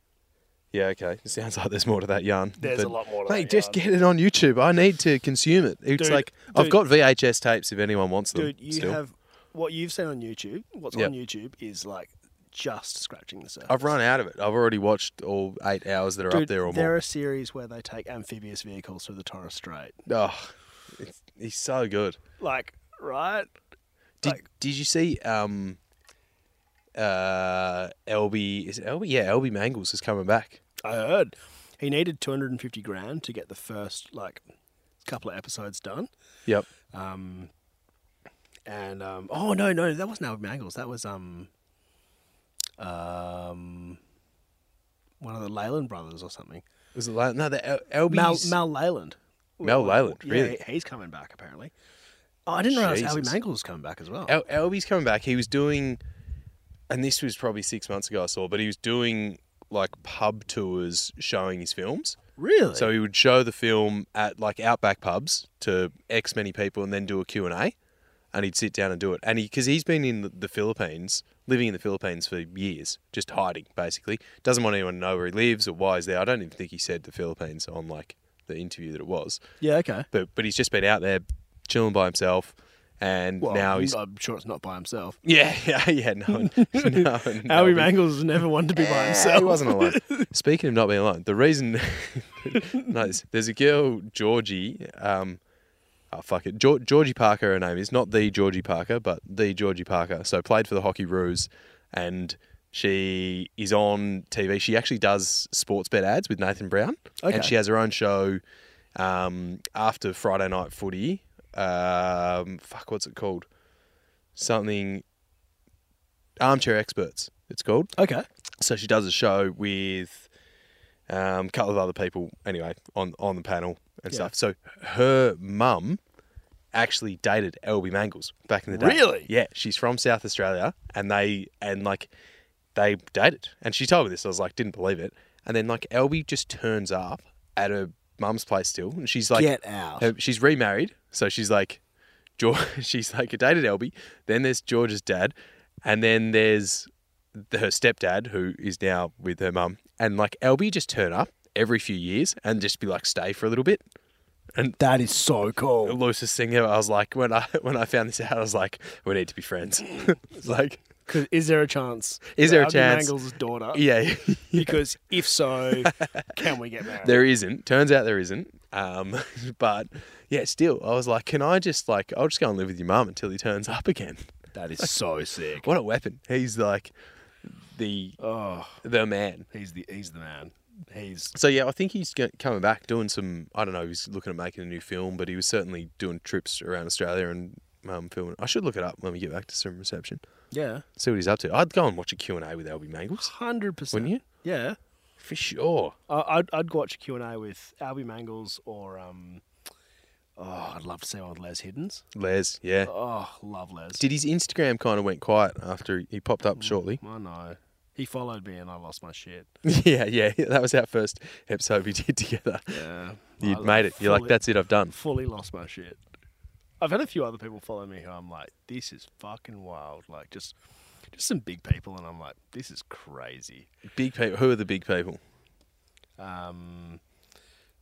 Speaker 1: Yeah, okay. It sounds like there's more to that yarn.
Speaker 6: There's a lot more to
Speaker 1: mate,
Speaker 6: that
Speaker 1: just
Speaker 6: yarn.
Speaker 1: get it on YouTube. I need to consume it. It's
Speaker 6: Dude,
Speaker 1: like I've
Speaker 6: dude.
Speaker 1: got VHS tapes if anyone wants them.
Speaker 6: Dude, you
Speaker 1: still.
Speaker 6: have what you've seen on YouTube. What's
Speaker 1: Yep.
Speaker 6: on YouTube is like just scratching the surface.
Speaker 1: I've run out of it. I've already watched all eight hours that are
Speaker 6: Dude,
Speaker 1: up there or
Speaker 6: there
Speaker 1: more.
Speaker 6: are series where they take amphibious vehicles through the Torres Strait.
Speaker 1: Oh, it's, he's so good.
Speaker 6: Like, right?
Speaker 1: Did,
Speaker 6: Like-
Speaker 1: did you see um uh LB is it LB? Yeah, LB Mangles is coming back.
Speaker 6: I heard he needed 250 grand to get the first like couple of episodes done.
Speaker 1: Yep.
Speaker 6: Um, and um, oh no, no, that wasn't Albert Mangles. That was um, um, one of the Leyland brothers or something.
Speaker 1: Was it like no the L-
Speaker 6: Mal,
Speaker 1: LB's
Speaker 6: Mal Leyland.
Speaker 1: Mal Leyland,
Speaker 6: Yeah,
Speaker 1: really?
Speaker 6: he's coming back apparently. Oh, I didn't realize Albie
Speaker 1: Jesus.
Speaker 6: Mangles was coming back as well.
Speaker 1: El- Elby's coming back. He was doing, and this was probably six months ago I saw, but he was doing like pub tours showing his films.
Speaker 6: really?
Speaker 1: So he would show the film at like outback pubs to X many people, and then do a Q and A, and he'd sit down and do it. And he because he's been in the- the Philippines, living in the Philippines for years, just hiding basically. Doesn't want anyone to know where he lives or why he's there. I don't even think he said the Philippines on like the interview that it was.
Speaker 6: yeah, okay.
Speaker 1: But but he's just been out there chilling by himself. And
Speaker 6: Well,
Speaker 1: now he's
Speaker 6: I'm sure it's not by himself.
Speaker 1: yeah, yeah, yeah. No, one- no, one- no
Speaker 6: Albie
Speaker 1: one-
Speaker 6: Mangles was never one to be by
Speaker 1: He
Speaker 6: himself.
Speaker 1: wasn't alone. Speaking of not being alone, the reason no, there's, there's a girl Georgie. Um, oh fuck it, Geor- Georgie Parker. Her name is not the Georgie Parker, but the Georgie Parker. So played for the Hockey Roos, and she is on TV. She actually does sports bet ads with Nathan Brown,
Speaker 6: Okay.
Speaker 1: and she has her own show um, after Friday night footy. Um, fuck, what's it called? Something Armchair Experts. It's called.
Speaker 6: Okay.
Speaker 1: So she does a show with um, a couple of other people, anyway, on on the panel and stuff. So her mum actually dated Elby Mangles back in the day.
Speaker 6: Really?
Speaker 1: Yeah, she's from South Australia, and they and like they dated, and she told me this. I was like, didn't believe it, and then like Elby just turns up at her mum's place still, and she's like,
Speaker 6: Get out.
Speaker 1: her- Uh, she's remarried, so she's like, George. She's like, I dated Elby. Then there's George's dad, and then there's the- her stepdad who is now with her mum. And like Elby just turn up every few years and just be like, stay for a little bit.
Speaker 6: That is so
Speaker 1: The
Speaker 6: cool.
Speaker 1: loosest thing ever. I was like, when I when I found this out, I was like, we need to be friends. It's like,
Speaker 6: Is there a chance?
Speaker 1: Is
Speaker 6: that
Speaker 1: there a
Speaker 6: Albie
Speaker 1: chance?
Speaker 6: Mangles' daughter.
Speaker 1: yeah,
Speaker 6: Because if so, can we get married?
Speaker 1: there isn't. Turns out there isn't. Um, but yeah, still, I was like, can I just like, I'll just go and live with your mum until he turns up again.
Speaker 6: that is so sick.
Speaker 1: What a weapon! He's like the
Speaker 6: Oh,
Speaker 1: the man.
Speaker 6: he's the he's the man. He's
Speaker 1: So yeah, I think he's go- coming back doing some. I don't know. He's looking at making a new film, but he was certainly doing trips around Australia and um, filming. I should look it up when we get back to some reception.
Speaker 6: yeah,
Speaker 1: See what he's up to. I'd go and watch a Q and A with Albie Mangles
Speaker 6: hundred percent.
Speaker 1: Wouldn't you?
Speaker 6: Yeah,
Speaker 1: for sure.
Speaker 6: I, I'd I'd watch q and A Q&A with Albie Mangles or um. Oh, I'd love to see one with Les Hiddens.
Speaker 1: Les, yeah.
Speaker 6: Oh, love Les.
Speaker 1: Did his Instagram kind of went quiet after he popped
Speaker 6: Mm.
Speaker 1: up shortly?
Speaker 6: I know. He followed me and I lost my shit.
Speaker 1: yeah, yeah. That was our first episode we did together.
Speaker 6: Yeah,
Speaker 1: You'd
Speaker 6: I
Speaker 1: made it. You're like,
Speaker 6: fully-
Speaker 1: that's it. I've done.
Speaker 6: fully lost my shit. I've had a few other people follow me who I'm like, this is fucking wild. Like just just some big people and I'm like, this is crazy.
Speaker 1: Big people. Who are the big people?
Speaker 6: Um,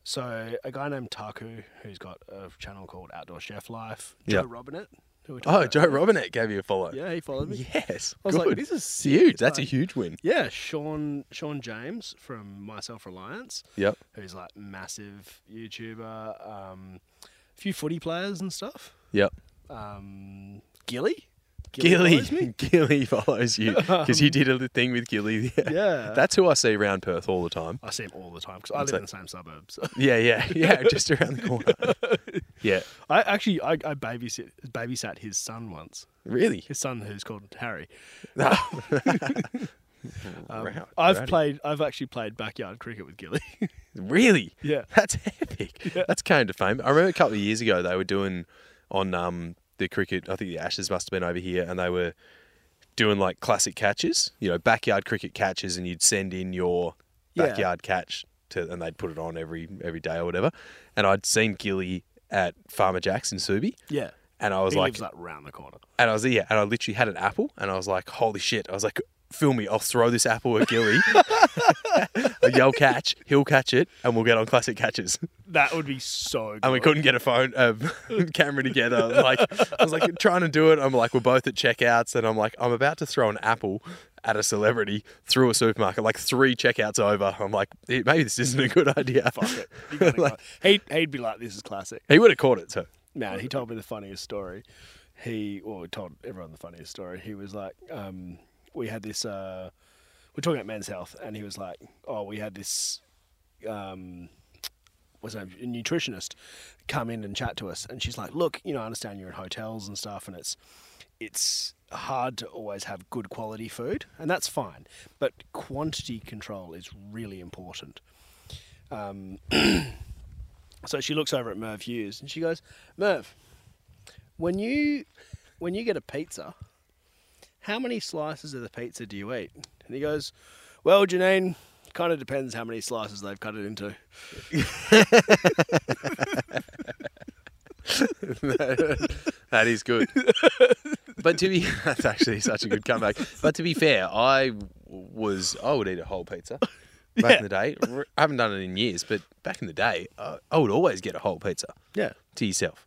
Speaker 6: so a guy named Taku, who's got a channel called Outdoor Chef Life,
Speaker 1: Yeah.
Speaker 6: Joe Robinette, who we
Speaker 1: Oh,
Speaker 6: talked
Speaker 1: Joe Robinette gave you a follow.
Speaker 6: about. Yeah, he followed me.
Speaker 1: Yes.
Speaker 6: I was like,
Speaker 1: good.
Speaker 6: this is
Speaker 1: huge. That's a
Speaker 6: like-
Speaker 1: huge win.
Speaker 6: Yeah, Sean Sean James from Myself Reliance,
Speaker 1: Yep.
Speaker 6: who's like massive YouTuber, um, a few footy players and stuff.
Speaker 1: Yep.
Speaker 6: Um, Gilly,
Speaker 1: Gilly,
Speaker 6: follows me?
Speaker 1: Gilly follows you because you did a little thing with Gilly.
Speaker 6: Yeah.
Speaker 1: That's who I see around Perth all the time.
Speaker 6: I see him all the time because I
Speaker 1: It's
Speaker 6: live in
Speaker 1: like-
Speaker 6: the same suburbs.
Speaker 1: Yeah, yeah, yeah, just around the corner. Yeah,
Speaker 6: I actually I, I babysit babysat his son once.
Speaker 1: really.
Speaker 6: His son who's called Harry. Um,
Speaker 1: Right,
Speaker 6: I've
Speaker 1: righty.
Speaker 6: played. I've actually played backyard cricket with Gilly.
Speaker 1: Really?
Speaker 6: Yeah.
Speaker 1: That's epic. That's came to fame. I remember a couple of years ago they were doing on um, the cricket. I think the Ashes must have been over here, and they were doing like classic catches. You know, backyard cricket catches, and you'd send in your
Speaker 6: Yeah.
Speaker 1: backyard catch to, and they'd put it on every every day or whatever. And I'd seen Gilly at Farmer Jack's in Subi,
Speaker 6: yeah,
Speaker 1: and I was
Speaker 6: he
Speaker 1: like,
Speaker 6: lives like round the corner.
Speaker 1: and I was yeah, and I literally had an apple, and I was like, "Holy shit!" I was like, "Film me! I'll throw this apple at Gilly. I'll yell catch, he'll catch it, and we'll get on classic catches."
Speaker 6: That would be so. Good.
Speaker 1: And we couldn't get a phone um, camera together. Like I was like trying to do it. I'm like, we're both at checkouts, and I'm like, I'm about to throw an apple at a celebrity through a supermarket, like three checkouts over. I'm like, "Eh, maybe this isn't a good idea.
Speaker 6: Fuck it.
Speaker 1: Like-
Speaker 6: Like, he'd, he'd be like, "This is classic."
Speaker 1: He would have caught it. So
Speaker 6: Man, he told me the funniest story. He well, he told everyone the funniest story. He was like, um, we had this. Uh, we're talking about men's health, and he was like, oh, we had this. Um, what's her name? A nutritionist come in and chat to us, and she's like, look, you know, I understand you're in hotels and stuff, and it's it's hard to always have good quality food, and that's fine, but quantity control is really important. So she looks over at Merv Hughes and she goes, Merv, when you when you get a pizza, how many slices of the pizza do you eat? And he goes, Well, Janine, kind of depends how many slices they've cut it into.
Speaker 1: that is good. but to be that's actually such a good comeback. But to be fair, I w- was I would eat a whole pizza back in the day. R- I haven't done it in years, but back in the day, I, I would always get a whole pizza
Speaker 6: Yeah,
Speaker 1: to yourself.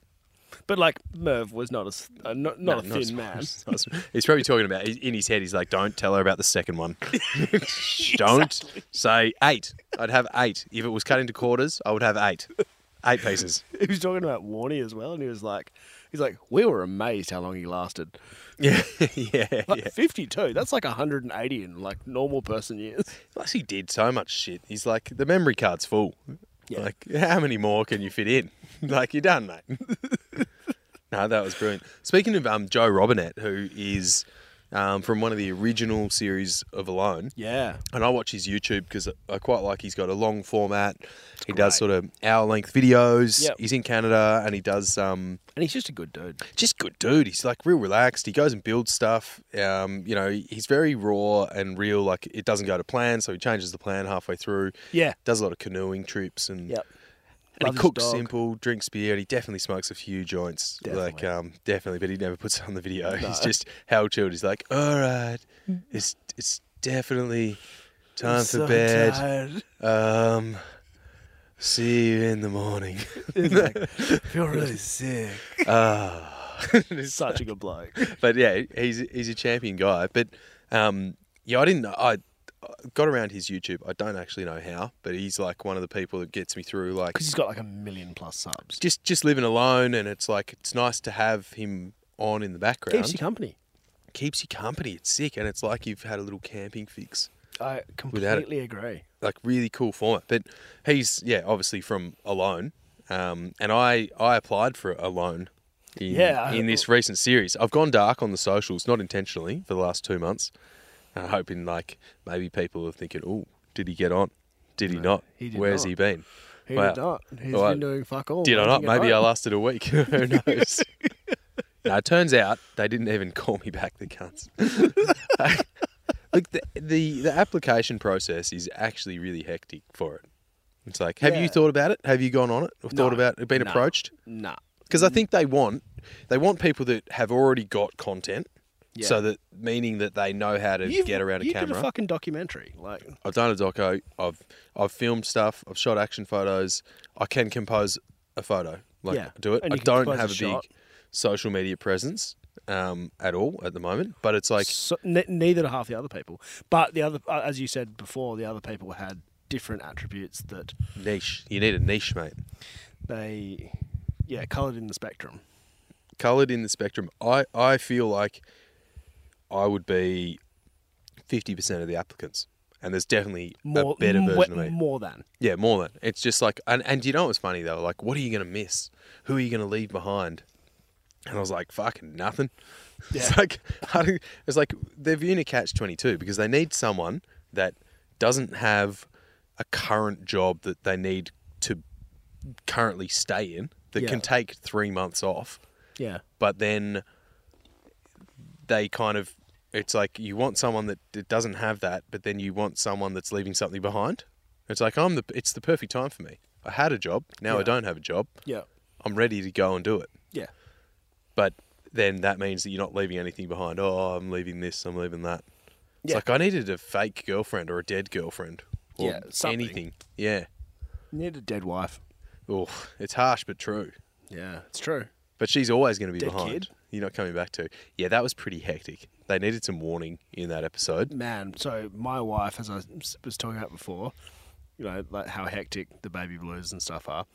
Speaker 6: but like Merv was not a s- uh, not, not a
Speaker 1: No, not
Speaker 6: thin man.
Speaker 1: as- not as- He's probably talking about in his head. He's like, "Don't tell her about the second one. Don't say eight. I'd have eight if it was cut into quarters. I would have eight, eight pieces.
Speaker 6: He was talking about Warney as well, and he was like, he's like, we were amazed how long he lasted.
Speaker 1: Yeah, yeah,
Speaker 6: Like
Speaker 1: yeah.
Speaker 6: 52, that's like 180 in like normal person years.
Speaker 1: Plus, he did so much shit. He's like, the memory card's full.
Speaker 6: Yeah.
Speaker 1: Like, how many more can you fit in? like, you're done, mate. no, that was brilliant. Speaking of um, Joe Robinette, who is um, from one of the original series of Alone,
Speaker 6: Yeah,
Speaker 1: and I watch his YouTube because I quite like he's got a long format. He does
Speaker 6: great.
Speaker 1: sort of hour length videos.
Speaker 6: Yep.
Speaker 1: He's in Canada and he does um,
Speaker 6: and he's just a good dude.
Speaker 1: just good dude. He's like real relaxed. He goes and builds stuff. Um, you know, he's very raw and real. Like it doesn't go to plan, so he changes the plan halfway through.
Speaker 6: Yeah.
Speaker 1: does a lot of canoeing trips and and
Speaker 6: Loves
Speaker 1: he
Speaker 6: his
Speaker 1: cooks
Speaker 6: dog.
Speaker 1: simple, drinks beer, and he definitely smokes a few joints. Like
Speaker 6: Definitely.
Speaker 1: um, definitely, but he never puts it on the video. He's just how chilled. He's like, all right,
Speaker 6: Mm.
Speaker 1: it's it's definitely time for bed. Um, see you in the morning.
Speaker 6: feel really Ah. sick. Such a good bloke.
Speaker 1: but yeah, he's he's a champion guy. But um, yeah, I didn't. I I got around his YouTube. I don't actually know how, but he's like one of the people that gets me through. Like
Speaker 6: Because he's got like a million plus subs.
Speaker 1: just just living alone, and it's like it's nice to have him on in the background.
Speaker 6: Keeps you company.
Speaker 1: Keeps you company. It's sick, and it's like you've had a little camping fix.
Speaker 6: I completely agree.
Speaker 1: Like really cool format. But he's yeah, obviously from Alone, um, and I I applied for Alone. In,
Speaker 6: Yeah, I-
Speaker 1: in this recent series, I've gone dark on the socials, not intentionally, for the last two months. and hoping like maybe people are thinking, "Oh, did he get on? Did he not?
Speaker 6: he did
Speaker 1: Where's
Speaker 6: not.
Speaker 1: he been?
Speaker 6: He
Speaker 1: Wow.
Speaker 6: did not. He's
Speaker 1: Well,
Speaker 6: been doing fuck all.
Speaker 1: Did I not?
Speaker 6: working at
Speaker 1: Maybe I
Speaker 6: home.
Speaker 1: lasted a week. Who knows? now it turns out they didn't even call me back. The cunts. Look, the, the the application process is actually really hectic for it. It's like, have
Speaker 6: Yeah.
Speaker 1: you thought about it? Have you gone on it? Or thought
Speaker 6: No.
Speaker 1: about it? Been
Speaker 6: No.
Speaker 1: approached?
Speaker 6: Nah.
Speaker 1: Because I think they want they want people that have already got content
Speaker 6: Yeah.
Speaker 1: So that meaning that they know how to
Speaker 6: You've-
Speaker 1: get around a
Speaker 6: you
Speaker 1: camera.
Speaker 6: did a fucking documentary. Like,
Speaker 1: I've done a doco. I've I've filmed stuff. I've shot action photos. I can compose a photo. Like
Speaker 6: Yeah,
Speaker 1: do it.
Speaker 6: and
Speaker 1: I
Speaker 6: you can
Speaker 1: don't
Speaker 6: compose a
Speaker 1: have a big
Speaker 6: shot.
Speaker 1: social media presence um, at all at the moment. But it's like
Speaker 6: so, ne- neither do half the other people. But the other, uh, as you said before, the other people had different attributes that
Speaker 1: niche. You need a niche, mate.
Speaker 6: they, yeah, coloured in the spectrum.
Speaker 1: Coloured in the spectrum. I, I feel like I would be fifty percent of the applicants. And there's definitely
Speaker 6: More,
Speaker 1: a better
Speaker 6: m-
Speaker 1: version
Speaker 6: we-
Speaker 1: of me.
Speaker 6: more than.
Speaker 1: Yeah, more than. It's just like, and, and you know what's funny though? Like, what are you going to miss? Who are you going to leave behind? And I was like, fucking nothing. It's like, I don't- it's like they're viewing a catch 22 because they need someone that doesn't have a current job that they need to currently stay in that
Speaker 6: Yeah.
Speaker 1: can take three months off
Speaker 6: Yeah.
Speaker 1: but then they kind of it's like you want someone that that doesn't have that but then you want someone that's leaving something behind it's like i'm the it's the perfect time for me i had a job now i
Speaker 6: Yeah.
Speaker 1: don't have a job
Speaker 6: Yeah.
Speaker 1: i'm ready to go and do it
Speaker 6: Yeah.
Speaker 1: but then that means that you're not leaving anything behind oh i'm leaving this i'm leaving that it's
Speaker 6: Yeah.
Speaker 1: like i needed a fake girlfriend or a dead girlfriend or
Speaker 6: Yeah, something.
Speaker 1: anything yeah
Speaker 6: Need a dead wife.
Speaker 1: oh it's harsh but true
Speaker 6: Yeah, it's true.
Speaker 1: But she's always going to be
Speaker 6: Dead
Speaker 1: behind.
Speaker 6: kid.
Speaker 1: You're not coming back to. Yeah, that was pretty hectic. They needed some warning in that episode.
Speaker 6: Man, so my wife, as I s- was talking about before, you know, like how hectic the baby blues and stuff are.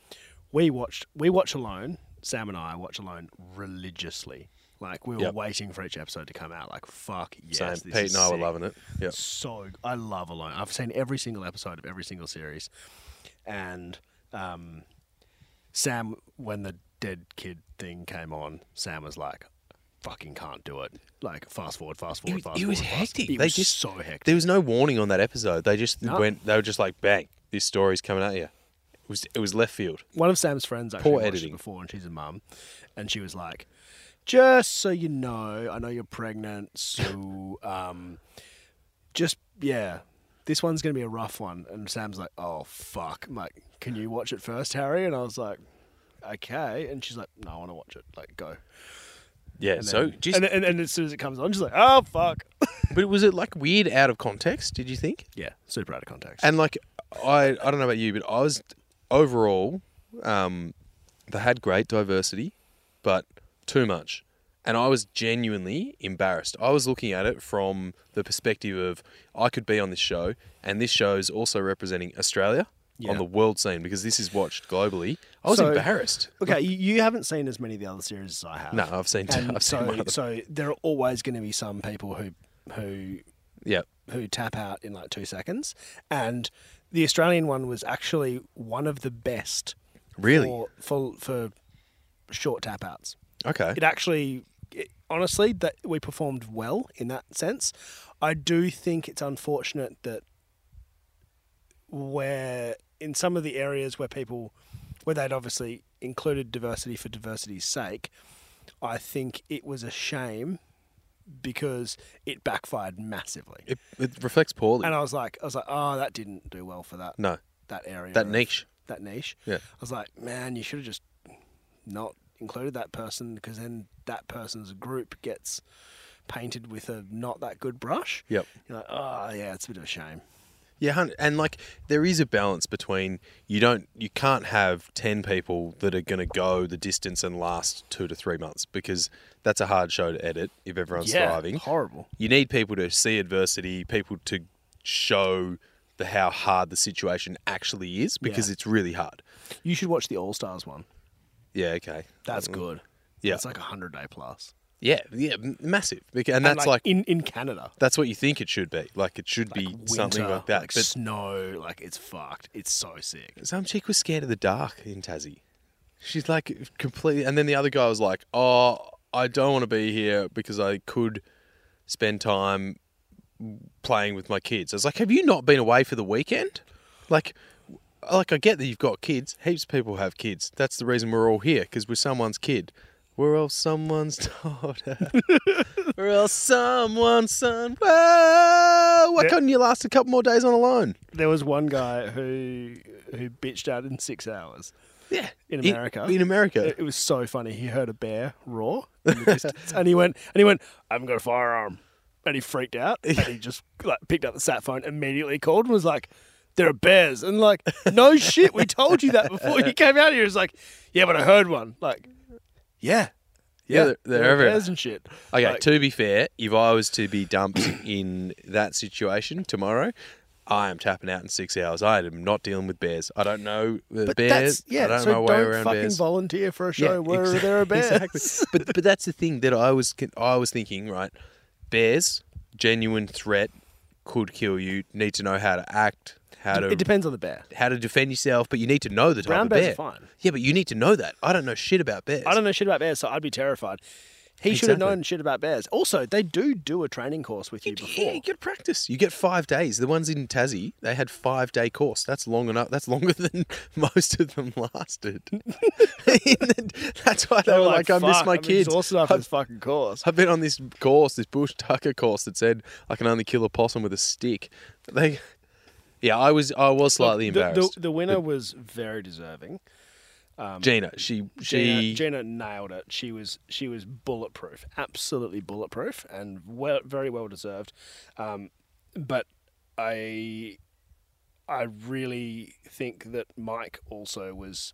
Speaker 6: We watched, we watch Alone. Sam and I watch Alone religiously. Like we were
Speaker 1: Yep.
Speaker 6: waiting for each episode to come out. Like fuck yes,
Speaker 1: Same.
Speaker 6: this
Speaker 1: Pete
Speaker 6: is
Speaker 1: and I were
Speaker 6: sick.
Speaker 1: loving it. Yeah.
Speaker 6: so I love Alone. I've seen every single episode of every single series, and um, Sam, when the dead kid thing came on, Sam was like, "Fucking can't do it!" Like fast forward, fast forward, fast forward. fast- It
Speaker 1: They
Speaker 6: was
Speaker 1: just
Speaker 6: so hectic.
Speaker 1: There was no warning on that episode. They just
Speaker 6: No.
Speaker 1: went. They were just like, bang, this story's coming at you. It was it was left field.
Speaker 6: One of Sam's friends actually
Speaker 1: Poor
Speaker 6: watched
Speaker 1: editing.
Speaker 6: it before, and she's a mum, and she was like, "Just so you know, I know you're pregnant, so um, just yeah, this one's gonna be a rough one." And Sam's like, "Oh fuck!" I'm like, "Can you watch it first, Harry?" And I was like, "Okay," and she's like, "No, I want to watch it. Like, go."
Speaker 1: Yeah.
Speaker 6: And
Speaker 1: so
Speaker 6: then-
Speaker 1: just,
Speaker 6: and, and, and as soon as it comes on, she's like, "Oh fuck!"
Speaker 1: but was it like weird out of context? Did you think?
Speaker 6: yeah, super out of context.
Speaker 1: And like, I I don't know about you, but I was overall, um, they had great diversity, but too much, and I was genuinely embarrassed. I was looking at it from the perspective of I could be on this show, and this show is also representing Australia on
Speaker 6: Yeah.
Speaker 1: the world scene because this is watched globally. I was
Speaker 6: So-
Speaker 1: embarrassed.
Speaker 6: Okay, you, you haven't seen as many of the other series as I have.
Speaker 1: No, I've seen-
Speaker 6: And
Speaker 1: I've seen
Speaker 6: so,
Speaker 1: one of them.
Speaker 6: so there are always going to be some people who who
Speaker 1: Yeah,
Speaker 6: who tap out in like two seconds, and the Australian one was actually one of the best.
Speaker 1: Really?
Speaker 6: For for, for short tap outs,
Speaker 1: okay.
Speaker 6: it actually it, honestly that we performed well in that sense. I do think it's unfortunate that where in some of the areas where people where they'd obviously included diversity for diversity's sake, I think it was a shame because it backfired massively.
Speaker 1: It, it reflects poorly.
Speaker 6: and I was like, I was like, oh, that didn't do well for that.
Speaker 1: no,
Speaker 6: that area.
Speaker 1: That
Speaker 6: of-
Speaker 1: niche.
Speaker 6: That niche.
Speaker 1: Yeah.
Speaker 6: I was like, man, you should have just not included that person because then that person's group gets painted with a not that good brush.
Speaker 1: Yep.
Speaker 6: You're like, oh yeah, it's a bit of a shame.
Speaker 1: Yeah, hun- and like there is a balance between you don't you can't have 10 people that are going to go the distance and last 2 to 3 months because that's a hard show to edit if everyone's
Speaker 6: yeah,
Speaker 1: thriving.
Speaker 6: horrible.
Speaker 1: You need people to see adversity, people to show the how hard the situation actually is because
Speaker 6: Yeah.
Speaker 1: it's really hard.
Speaker 6: You should watch the All Stars one.
Speaker 1: Yeah, okay.
Speaker 6: That's good.
Speaker 1: Yeah.
Speaker 6: That's like a hundred day plus.
Speaker 1: Yeah, yeah, m- massive. Bec- And,
Speaker 6: And,
Speaker 1: that's like,
Speaker 6: in in Canada.
Speaker 1: that's what you think it should be. Like it should be
Speaker 6: Winter,
Speaker 1: something like that.
Speaker 6: Like
Speaker 1: but
Speaker 6: snow. Like it's fucked. It's so sick.
Speaker 1: Some chick was scared of the dark in Tassie. She's like completely, and then the other guy was like, "Oh, I don't want to be here because I could spend time playing with my kids." I was like, "Have you not been away for the weekend?" Like, like I get that you've got kids. Heaps of people have kids. That's the reason we're all here because we're someone's kid. We're all someone's daughter. we're all someone's son. Whoa! Why
Speaker 6: Yeah.
Speaker 1: couldn't you last a couple more days on alone?
Speaker 6: There was one guy who who bitched out in six hours. Yeah. In
Speaker 1: In-
Speaker 6: America.
Speaker 1: in America.
Speaker 6: It, it was so funny. He heard a bear roar in the distance, and he went, and he went, "I haven't got a firearm," and he freaked out, and he just like picked up the sat phone, immediately called, and was like, "There are bears," and like, "No shit, we told you that before you came out here." It's like, "Yeah, but I heard one." Like, yeah,
Speaker 1: Yeah, they're, they're
Speaker 6: there are
Speaker 1: everywhere.
Speaker 6: bears and shit.
Speaker 1: Okay,
Speaker 6: Like,
Speaker 1: to be fair, if I was to be dumped in that situation tomorrow, I am tapping out in six hours. I am not dealing with bears. I don't know the
Speaker 6: but
Speaker 1: bears.
Speaker 6: that's yeah.
Speaker 1: I don't
Speaker 6: so
Speaker 1: know my way
Speaker 6: don't
Speaker 1: around
Speaker 6: fucking
Speaker 1: bears.
Speaker 6: volunteer for a show where
Speaker 1: exac-
Speaker 6: there are bears.
Speaker 1: exactly. But but that's the thing that I was con- I was thinking right. Bears, genuine threat, could kill you. Need to know how to act, how to
Speaker 6: It depends on the bear.
Speaker 1: how to defend yourself. But you need to know the type
Speaker 6: Brown
Speaker 1: of
Speaker 6: bears
Speaker 1: bear.
Speaker 6: are fine.
Speaker 1: Yeah, but you need to know that. I don't know shit about bears.
Speaker 6: I don't know shit about bears, so I'd be terrified. He should have
Speaker 1: Exactly.
Speaker 6: known shit about bears. Also, they do do a training course with you before.
Speaker 1: Yeah, you get practice. You get five days. The ones in Tassie, they had five day course. That's long enough. That's longer than most of them lasted. And then- that's why they,
Speaker 6: They
Speaker 1: were
Speaker 6: were
Speaker 1: like, "I miss
Speaker 6: "Fuck,
Speaker 1: my
Speaker 6: I'm
Speaker 1: kids."
Speaker 6: Exhausted after this fucking course.
Speaker 1: I've been on this course, this bush tucker course that said I can only kill a possum with a stick. They, yeah, I was I was slightly
Speaker 6: the,
Speaker 1: embarrassed.
Speaker 6: The, the winner was very deserving.
Speaker 1: Gina, she she
Speaker 6: Um, Gina, Gina nailed it. She was she was bulletproof, absolutely bulletproof, and well, very well deserved. Um, but I I really think that Mike also was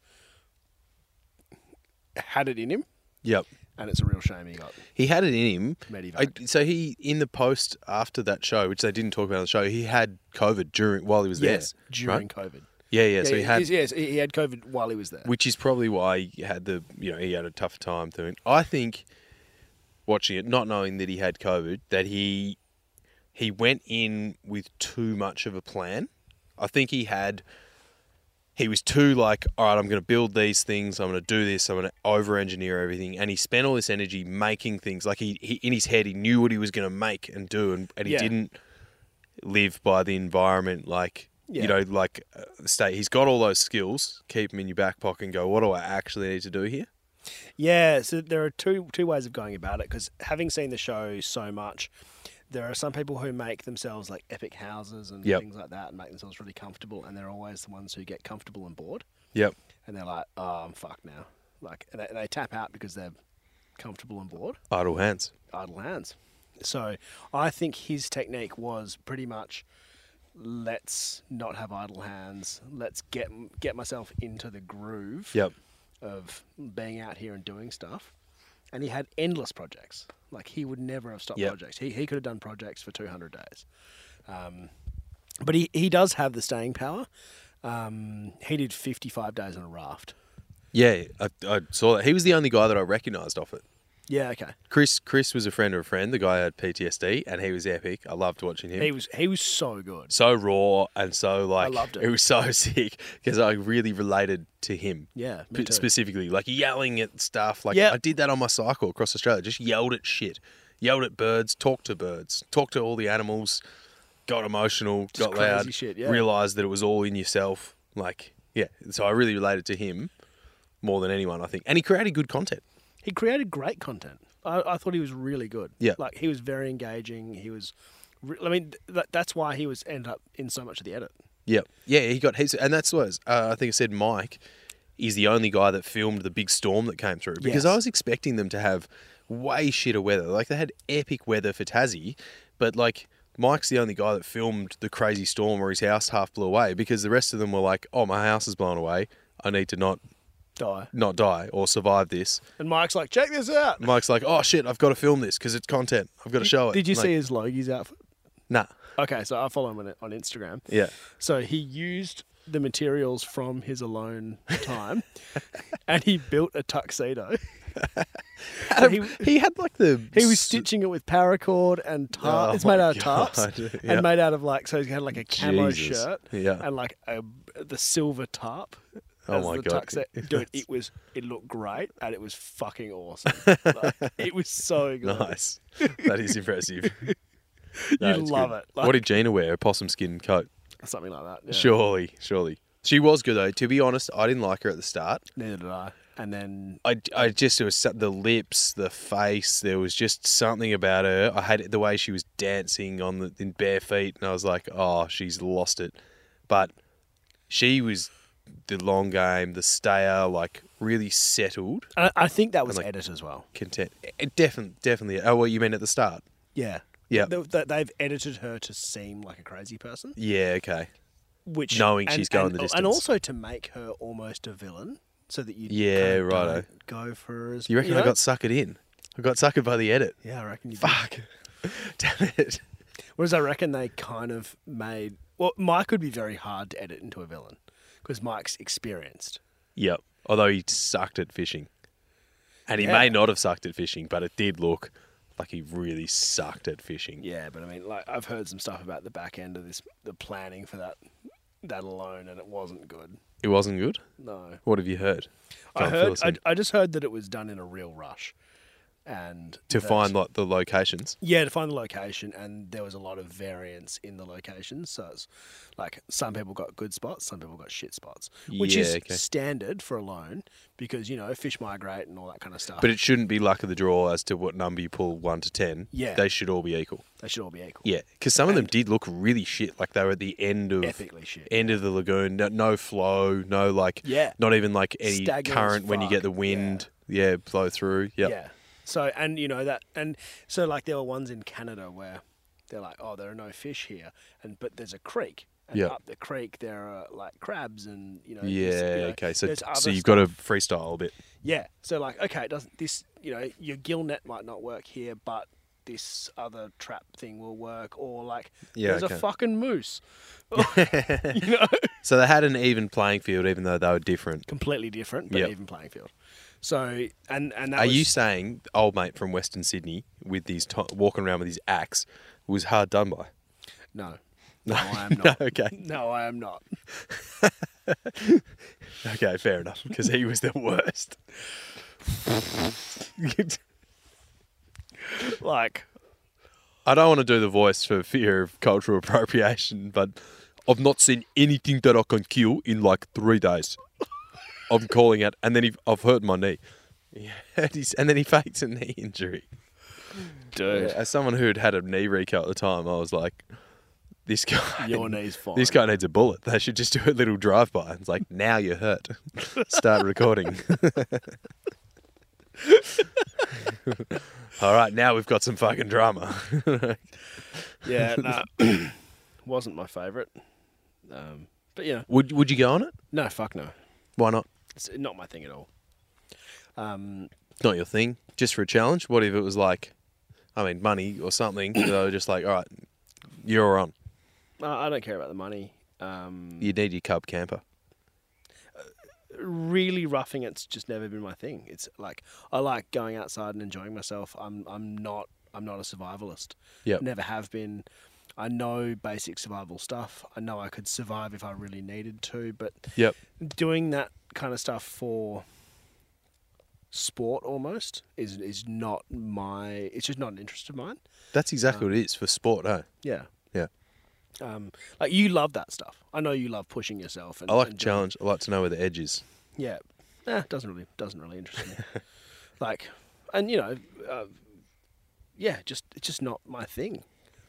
Speaker 6: had it in him,
Speaker 1: yep.
Speaker 6: and it's a real shame he got
Speaker 1: He had it in him. I,
Speaker 6: Medivac.
Speaker 1: so he in the post after that show, which they didn't talk about on the show, he had COVID during while he was
Speaker 6: yes
Speaker 1: there.
Speaker 6: during
Speaker 1: right?
Speaker 6: COVID.
Speaker 1: Yeah, yeah. so he had,
Speaker 6: he's- yes, he he had COVID while he was there.
Speaker 1: which is probably why he had the you know he had a tougher time doing. I think watching it, not knowing that he had COVID, that he he went in with too much of a plan. I think he had he was too like, all right, I'm going to build these things, I'm going to do this, I'm going to over engineer everything, and he spent all this energy making things. Like he, he in his head, he knew what he was going to make and do, and, and he
Speaker 6: Yeah.
Speaker 1: didn't live by the environment like
Speaker 6: Yeah.
Speaker 1: you know like uh, state he's got all those skills keep them in your back pocket and go what do i actually need to do here
Speaker 6: Yeah, so there are two two ways of going about it because having seen the show so much, there are some people who make themselves like epic houses and
Speaker 1: Yep.
Speaker 6: things like that and make themselves really comfortable, and they're always the ones who get comfortable and bored,
Speaker 1: yep
Speaker 6: and they're like, "Oh, I'm fucked now," like, and they, they tap out because they're comfortable and bored
Speaker 1: idle hands
Speaker 6: idle hands. So I think his technique was pretty much let's not have idle hands. Let's get get myself into the groove
Speaker 1: Yep.
Speaker 6: of being out here and doing stuff. And he had endless projects. Like he would never have stopped
Speaker 1: Yep.
Speaker 6: projects. He he could have done projects for 200 days. Um, but he, he does have the staying power. Um, he did 55 days on a raft.
Speaker 1: yeah I, I saw that he was the only guy that i recognized off it
Speaker 6: Yeah, okay.
Speaker 1: chris chris was a friend of a friend the guy had ptsd and he was epic i loved watching him
Speaker 6: He was he was so good.
Speaker 1: so raw and so like
Speaker 6: loved it.
Speaker 1: was so sick because i really related to him
Speaker 6: Yeah, me
Speaker 1: P-
Speaker 6: too.
Speaker 1: specifically like yelling at stuff like
Speaker 6: Yeah.
Speaker 1: i did that on my cycle across australia just yelled at shit yelled at birds talked to birds talked to all the animals got emotional got
Speaker 6: crazy
Speaker 1: loud
Speaker 6: shit, yeah.
Speaker 1: realized that it was all in yourself like yeah so i really related to him more than anyone i think and he created good content
Speaker 6: He created great content. I, I thought he was really good.
Speaker 1: Yeah.
Speaker 6: like he was very engaging. He was, re- I mean, th- that, that's why he was ended up in so much of the edit.
Speaker 1: Yep. Yeah, he got heaps, and that's what it was, uh, I think I said. Mike is the only guy that filmed the big storm that came through because
Speaker 6: Yes.
Speaker 1: I was expecting them to have way shitter weather. Like they had epic weather for Tassie, but like Mike's the only guy that filmed the crazy storm where his house half blew away because the rest of them were like, "Oh, my house is blown away. I need to not
Speaker 6: Die.
Speaker 1: not die or survive this."
Speaker 6: And Mike's like, check this out.
Speaker 1: Mike's like, "Oh shit, I've got to film this because it's content. I've got to show it."
Speaker 6: Did you
Speaker 1: Like,
Speaker 6: see his Logie's outfit?
Speaker 1: Nah.
Speaker 6: Okay, so I follow him on, on Instagram.
Speaker 1: Yeah.
Speaker 6: So he used the materials from his alone time, and he built a tuxedo. So he,
Speaker 1: He had like the
Speaker 6: He was stitching it with paracord and tar.
Speaker 1: Oh
Speaker 6: it's made
Speaker 1: my
Speaker 6: out of tarps
Speaker 1: God, yeah.
Speaker 6: and made out of like so he had like a camo
Speaker 1: Jesus,
Speaker 6: shirt
Speaker 1: yeah.
Speaker 6: and like a, the silver tarp.
Speaker 1: Oh
Speaker 6: as
Speaker 1: my
Speaker 6: the
Speaker 1: God.
Speaker 6: tux- dude! It was it looked great and it was fucking awesome. Like, it was so good.
Speaker 1: Nice. That is impressive.
Speaker 6: You'd love it. Like,
Speaker 1: what did Gina wear? A possum skin coat.
Speaker 6: something like that. yeah.
Speaker 1: Surely, surely. She was good though. To be honest, I didn't like her at the start.
Speaker 6: Neither did I. And then
Speaker 1: I, I just it was so- the lips, the face. There was just something about her. I hated the way she was dancing on the in bare feet, and I was like, oh, she's lost it. But she was the long game, the stayer, like really settled,
Speaker 6: I, I think that was
Speaker 1: like-
Speaker 6: edit as well.
Speaker 1: content. It definitely, definitely. Oh, well, you meant at the start.
Speaker 6: Yeah.
Speaker 1: Yeah.
Speaker 6: They, they- they've edited her to seem like a crazy person,
Speaker 1: Yeah. Okay.
Speaker 6: which
Speaker 1: Knowing she's going
Speaker 6: and,
Speaker 1: the
Speaker 6: and
Speaker 1: distance.
Speaker 6: also to make her almost a villain, so that you
Speaker 1: Yeah,
Speaker 6: kind of
Speaker 1: righto.
Speaker 6: don't go for her as
Speaker 1: You reckon I
Speaker 6: know?
Speaker 1: got suckered in? I got suckered by the edit.
Speaker 6: yeah, I reckon you did.
Speaker 1: Fuck. Damn it.
Speaker 6: Whereas I reckon they kind of made well, Mike would be very hard to edit into a villain because Mike's experienced.
Speaker 1: Yep. Although he sucked at fishing. And he
Speaker 6: Yeah.
Speaker 1: may not have sucked at fishing, but it did look like he really sucked at fishing.
Speaker 6: Yeah, but I mean, like I've heard some stuff about the back end of this, the planning for that, that alone, and it wasn't good.
Speaker 1: It wasn't good.
Speaker 6: No,
Speaker 1: What have you heard?
Speaker 6: I
Speaker 1: Can't fill
Speaker 6: heard.
Speaker 1: us
Speaker 6: I,
Speaker 1: in.
Speaker 6: I just heard that it was done in a real rush, and
Speaker 1: to
Speaker 6: that-
Speaker 1: find like the locations.
Speaker 6: Yeah, to find the location, and there was a lot of variance in the locations. So it's like some people got good spots, some people got shit spots, which is
Speaker 1: Yeah, okay.
Speaker 6: standard for a loan because you know fish migrate and all that kind of stuff.
Speaker 1: But it shouldn't be luck of the draw as to what number you pull one to ten.
Speaker 6: Yeah.
Speaker 1: They should all be equal.
Speaker 6: they should all be equal.
Speaker 1: Yeah. Because some of them did look really shit. Like they were at the end of
Speaker 6: epically shit.
Speaker 1: end of the lagoon. No, no flow. No like
Speaker 6: Yeah.
Speaker 1: not even like any
Speaker 6: Stagnant as
Speaker 1: current when you
Speaker 6: fuck,
Speaker 1: get the wind. Yeah, blow through. Yep.
Speaker 6: Yeah. So and you know that and so like there were ones in Canada where they're like, oh, there are no fish here, and but there's a creek. And
Speaker 1: Yeah.
Speaker 6: up the creek there are like crabs and you know. this-
Speaker 1: Yeah.
Speaker 6: you know,
Speaker 1: okay. So
Speaker 6: there's
Speaker 1: so
Speaker 6: other
Speaker 1: you've got
Speaker 6: stuff.
Speaker 1: to freestyle a bit.
Speaker 6: Yeah. So like, okay, it doesn't this you know your gill net might not work here, but this other trap thing will work, or like
Speaker 1: Yeah,
Speaker 6: there's
Speaker 1: okay.
Speaker 6: a fucking moose. you know,
Speaker 1: So they had an even playing field, even though they were different.
Speaker 6: completely different, but
Speaker 1: Yep.
Speaker 6: even playing field. So and and that
Speaker 1: Are
Speaker 6: was,
Speaker 1: you saying the old mate from Western Sydney with his to- walking around with his axe was hard done by?
Speaker 6: no. No, I am not.
Speaker 1: okay.
Speaker 6: No, I am not.
Speaker 1: Okay, fair enough, because he was the worst.
Speaker 6: Like,
Speaker 1: I don't want to do the voice for fear of cultural appropriation, but I've not seen anything that I can kill in like three days. I'm calling it, and then he, I've hurt my knee. Yeah, and, he's, and then he faked a knee injury.
Speaker 6: dude,
Speaker 1: As someone who'd had a knee recut at the time, I was like, this guy.
Speaker 6: your knee's fine.
Speaker 1: This guy needs a bullet. They should just do a little drive by. It's like, now you're hurt. Start recording. All right, now we've got some fucking drama.
Speaker 6: yeah, no, wasn't my favourite. Um, but you know,
Speaker 1: Would would you go on it?
Speaker 6: no, fuck no,
Speaker 1: Why not?
Speaker 6: it's not my thing at all. Um,
Speaker 1: It's not your thing. Just for a challenge. What if it was like, I mean, money or something? They were just like, all right, you're on.
Speaker 6: I I don't care about the money. Um,
Speaker 1: You need your cub camper.
Speaker 6: really roughing it's just never been my thing. It's like I like going outside and enjoying myself. I'm I'm not I'm not a survivalist.
Speaker 1: Yep.
Speaker 6: Never have been. I know basic survival stuff. I know I could survive if I really needed to, but
Speaker 1: Yep.
Speaker 6: doing that kind of stuff for sport almost is is not my it's just not an interest of mine.
Speaker 1: That's exactly what it is for sport, huh?
Speaker 6: Yeah.
Speaker 1: Yeah.
Speaker 6: Um, like you love that stuff. I know you love pushing yourself. And,
Speaker 1: I like
Speaker 6: and
Speaker 1: a
Speaker 6: doing-
Speaker 1: challenge. I like to know where the edge is.
Speaker 6: yeah, eh, doesn't really doesn't really interest me. like, and you know, uh, yeah, just it's just not my thing.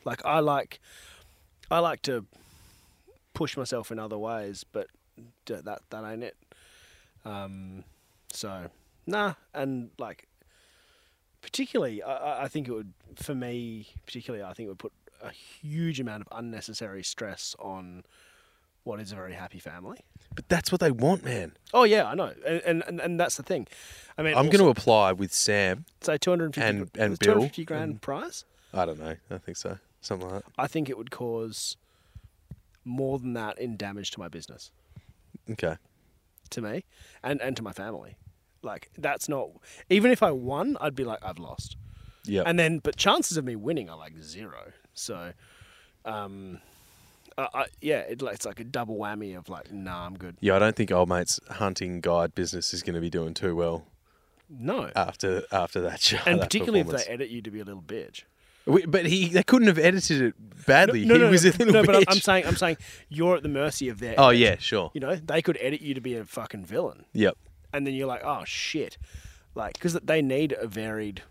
Speaker 6: Like I like, I like to push myself in other ways, but d- that that ain't it. Um, so nah, and like, particularly, I, I- I think it would for me particularly. I think it would put a huge amount of unnecessary stress on what is a very happy family.
Speaker 1: But that's what they want, man.
Speaker 6: Oh yeah, I know, and and, and that's the thing. I mean,
Speaker 1: I'm going to apply with Sam.
Speaker 6: say 250
Speaker 1: and-
Speaker 6: gr-
Speaker 1: and
Speaker 6: it's
Speaker 1: Bill
Speaker 6: 250 grand prize.
Speaker 1: I don't know. I think so. Something like that.
Speaker 6: I think it would cause more than that in damage to my business,
Speaker 1: Okay.
Speaker 6: to me, and and to my family. Like that's not even if I won, I'd be like I've lost.
Speaker 1: Yeah.
Speaker 6: And then, but chances of me winning are like zero. So, um, I, I, yeah, it, like- it's like a double whammy of like, nah, I'm good.
Speaker 1: yeah, I don't think old mate's hunting guide business is going to be doing too well
Speaker 6: No,
Speaker 1: after after that show.
Speaker 6: and
Speaker 1: Uh, that
Speaker 6: particularly if they
Speaker 1: performance.
Speaker 6: edit you to be a little bitch.
Speaker 1: We- but he they couldn't have edited it badly. he was a little
Speaker 6: no, but I'm,
Speaker 1: bitch.
Speaker 6: I'm saying, I'm saying, you're at the mercy of their.
Speaker 1: oh
Speaker 6: edit.
Speaker 1: yeah, sure.
Speaker 6: You know, they could edit you to be a fucking villain,
Speaker 1: Yep.
Speaker 6: and then you're like, oh shit, like because they need a varied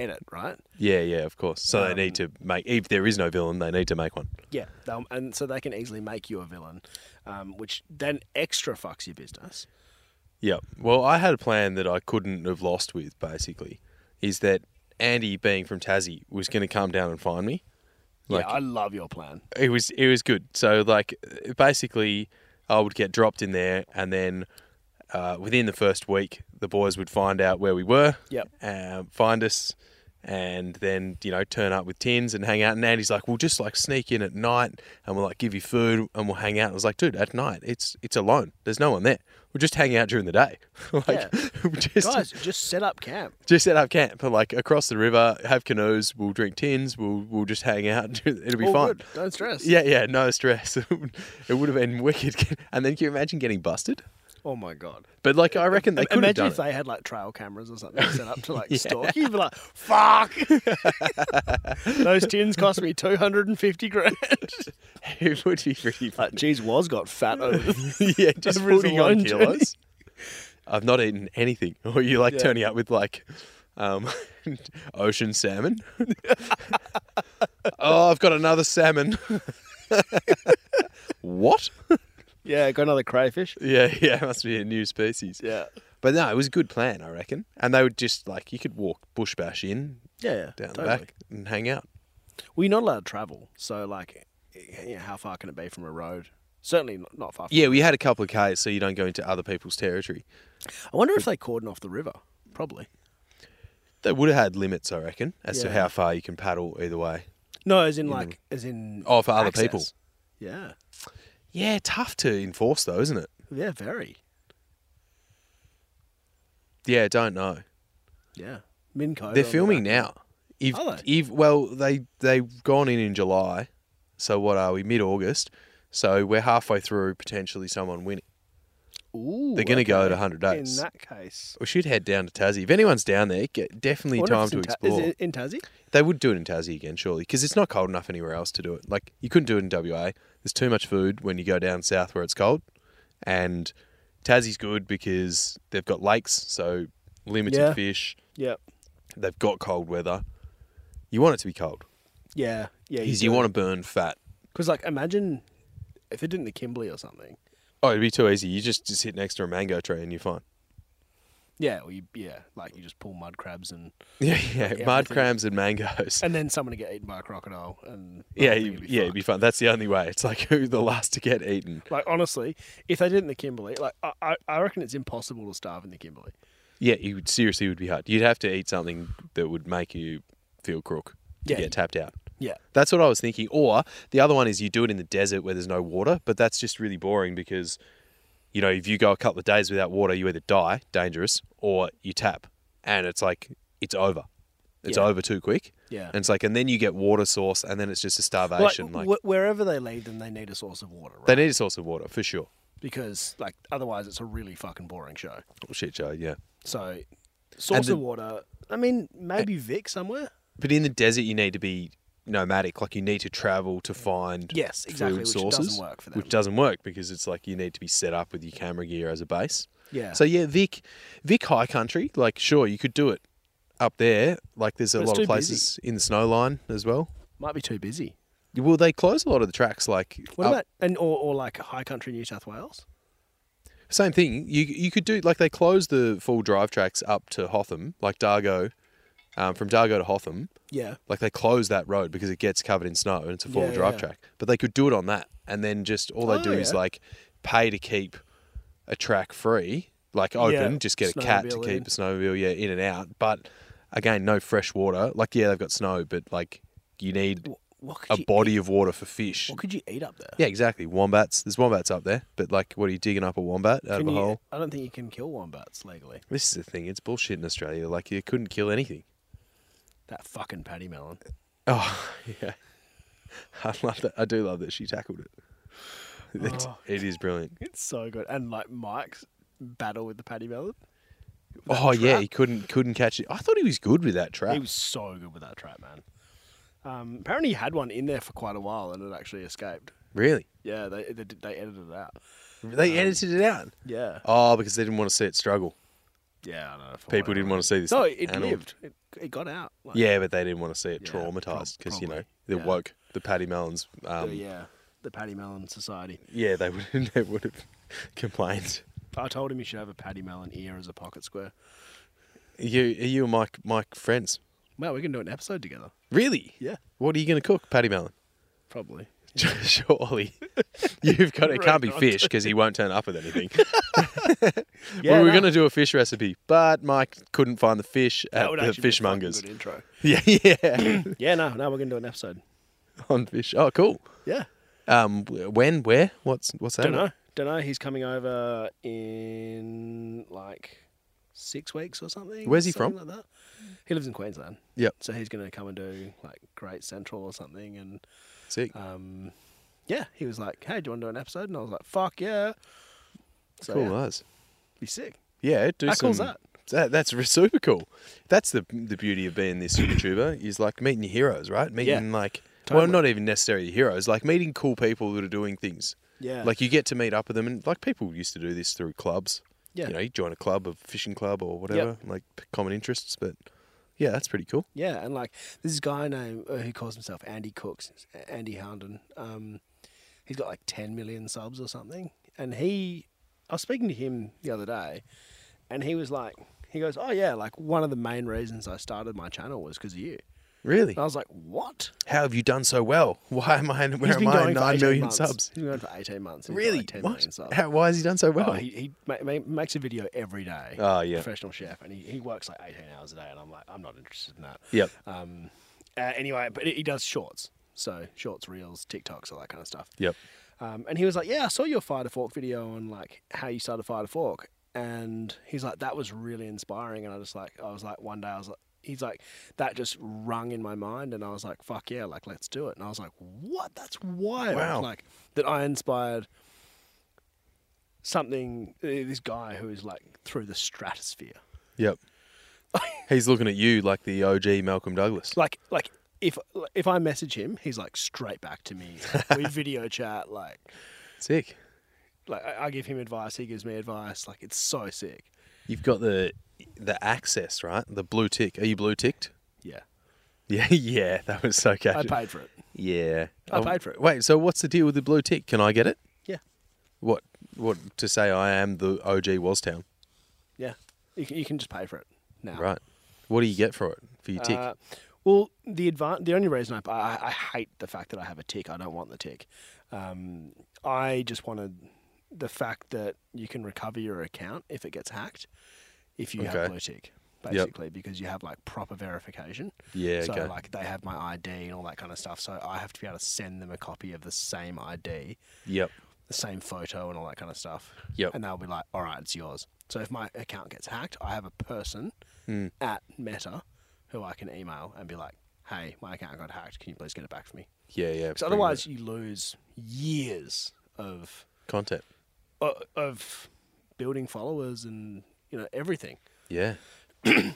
Speaker 6: in it, right?
Speaker 1: Yeah, yeah, of course. So they need to make if there is no villain, they need to make one.
Speaker 6: Yeah, they'll- and so they can easily make you a villain, um, which then extra fucks your business.
Speaker 1: Yeah. Well, I had a plan that I couldn't have lost with. Basically, is that Andy, being from Tassie, was going to come down and find me. Like-
Speaker 6: yeah, I love your plan.
Speaker 1: It was it was good. So like basically, I would get dropped in there, and then uh, within the first week, the boys would find out where we were.
Speaker 6: Yep.
Speaker 1: Uh, find us, and then you know turn up with tins and hang out. And Andy's like, we'll just like sneak in at night, and we'll like give you food, and we'll hang out. I was like, dude, at night, it's it's alone. There's no one there. We'll just hang out during the day. like,
Speaker 6: Yeah.
Speaker 1: we'll just
Speaker 6: Guys, just set up camp.
Speaker 1: just set up camp, like across the river, have canoes. We'll drink tins. We'll we'll just hang out. It'll be
Speaker 6: All
Speaker 1: fun.
Speaker 6: good. Don't stress.
Speaker 1: Yeah, yeah, no stress. it would have been wicked. And then can you imagine getting busted?
Speaker 6: Oh my god.
Speaker 1: But like, I reckon they could have
Speaker 6: Imagine
Speaker 1: done
Speaker 6: if
Speaker 1: it.
Speaker 6: they had like trail cameras or something set up to like stalk you. You'd be like, fuck. Those tins cost me two hundred and fifty grand.
Speaker 1: it would be pretty
Speaker 6: like,
Speaker 1: fun.
Speaker 6: geez, was got fat over.
Speaker 1: yeah, just
Speaker 6: over his
Speaker 1: 41
Speaker 6: long journey.
Speaker 1: kilos. I've not eaten anything. Or you like turning up with like um, ocean salmon. oh, I've got another salmon. what?
Speaker 6: yeah, got another crayfish.
Speaker 1: Yeah, yeah, must be a new species.
Speaker 6: Yeah.
Speaker 1: But no, it was a good plan, I reckon. And they would just like, you could walk bush bash in
Speaker 6: Yeah, yeah.
Speaker 1: down
Speaker 6: totally.
Speaker 1: the back and hang out.
Speaker 6: Well, you're not allowed to travel, so like, you know, how far can it be from a road? Certainly not, not far. From
Speaker 1: Yeah, we had a couple of Ks so you don't go into other people's territory.
Speaker 6: I wonder if they cordon off the river. Probably.
Speaker 1: They would have had limits, I reckon, as to
Speaker 6: Yeah.
Speaker 1: how far you can paddle either way.
Speaker 6: No, as in like, as in.
Speaker 1: Oh, for other people.
Speaker 6: access. Yeah.
Speaker 1: Yeah, tough to enforce though, isn't it?
Speaker 6: Yeah. Very.
Speaker 1: Yeah, don't know.
Speaker 6: Yeah. Minco.
Speaker 1: They're filming now. If,
Speaker 6: Are they?
Speaker 1: if well, they they've gone in in July, so what are we? Mid August, so we're halfway through. Potentially, someone winning.
Speaker 6: Ooh,
Speaker 1: They're going to go
Speaker 6: okay.
Speaker 1: to hundred
Speaker 6: In
Speaker 1: days.
Speaker 6: that case,
Speaker 1: we should head down to Tassie. If anyone's down there, get, definitely
Speaker 6: Wonder if
Speaker 1: time
Speaker 6: it's
Speaker 1: to
Speaker 6: in Ta-
Speaker 1: explore.
Speaker 6: Is it in Tassie?
Speaker 1: They would do it in Tassie again, surely, because it's not cold enough anywhere else to do it. Like you couldn't do it in WA. There's too much food when you go down south where it's cold, and Tassie's good because they've got lakes, so limited
Speaker 6: Yeah.
Speaker 1: fish.
Speaker 6: Yeah,
Speaker 1: They've got cold weather. You want it to be cold
Speaker 6: yeah, yeah.
Speaker 1: because you want to burn fat.
Speaker 6: because like imagine if it did in the Kimberley or something.
Speaker 1: Oh, it'd be too easy. You just just sit next to a mango tree and you're fine.
Speaker 6: Yeah, well, you, yeah, like you just pull mud crabs and
Speaker 1: Yeah, yeah. Mud
Speaker 6: everything.
Speaker 1: crams and mangoes.
Speaker 6: and then someone to get eaten by a crocodile and the
Speaker 1: yeah,
Speaker 6: whole thing
Speaker 1: you-
Speaker 6: would be
Speaker 1: yeah,
Speaker 6: fucked.
Speaker 1: it'd be fun. That's the only way. It's like who the last to get eaten.
Speaker 6: Like honestly, if they did it in the Kimberley, like I, I, I reckon it's impossible to starve in the Kimberley.
Speaker 1: Yeah, it would seriously would be hard. You'd have to eat something that would make you feel crook to
Speaker 6: Yeah.
Speaker 1: get tapped out.
Speaker 6: Yeah,
Speaker 1: That's what I was thinking. Or the other one is you do it in the desert where there's no water, but that's just really boring because, you know, if you go a couple of days without water, you either die, dangerous, or you tap. And it's like, it's over. It's
Speaker 6: Yeah.
Speaker 1: over too quick.
Speaker 6: Yeah.
Speaker 1: And it's like, and then you get water source, and then it's just a
Speaker 6: like,
Speaker 1: starvation. Like,
Speaker 6: wh- wherever they leave them, they need a source of water, right?
Speaker 1: they need a source of water for sure.
Speaker 6: because like otherwise, it's a really fucking boring show.
Speaker 1: Oh, shit, Joe, yeah.
Speaker 6: So, source
Speaker 1: the-
Speaker 6: of water. I mean, maybe Vic somewhere.
Speaker 1: But in the desert, you need to be nomadic. Like you need to travel to find
Speaker 6: Yes,
Speaker 1: food
Speaker 6: exactly, which doesn't
Speaker 1: sources,
Speaker 6: work for
Speaker 1: which
Speaker 6: them.
Speaker 1: doesn't work because it's like you need to be set up with your camera gear as a base.
Speaker 6: Yeah.
Speaker 1: So yeah, Vic, Vic High Country. Like sure, you could do it up there. Like there's a
Speaker 6: But it's
Speaker 1: lot of
Speaker 6: too
Speaker 1: places in the snow line as well.
Speaker 6: Might be too busy.
Speaker 1: Well, they close a lot of the tracks. Like
Speaker 6: What
Speaker 1: up-
Speaker 6: about and or, or like high country New South Wales?
Speaker 1: Same thing. You you could do like they closed the full drive tracks up to Hotham, like Dargo, um, from Dargo to Hotham.
Speaker 6: Yeah.
Speaker 1: Like they close that road because it gets covered in snow and it's a four wheel
Speaker 6: Yeah,
Speaker 1: drive
Speaker 6: yeah.
Speaker 1: track. But they could do it on that, and then just all they
Speaker 6: Oh,
Speaker 1: do is
Speaker 6: yeah.
Speaker 1: like pay to keep a track free, like open. Just get a cat to
Speaker 6: snowmobile
Speaker 1: keep
Speaker 6: in.
Speaker 1: a snowmobile, yeah, in and out. But again, no fresh water. Like yeah, they've got snow, but like you need
Speaker 6: What could
Speaker 1: a
Speaker 6: you
Speaker 1: body of water for fish.
Speaker 6: What could you eat up there?
Speaker 1: Yeah, exactly. Wombats. There's wombats up there, but like, what are you digging up a wombat out of
Speaker 6: Can
Speaker 1: a
Speaker 6: you-
Speaker 1: hole?
Speaker 6: I don't think you can kill wombats legally.
Speaker 1: This is the thing. It's bullshit in Australia. Like you couldn't kill anything.
Speaker 6: That fucking paddy melon.
Speaker 1: Oh yeah, I love that. I do love that she tackled it. It's, It is brilliant.
Speaker 6: It's so good. And like Mike's battle with the paddy melon.
Speaker 1: Oh yeah, he couldn't couldn't catch it. I thought he was good with that trap.
Speaker 6: He was so good with that trap, man. Um, apparently, he had one in there for quite a while and it actually escaped.
Speaker 1: really. Um,
Speaker 6: Yeah, they they, did- they edited it out.
Speaker 1: They edited it out.
Speaker 6: Yeah.
Speaker 1: Oh, because they didn't want to see it struggle.
Speaker 6: Yeah, I don't know. for
Speaker 1: People
Speaker 6: whatever
Speaker 1: didn't want to
Speaker 6: reason.
Speaker 1: see this.
Speaker 6: No, it
Speaker 1: animal.
Speaker 6: lived. It, it got out. Like,
Speaker 1: Yeah, but they didn't want to see it
Speaker 6: Yeah, prob-
Speaker 1: traumatized because you know
Speaker 6: probably.
Speaker 1: the
Speaker 6: Yeah.
Speaker 1: woke, the Paddy Melons.
Speaker 6: the,
Speaker 1: Um, yeah.
Speaker 6: yeah, the Paddy Melon Society.
Speaker 1: they would they would have complained.
Speaker 6: I told him he should have a Paddy Melon ear as a pocket square.
Speaker 1: Are you are you and Mike Mike friends?
Speaker 6: Well, we can do an episode together.
Speaker 1: Really?
Speaker 6: Yeah,
Speaker 1: What are you going to cook, Paddy Melon?
Speaker 6: probably.
Speaker 1: Surely, you've got it. Can't be fish because he won't turn up with anything.
Speaker 6: Yeah,
Speaker 1: we were
Speaker 6: no.
Speaker 1: going to do a fish recipe, but Mike couldn't find the fish at
Speaker 6: That would
Speaker 1: the
Speaker 6: actually be a fucking
Speaker 1: fishmongers.
Speaker 6: Good intro.
Speaker 1: Yeah, yeah,
Speaker 6: Yeah, no, no, we're gonna do an episode.
Speaker 1: on fish. Oh, cool.
Speaker 6: Yeah,
Speaker 1: Um, when, where, what's what's that?
Speaker 6: don't know, don't know. He's coming over in like six weeks or something.
Speaker 1: Where's he
Speaker 6: something
Speaker 1: from?
Speaker 6: Like that. He lives in Queensland,
Speaker 1: Yep,
Speaker 6: so he's gonna come and do like Great Central or something. And
Speaker 1: sick.
Speaker 6: um, yeah, he was like, "Hey, do you want to do an episode?" And I was like, "Fuck yeah!" So,
Speaker 1: cool,
Speaker 6: yeah,
Speaker 1: nice.
Speaker 6: be sick.
Speaker 1: Yeah, do
Speaker 6: How
Speaker 1: some.
Speaker 6: cool's that?
Speaker 1: that- That's re- super cool. That's the the beauty of being this YouTuber is like meeting your heroes, right? Meeting like well,
Speaker 6: totally.
Speaker 1: not even necessarily heroes, like meeting cool people that are doing things.
Speaker 6: Yeah.
Speaker 1: Like you get to meet up with them, and like people used to do this through clubs.
Speaker 6: Yeah.
Speaker 1: You know, you join a club, a fishing club, or whatever, like p- common interests. But yeah, that's pretty cool.
Speaker 6: Yeah, and like this guy named uh, who calls himself Andy Cooks, Andy Houndon. Um, he's got like ten million subs or something, and he, I was speaking to him the other day, and he was like, he goes, "Oh yeah, like one of the main reasons I started my channel was because of you."
Speaker 1: Really?
Speaker 6: And I was like, "What?"
Speaker 1: How have you done so well? Why am I? Where
Speaker 6: He's
Speaker 1: am
Speaker 6: been
Speaker 1: I?
Speaker 6: going for
Speaker 1: Nine
Speaker 6: 18
Speaker 1: million
Speaker 6: months.
Speaker 1: subs.
Speaker 6: He's been going for eighteen months. and he's got,
Speaker 1: Really?
Speaker 6: like, 10
Speaker 1: What?
Speaker 6: million subs.
Speaker 1: How, why has he done so well?
Speaker 6: Oh, he he ma- ma- makes a video every day.
Speaker 1: Oh, yeah.
Speaker 6: Professional chef, and he, he works like 18 hours a day, and I'm like, I'm not interested in that.
Speaker 1: Yep.
Speaker 6: Um, uh, anyway, but he he does shorts. So shorts, reels, TikToks, all that kind of stuff.
Speaker 1: Yep.
Speaker 6: Um, and he was like, "Yeah, I saw your fire to fork video on like how you started fire to fork," and he's like, "That was really inspiring." And I just like, I was like, one day I was like, he's like, that just rung in my mind, and I was like, "Fuck yeah, like let's do it." And I was like, "What? That's wild!"
Speaker 1: Wow.
Speaker 6: Like that I inspired something. uh, This guy who is like through the stratosphere,
Speaker 1: Yep. He's looking at you like the OG Malcolm Douglas.
Speaker 6: like like. If, if I message him, he's like straight back to me. Like, we video chat, like
Speaker 1: Sick.
Speaker 6: like I, I give him advice, he gives me advice. Like it's so sick.
Speaker 1: You've got the the access, right? The blue tick. Are you blue ticked?
Speaker 6: Yeah,
Speaker 1: Yeah, yeah. That was so catchy.
Speaker 6: I paid for it.
Speaker 1: Yeah,
Speaker 6: I
Speaker 1: Um,
Speaker 6: paid for it.
Speaker 1: Wait, so what's the deal with the blue tick? Can I get it?
Speaker 6: Yeah,
Speaker 1: What? What to say? I am the OG Wastown,
Speaker 6: yeah. You can, you can just pay for it now.
Speaker 1: right? What do you get for it for your tick?
Speaker 6: Oh. Uh, well, the advan- the only reason I, I I hate the fact that I have a tick. I don't want the tick. Um, I just wanted the fact that you can recover your account if it gets hacked if you
Speaker 1: Okay.
Speaker 6: have blue tick. Basically, because you have like proper verification.
Speaker 1: Yeah,
Speaker 6: So
Speaker 1: okay.
Speaker 6: like they have my ID and all that kind of stuff. So I have to be able to send them a copy of the same ID
Speaker 1: yep.
Speaker 6: the same photo and all that kind of stuff.
Speaker 1: Yep.
Speaker 6: And they'll be like, all right, it's yours. So if my account gets hacked, I have a person
Speaker 1: Hmm.
Speaker 6: at Meta who I can email and be like, hey, my account got hacked. Can you please get it back for me?
Speaker 1: Yeah, yeah.
Speaker 6: Because otherwise, you lose years of
Speaker 1: content.
Speaker 6: uh, of building followers and you know everything.
Speaker 1: Yeah.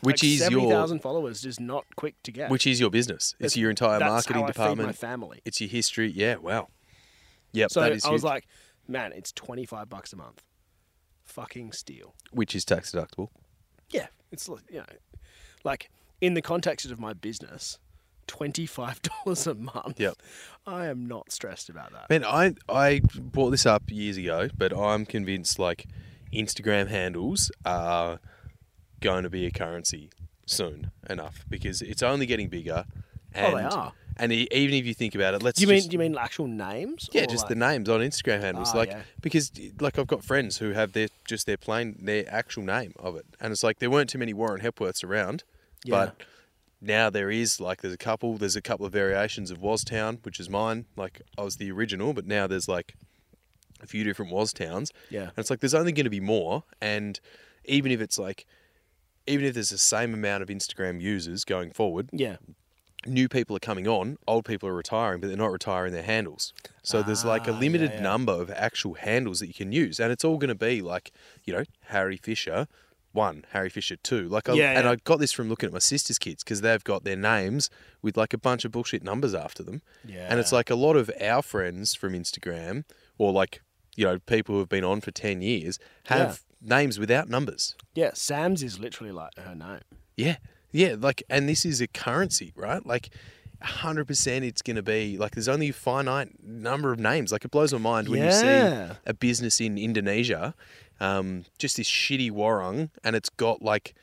Speaker 1: which
Speaker 6: Like,
Speaker 1: is
Speaker 6: seventy
Speaker 1: your
Speaker 6: thousand followers is not quick to get.
Speaker 1: which is your business? It's
Speaker 6: That's-
Speaker 1: your entire
Speaker 6: that's
Speaker 1: marketing
Speaker 6: how I
Speaker 1: department.
Speaker 6: Feed my family.
Speaker 1: it's your history. Yeah. Wow. Yep.
Speaker 6: So I
Speaker 1: that is
Speaker 6: was
Speaker 1: huge.
Speaker 6: like, man, it's twenty five bucks a month. Fucking steal.
Speaker 1: which is tax deductible.
Speaker 6: Yeah, it's like, you know, like in the context of my business, twenty five dollars a month.
Speaker 1: Yep.
Speaker 6: I am not stressed about that.
Speaker 1: Man, I I brought this up years ago, but I'm convinced like Instagram handles are going to be a currency soon enough because it's only getting bigger. And,
Speaker 6: Oh, they are.
Speaker 1: And e- even if you think about it, let's
Speaker 6: Do you mean
Speaker 1: just-
Speaker 6: do you mean actual names?
Speaker 1: yeah,
Speaker 6: or
Speaker 1: just the
Speaker 6: like-
Speaker 1: names on Instagram handles,
Speaker 6: Ah,
Speaker 1: like
Speaker 6: yeah.
Speaker 1: because like I've got friends who have their just their plain their actual name of it, and it's like there weren't too many Warren Hepworths around, but now there is like there's a couple there's a couple of variations of Wastown, which is mine. Like I was the original, but now there's like a few different Wastowns.
Speaker 6: Yeah.
Speaker 1: and it's like there's only going to be more, and even if it's like even if there's the same amount of Instagram users going forward,
Speaker 6: Yeah.
Speaker 1: new people are coming on, old people are retiring, but they're not retiring their handles. So there's like a
Speaker 6: Ah, yeah,
Speaker 1: limited
Speaker 6: yeah.
Speaker 1: number of actual handles that you can use, and it's all going to be like, you know, Harry Fisher one, Harry Fisher two. Like, I,
Speaker 6: Yeah,
Speaker 1: and
Speaker 6: yeah.
Speaker 1: I got this from looking at my sister's kids because they've got their names with like a bunch of bullshit numbers after them. And it's
Speaker 6: Yeah.
Speaker 1: like a lot of our friends from Instagram or like, you know, people who've been on for 10 years have names without numbers.
Speaker 6: Yeah, Sam's is literally like her name.
Speaker 1: Yeah. Yeah. Like, and this is a currency, right? Like, 100% it's going to be like there's only a finite number of names. Like, it blows my mind when you
Speaker 6: Yeah.
Speaker 1: see a business in Indonesia, um, just this shitty warung, and it's got like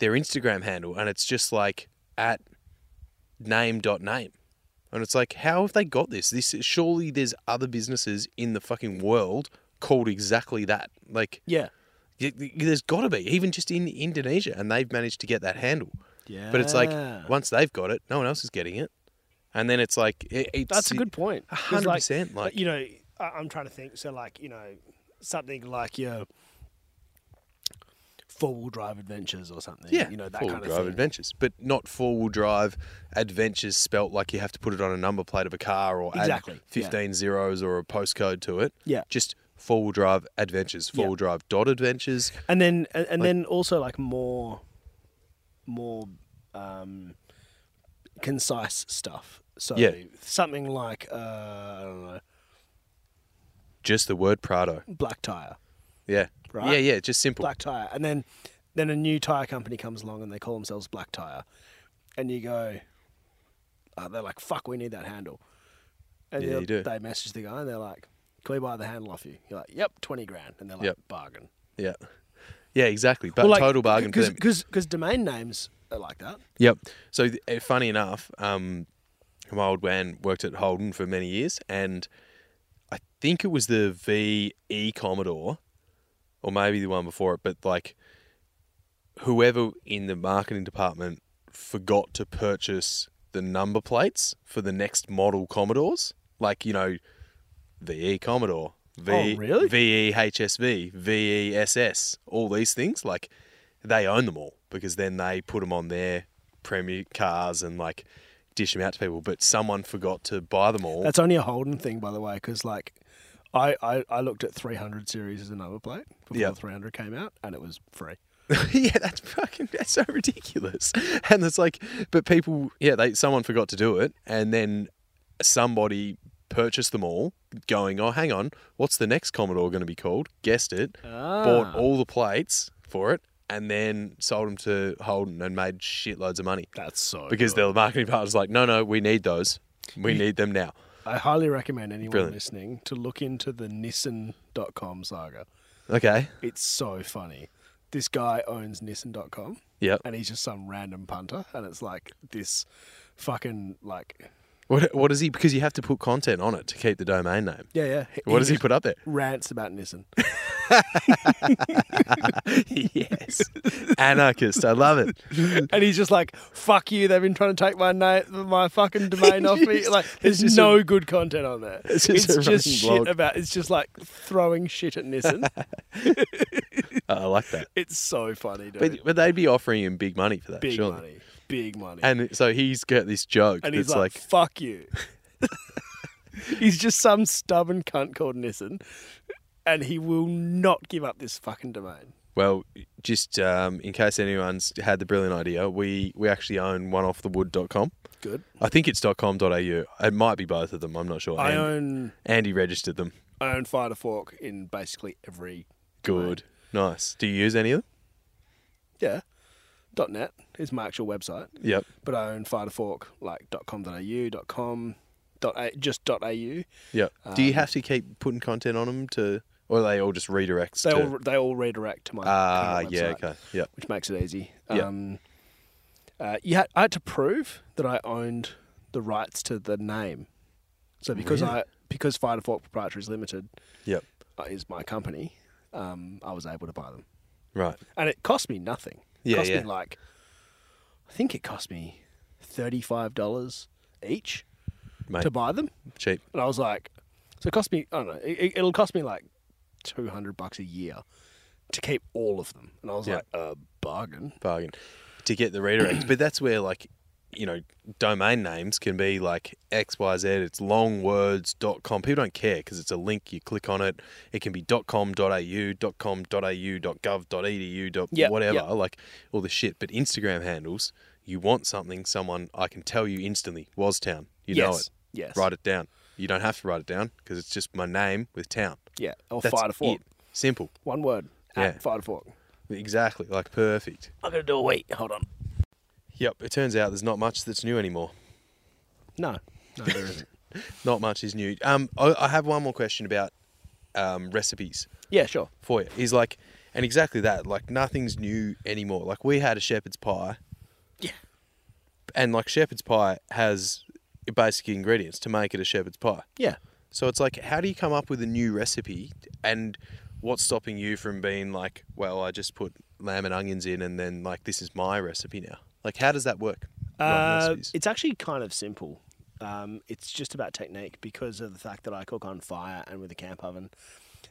Speaker 1: their Instagram handle, and it's just like at name dot name. And it's like, how have they got this? This surely there's other businesses in the fucking world called exactly that. Like,
Speaker 6: Yeah.
Speaker 1: Y- y- There's got to be, even just in Indonesia, and they've managed to get that handle. But it's like
Speaker 6: Yeah.
Speaker 1: once they've got it, no one else is getting it, and then it's like it, it's
Speaker 6: That's a good point.
Speaker 1: a
Speaker 6: 'Cause,
Speaker 1: hundred
Speaker 6: like, uh,
Speaker 1: percent, like-
Speaker 6: you know, I- I'm trying to think. So like you know, something like your four wheel drive adventures or something.
Speaker 1: yeah,
Speaker 6: you know that
Speaker 1: four-wheel
Speaker 6: kind of
Speaker 1: drive
Speaker 6: thing.
Speaker 1: adventures, but not four-wheel drive adventures spelt like you have to put it on a number plate of a car or
Speaker 6: Exactly,
Speaker 1: add
Speaker 6: yeah.
Speaker 1: 15 zeros or a postcode to it.
Speaker 6: Yeah.
Speaker 1: just four-wheel drive adventures, four-wheel drive dot adventures.
Speaker 6: and then and, and then also like more more um concise stuff so
Speaker 1: Yeah.
Speaker 6: something like uh I don't know,
Speaker 1: Just the word Prado.
Speaker 6: black tire
Speaker 1: Yeah,
Speaker 6: Right.
Speaker 1: yeah, yeah. Just simple.
Speaker 6: black tire and then then a new tire company comes along and they call themselves black tire and you go uh, they're like fuck we need that handle and
Speaker 1: Yeah,
Speaker 6: they'll-
Speaker 1: you do.
Speaker 6: they message the guy and they're like can we buy the handle off you you're like yep 20 grand and they're like
Speaker 1: Yep.
Speaker 6: bargain
Speaker 1: Yeah, yeah, exactly. But
Speaker 6: Well, like,
Speaker 1: total bargain for them.
Speaker 6: because because domain names are like that
Speaker 1: Yep. So, th- eh, funny enough, um, my old man worked at Holden for many years, and I think it was the VE Commodore, or maybe the one before it, but like whoever in the marketing department forgot to purchase the number plates for the next model Commodores, like, you know, VE Commodore, V, E
Speaker 6: Oh, really?
Speaker 1: VE HSV, VE SS, E all these things, like they own them all because then they put them on their premier cars and like dish them out to people. But someone forgot to buy them all.
Speaker 6: That's only a Holden thing, by the way, because like, I, I I looked at 300 series as a number plate before
Speaker 1: Yeah.
Speaker 6: 300 came out, and it was free.
Speaker 1: yeah, that's fucking that's so ridiculous. And it's like, but people, yeah, they someone forgot to do it, and then somebody purchased them all, going, oh, hang on, what's the next Commodore going to be called? Guessed it, bought all the plates for it, and then sold them to Holden and made shitloads of money
Speaker 6: That's so
Speaker 1: because the marketing partner's like, no, no, we need those, we need them now.
Speaker 6: I highly recommend anyone
Speaker 1: Brilliant.
Speaker 6: listening to look into the Nissan.com saga.
Speaker 1: Okay.
Speaker 6: It's so funny. This guy owns Nissan.com,
Speaker 1: Yep.
Speaker 6: and he's just some random punter, and it's like this fucking like
Speaker 1: What what is he? Because you have to put content on it to keep the domain name.
Speaker 6: yeah yeah.
Speaker 1: What does he
Speaker 6: just
Speaker 1: put up there?
Speaker 6: Rants about Nissan.
Speaker 1: yes. Anarchist. I love it.
Speaker 6: and he's just like, "Fuck you! They've been trying to take my na- my fucking domain off me." Like,
Speaker 1: it's just
Speaker 6: there's no good content on there.
Speaker 1: it's just
Speaker 6: It's just,
Speaker 1: a running
Speaker 6: shit
Speaker 1: blog.
Speaker 6: about. It's just like throwing shit at Nissan.
Speaker 1: I like that.
Speaker 6: it's so funny, dude.
Speaker 1: But, but they'd be offering him big money for that,
Speaker 6: big
Speaker 1: surely.
Speaker 6: money, big money. And,
Speaker 1: And so he's got this joke
Speaker 6: he's
Speaker 1: that's
Speaker 6: like,
Speaker 1: like,
Speaker 6: "Fuck you." he's just some stubborn cunt called Nissan, and he will not give up this fucking domain.
Speaker 1: well, just um, in case anyone's had the brilliant idea, we, we actually own oneoffthewood.com.
Speaker 6: Good.
Speaker 1: I think it's .com.au. It might be both of them. I'm not sure.
Speaker 6: I
Speaker 1: And-
Speaker 6: own
Speaker 1: Andy registered them.
Speaker 6: I own Fire to Fork in basically every
Speaker 1: Good. Nice. Do you use any of them?
Speaker 6: yeah. Dot net is my actual website.
Speaker 1: Yep.
Speaker 6: but I own Fire to Fork, like .com.au, .com, dot a, just .au. They
Speaker 1: Yep. Do
Speaker 6: Um,
Speaker 1: you have to keep putting content on them to, or are they all just redirects? to-
Speaker 6: all they all redirect to my
Speaker 1: Ah,
Speaker 6: current
Speaker 1: yeah,
Speaker 6: website,
Speaker 1: okay. Yep.
Speaker 6: which makes it easy.
Speaker 1: Yeah.
Speaker 6: Um, uh, you had, I had to prove that I owned the rights to the name. So because I because Fire to Fork Proprietaries Limited
Speaker 1: Yep.
Speaker 6: uh, is my company, um, I was able to buy them,
Speaker 1: Right.
Speaker 6: and it cost me nothing.
Speaker 1: Yeah,
Speaker 6: it cost
Speaker 1: yeah.
Speaker 6: me like I think it cost me thirty five dollars each
Speaker 1: Mate,
Speaker 6: to buy them.
Speaker 1: cheap.
Speaker 6: And I was like, so it cost me, I don't know, it, it'll cost me like 200 bucks a year to keep all of them. And I was
Speaker 1: Yeah.
Speaker 6: like, a bargain.
Speaker 1: bargain to get the redirect. but that's where like you know domain names can be like xyz it's longwords.com people don't care because it's a link you click on it it can be .com.au .com.au.gov.edu dot
Speaker 6: Yep,
Speaker 1: whatever
Speaker 6: yep.
Speaker 1: like all this shit but instagram handles you want something someone i can tell you instantly was town you know
Speaker 6: yes.
Speaker 1: it
Speaker 6: Yes.
Speaker 1: write it down you don't have to write it down because it's just my name with town
Speaker 6: Yeah. Or
Speaker 1: that's
Speaker 6: fire to fork.
Speaker 1: it simple
Speaker 6: One word.
Speaker 1: Yeah.
Speaker 6: at five o'clock.
Speaker 1: Exactly, like perfect.
Speaker 6: I'm gonna do a wait. Hold on.
Speaker 1: Yep, it turns out there's not much that's new anymore.
Speaker 6: No, no, there isn't.
Speaker 1: Not much is new. Um, I, I have one more question about um, recipes
Speaker 6: yeah, sure.
Speaker 1: for you. Is like, and exactly that, like nothing's new anymore. Like we had a shepherd's pie.
Speaker 6: Yeah.
Speaker 1: And like shepherd's pie has basic ingredients to make it a shepherd's pie.
Speaker 6: Yeah.
Speaker 1: So it's like, how do you come up with a new recipe? And what's stopping you from being like, well, I just put lamb and onions in, and then like this is my recipe now. Like, how does that work? Not
Speaker 6: Uh,
Speaker 1: recipes.
Speaker 6: it's actually kind of simple. Um, it's just about technique because of the fact that I cook on fire and with a camp oven.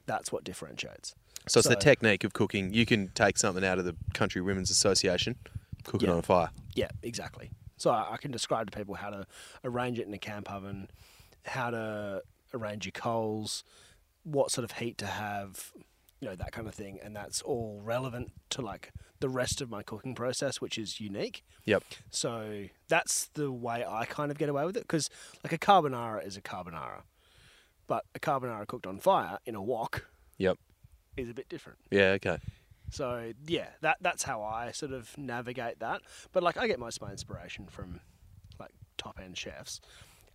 Speaker 6: That's what differentiates.
Speaker 1: so it's the
Speaker 6: so-
Speaker 1: technique of cooking. You can take something out of the Country Women's Association, cook it
Speaker 6: Yeah.
Speaker 1: on fire.
Speaker 6: Yeah, exactly. So I, I can describe to people how to arrange it in a camp oven, how to arrange your coals, what sort of heat to have, you know, that kind of thing. And that's all relevant to like the rest of my cooking process, which is unique.
Speaker 1: Yep.
Speaker 6: So that's the way I kind of get away with it because, like, a carbonara is a carbonara, but a carbonara cooked on fire in a wok
Speaker 1: Yep.
Speaker 6: is a bit different.
Speaker 1: Yeah. Okay.
Speaker 6: So yeah, that that's how I sort of navigate that. But like, I get most of my inspiration from like top end chefs,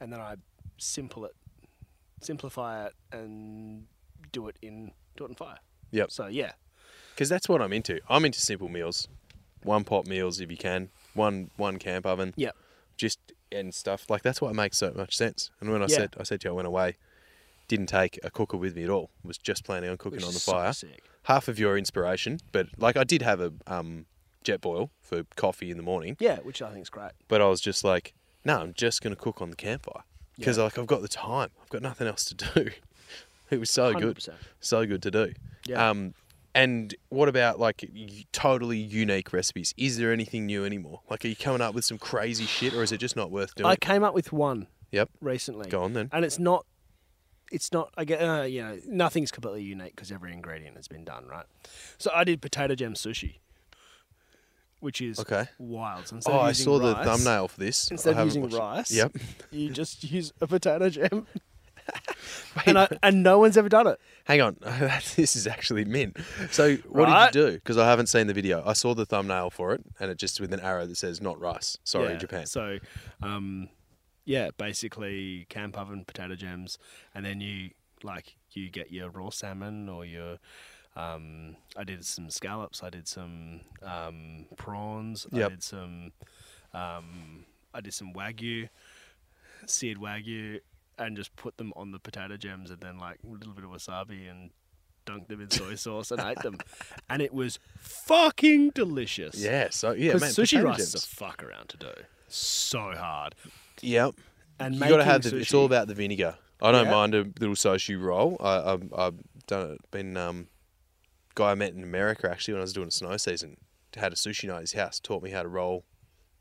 Speaker 6: and then I simple it, simplify it, and do it in do it on fire.
Speaker 1: Yep.
Speaker 6: So yeah,
Speaker 1: Because that's what I'm into. I'm into simple meals, one pot meals if you can, one one camp oven.
Speaker 6: yeah,
Speaker 1: just and stuff like that's why it makes so much sense. And when I
Speaker 6: Yeah.
Speaker 1: said I said to you, I went away, didn't take a cooker with me at all. Was just planning on cooking
Speaker 6: Which
Speaker 1: on the
Speaker 6: is so
Speaker 1: fire.
Speaker 6: sick.
Speaker 1: Half of your inspiration, but like I did have a um, jet boil for coffee in the morning,
Speaker 6: yeah, which I think is great.
Speaker 1: but I was just like, no, I'm just gonna cook on the campfire because like I've got the time. I've got nothing else to do. it was so good,
Speaker 6: 100%.
Speaker 1: so good to do.
Speaker 6: Yeah.
Speaker 1: Um, and what about like y- totally unique recipes? Is there anything new anymore? Like, are you coming up with some crazy shit, or is it just not worth doing?
Speaker 6: I came up with one
Speaker 1: Yep.
Speaker 6: recently.
Speaker 1: Go on then.
Speaker 6: And it's not, it's not. I get uh, you know nothing's completely unique because every ingredient has been done right. So I did potato jam sushi, which is
Speaker 1: Okay.
Speaker 6: wild. So instead
Speaker 1: Oh,
Speaker 6: of
Speaker 1: I
Speaker 6: using
Speaker 1: saw the
Speaker 6: rice-
Speaker 1: thumbnail for this. I
Speaker 6: Instead of
Speaker 1: haven't
Speaker 6: using
Speaker 1: watched it.
Speaker 6: rice,
Speaker 1: Yep.
Speaker 6: you just use a potato jam. and, I, and no one's ever done it.
Speaker 1: Hang on. this is actually mint. So, what
Speaker 6: Right?
Speaker 1: did you do? Because I haven't seen the video. I saw the thumbnail for it, and it just with an arrow that says "not rice." Sorry,
Speaker 6: Yeah,
Speaker 1: Japan.
Speaker 6: So, um, yeah, basically camp oven potato jams, and then you like you get your raw salmon or your. Um, I did some scallops. I did some um, prawns.
Speaker 1: Yep.
Speaker 6: I did some. Um, I did some wagyu, seared wagyu, and just put them on the potato jams, and then like a little bit of wasabi and. Dunked them in soy sauce and ate them, and it was fucking delicious.
Speaker 1: Yeah. So yeah, man.
Speaker 6: Because sushi
Speaker 1: potato
Speaker 6: rice is a
Speaker 1: gems.
Speaker 6: fuck around to do. So hard.
Speaker 1: Yep.
Speaker 6: And
Speaker 1: you got to
Speaker 6: making
Speaker 1: have the. It's
Speaker 6: sushi-
Speaker 1: all about the vinegar. I don't
Speaker 6: Yeah.
Speaker 1: mind a little sushi roll. I, I've, I've done it. Been um, guy I met in America actually when I was doing a snow season had a sushi night at his house. Taught me how to roll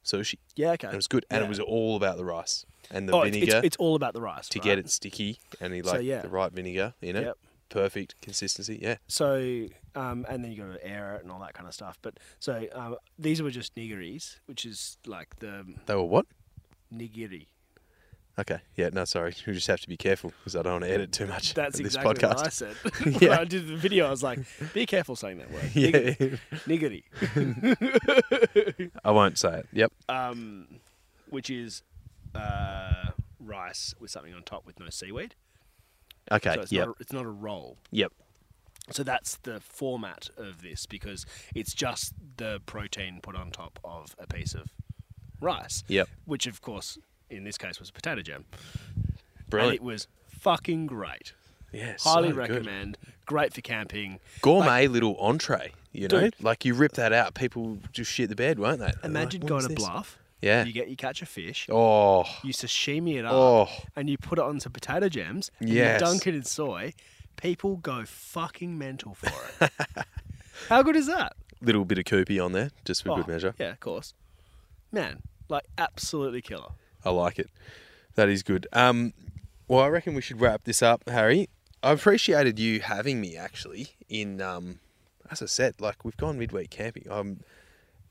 Speaker 1: sushi.
Speaker 6: Yeah, okay.
Speaker 1: And it was good, and
Speaker 6: Yeah.
Speaker 1: it was all about the rice and the
Speaker 6: oh, it's,
Speaker 1: vinegar.
Speaker 6: it's, it's all about the rice.
Speaker 1: to
Speaker 6: right?
Speaker 1: get it sticky and he
Speaker 6: So,
Speaker 1: like
Speaker 6: yeah.
Speaker 1: the right vinegar in it.
Speaker 6: Yep.
Speaker 1: Perfect consistency. Yeah.
Speaker 6: So, um, and then you got to air it and all that kind of stuff. But so um, these were just nigiris, which is like the
Speaker 1: They were what?
Speaker 6: nigiri.
Speaker 1: Okay. Yeah. No, sorry. We just have to be careful because I don't want to edit too much.
Speaker 6: That's
Speaker 1: in this
Speaker 6: exactly
Speaker 1: podcast.
Speaker 6: what I said. When
Speaker 1: Yeah.
Speaker 6: I did the video. I was like, be careful saying that word. Nigiri.
Speaker 1: Yeah.
Speaker 6: nigiri.
Speaker 1: I won't say it. Yep.
Speaker 6: um, which is uh, rice with something on top with no seaweed.
Speaker 1: Okay.
Speaker 6: So it's,
Speaker 1: yep.
Speaker 6: not a, it's not a roll.
Speaker 1: Yep.
Speaker 6: So that's the format of this because it's just the protein put on top of a piece of rice.
Speaker 1: Yep.
Speaker 6: Which, of course, in this case was potato jam. And
Speaker 1: Brilliant.
Speaker 6: it was fucking great.
Speaker 1: yeah.
Speaker 6: Highly
Speaker 1: so good.
Speaker 6: recommend. Great for camping.
Speaker 1: Gourmet little entree. You know,
Speaker 6: Dude.
Speaker 1: like you rip that out, people just shit the bed, won't they? They're
Speaker 6: Imagine
Speaker 1: like, what
Speaker 6: going
Speaker 1: is
Speaker 6: to
Speaker 1: this?
Speaker 6: Bluff.
Speaker 1: Yeah.
Speaker 6: You get you catch a fish.
Speaker 1: Oh.
Speaker 6: You sashimi it up.
Speaker 1: Oh.
Speaker 6: And you put it on some potato jams. And
Speaker 1: Yes.
Speaker 6: You dunk it in soy. People go fucking mental for it. How good is that?
Speaker 1: Little bit of koopy on there, just for
Speaker 6: Oh,
Speaker 1: good measure.
Speaker 6: Yeah, of course. Man, like absolutely killer.
Speaker 1: I like it. That is good. Um, well, I reckon we should wrap this up, Harry. I appreciated you having me actually. In um, as I said, like we've gone midweek camping. Um,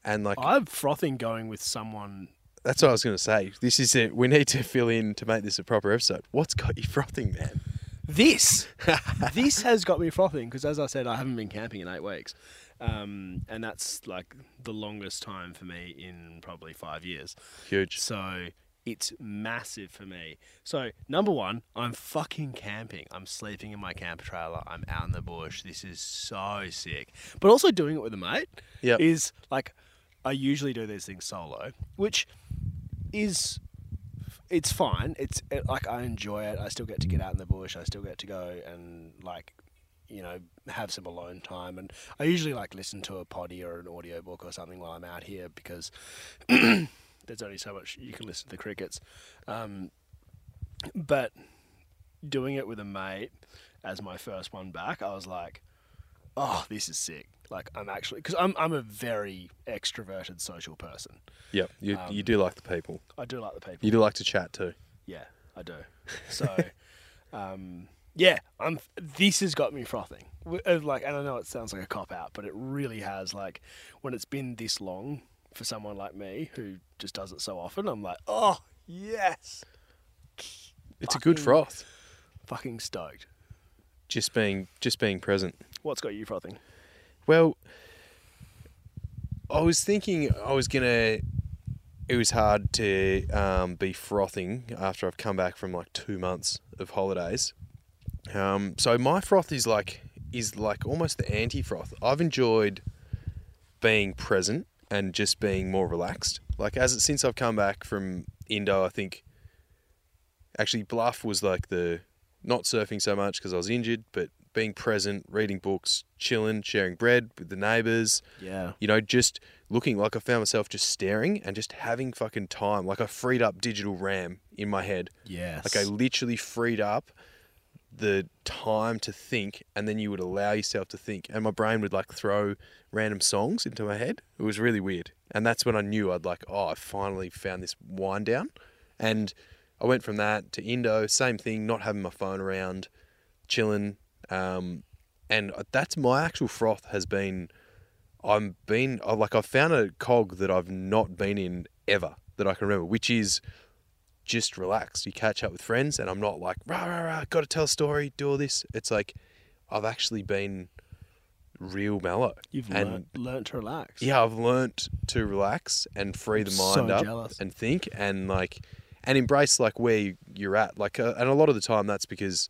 Speaker 1: and like
Speaker 6: I'm frothing going with someone.
Speaker 1: that's what I was going to say. This is it. We need to fill in to make this a proper episode. What's got you frothing, man?
Speaker 6: This, this has got me frothing because, as I said, I haven't been camping in eight weeks, um, and that's like the longest time for me in probably five years.
Speaker 1: Huge.
Speaker 6: So it's massive for me. So number one, I'm fucking camping. I'm sleeping in my camper trailer. I'm out in the bush. This is so sick. But also doing it with a mate
Speaker 1: Yep.
Speaker 6: is like I usually do these things solo, which is it's fine. It's it, like I enjoy it. I still get to get out in the bush. I still get to go and like you know have some alone time. And I usually like listen to a poddy or an audiobook or something while I'm out here because there's only so much you can listen to the crickets. Um, but doing it with a mate as my first one back, I was like, oh, this is sick. Like I'm actually because I'm I'm a very extroverted social person.
Speaker 1: Yep. You, you do like the people.
Speaker 6: I do like the people.
Speaker 1: You do like to chat too.
Speaker 6: Yeah, I do. So, um, yeah, I'm. This has got me frothing. W- uh, Like, and I know it sounds like a cop out, but it really has. Like, when it's been this long for someone like me who just does it so often, I'm like, oh yes,
Speaker 1: It's a good
Speaker 6: Fucking-
Speaker 1: froth.
Speaker 6: fucking stoked.
Speaker 1: Just being just being present.
Speaker 6: What's got you frothing?
Speaker 1: Well, I was thinking I was gonna. It was hard to um, be frothing after I've come back from like two months of holidays. Um, so my froth is like is like almost the anti froth. I've enjoyed being present and just being more relaxed. Like as since I've come back from Indo, I think actually bluff was like the not surfing so much because I was injured, but being present, reading books, chilling, sharing bread with the neighbors.
Speaker 6: Yeah.
Speaker 1: You know, just looking like I found myself just staring and just having fucking time. Like I freed up digital RAM in my head.
Speaker 6: Yes.
Speaker 1: Like I literally freed up the time to think and then you would allow yourself to think and my brain would like throw random songs into my head. It was really weird. And that's when I knew I'd like, oh, I finally found this wind down. And I went from that to Indo, same thing, not having my phone around, chilling. Um, and that's my actual froth has been I'm been I- like I've found a cog that I've not been in ever that I can remember, which is just relaxed. You catch up with friends, and I'm not like rah rah rah, got to tell a story, do all this. It's like I've actually been real mellow.
Speaker 6: You've
Speaker 1: and
Speaker 6: learnt, learnt to relax.
Speaker 1: yeah, I've learnt to relax and free the
Speaker 6: I'm
Speaker 1: mind
Speaker 6: so
Speaker 1: up
Speaker 6: jealous.
Speaker 1: and think and like and embrace like where you- you're at. Like, uh, and a lot of the time that's because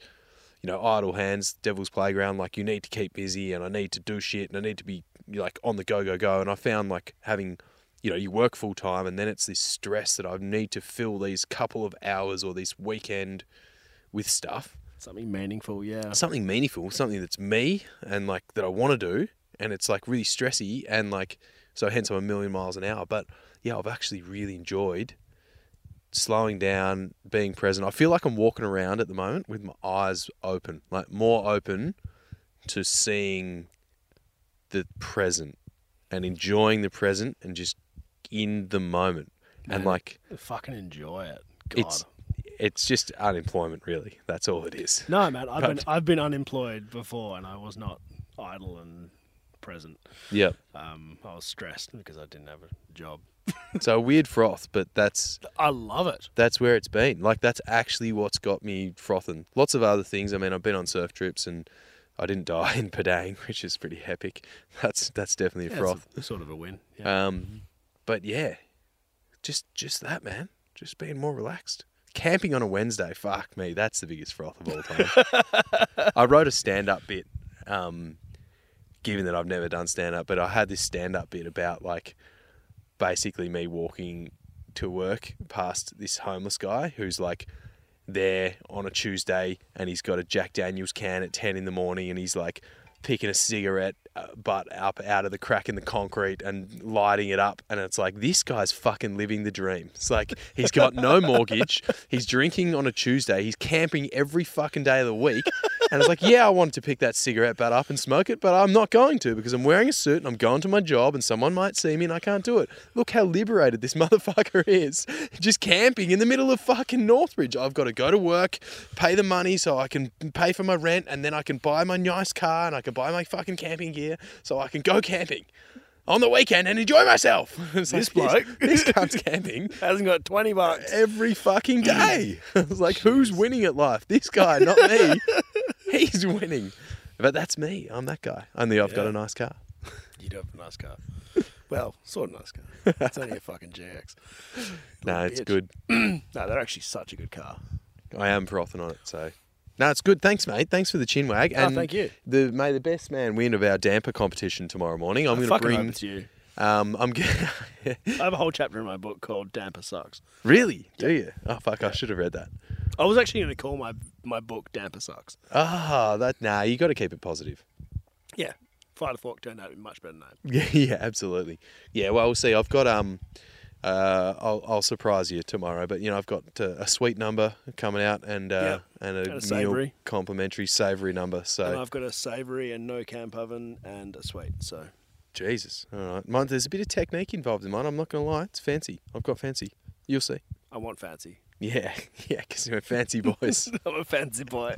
Speaker 1: you know idle hands, devil's playground. Like, you need to keep busy, and I need to do shit, and I need to be like on the go, go, go. And I found like having you know you work full time, and then it's this stress that I need to fill these couple of hours or this weekend with stuff
Speaker 6: Something meaningful. Yeah.
Speaker 1: something meaningful, something that's me and like that I want to do, and it's like really stressy and like so hence I'm a million miles an hour. But yeah, I've actually really enjoyed slowing down, being present. I feel like I'm walking around at the moment with my eyes open, like more open to seeing the present and enjoying the present and just in the moment. And
Speaker 6: Man,
Speaker 1: like
Speaker 6: Fucking enjoy it. God.
Speaker 1: it's it's just unemployment really. That's all it is.
Speaker 6: no, man. I've been
Speaker 1: But-
Speaker 6: I've been unemployed before, and I was not idle and present.
Speaker 1: Yeah.
Speaker 6: Um, I was stressed because I didn't have a job.
Speaker 1: So a weird froth, but that's
Speaker 6: I love it.
Speaker 1: that's where it's been. Like that's actually what's got me frothing. Lots of other things. I mean, I've been on surf trips and I didn't die in Padang, which is pretty epic. That's that's definitely a froth.
Speaker 6: sort of a win.
Speaker 1: Um, but yeah, just just that man, just being more relaxed. Camping on a Wednesday, fuck me, that's the biggest froth of all time. I wrote a stand-up bit, um, given that I've never done stand-up, but I had this stand-up bit about like basically me walking to work past this homeless guy who's like there on a Tuesday and he's got a Jack Daniels can at 10 in the morning and he's like picking a cigarette uh, butt up out of the crack in the concrete and lighting it up and it's like this guy's fucking living the dream. It's like he's got no mortgage, he's drinking on a Tuesday, he's camping every fucking day of the week. And it's like, yeah, I wanted to pick that cigarette butt up and smoke it, but I'm not going to because I'm wearing a suit and I'm going to my job and someone might see me and I can't do it. Look how liberated this motherfucker is. Just camping in the middle of fucking Northridge. I've got to go to work, pay the money so I can pay for my rent and then I can buy my nice car and I can buy my fucking camping gear so I can go camping on the weekend and enjoy myself. It's
Speaker 6: This
Speaker 1: like,
Speaker 6: bloke.
Speaker 1: This, this cunt's camping
Speaker 6: Hasn't got
Speaker 1: eh.
Speaker 6: twenty bucks.
Speaker 1: every fucking day. I was like, who's winning at life? This guy, not me. He's winning. But that's me. I'm that guy. Only I've got
Speaker 7: Yeah.
Speaker 1: a nice car.
Speaker 7: You do have a nice car. Well, sort of nice car. It's only a fucking GX.
Speaker 1: No, it's
Speaker 7: bitch.
Speaker 1: good.
Speaker 7: No, they're actually such a good car.
Speaker 1: I am frothing on it. So, no, it's good. Thanks, mate. Thanks for the chin wag. And
Speaker 7: thank you.
Speaker 1: The may the best man win of our damper competition tomorrow morning. I'm going to
Speaker 6: Fucking hope
Speaker 1: bring.
Speaker 6: it's you.
Speaker 1: Um, I'm g-
Speaker 6: I have a whole chapter in my book called "Damper Sucks."
Speaker 1: really. Do you? Oh fuck! I should have read that.
Speaker 6: I was actually going to call my my book "Damper Sucks."
Speaker 1: Ah, that nah. You got to keep it positive.
Speaker 6: Yeah, Fight a Fork turned out to be a much better name.
Speaker 1: Yeah, yeah, absolutely. Yeah, well, we'll see. I've got um, uh, I'll, I'll surprise you tomorrow. But you know, I've got uh, a sweet number coming out and uh, and a,
Speaker 6: and a
Speaker 1: meal
Speaker 6: savoury.
Speaker 1: complimentary savoury number. So
Speaker 6: And I've got a savoury and no camp oven and a sweet. So
Speaker 1: Jesus, all right. Mine, there's a bit of technique involved in mine. I'm not gonna lie, it's fancy. I've got fancy. You'll see.
Speaker 6: I want fancy.
Speaker 1: Yeah, yeah, because we're fancy boys.
Speaker 6: I'm a fancy boy.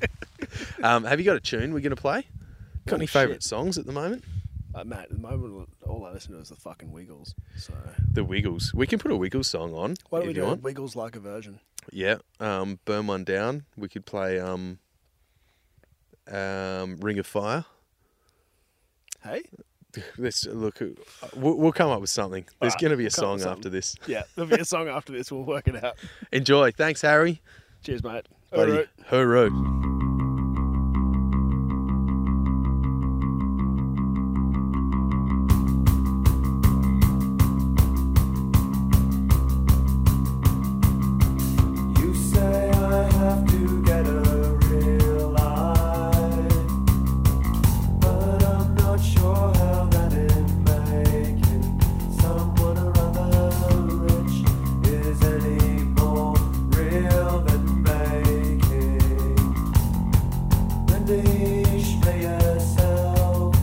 Speaker 1: um, have you got a tune we're gonna play? Got
Speaker 6: Oh,
Speaker 1: any
Speaker 6: shit.
Speaker 1: favourite songs at the moment?
Speaker 6: uh, Matt, at the moment, all I listen to is the fucking Wiggles. So
Speaker 1: The Wiggles. We can put a Wiggles song on
Speaker 7: Why don't we
Speaker 1: if you
Speaker 7: do a
Speaker 1: want.
Speaker 7: Wiggles like a version?
Speaker 1: Yeah. Um, burn one down. We could play um, um, Ring of Fire.
Speaker 7: Hey?
Speaker 1: Let's look. uh, We'll, we'll come up with something. There's
Speaker 7: Alright,
Speaker 1: gonna be a
Speaker 7: we'll come up
Speaker 1: song
Speaker 7: with
Speaker 1: after this.
Speaker 7: Yeah, there'll be a song after this. We'll work it out.
Speaker 1: Enjoy. Thanks, Harry.
Speaker 6: cheers, mate.
Speaker 1: Buddy.
Speaker 7: Alright.
Speaker 1: Hooroo.
Speaker 8: You say I have to get a real life, but I'm not sure how that is making someone or other rich is any more real than making Wendy play yourself.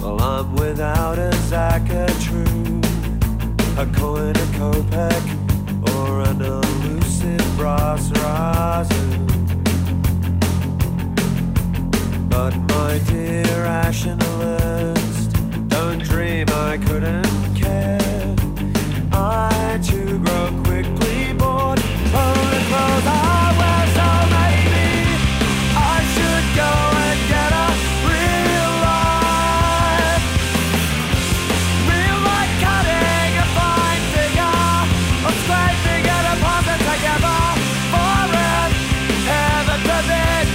Speaker 8: Well, I'm without a Zachatrue a coin, a kopeck, or an elusive brass razzle. But my dear rationalist, don't dream I couldn't care. I too grow quickly bored of the clothes I wear, so maybe I should go and get a real life. Real life cutting a fine figure, I'm scraping an apartment together for it. Heaven forbid,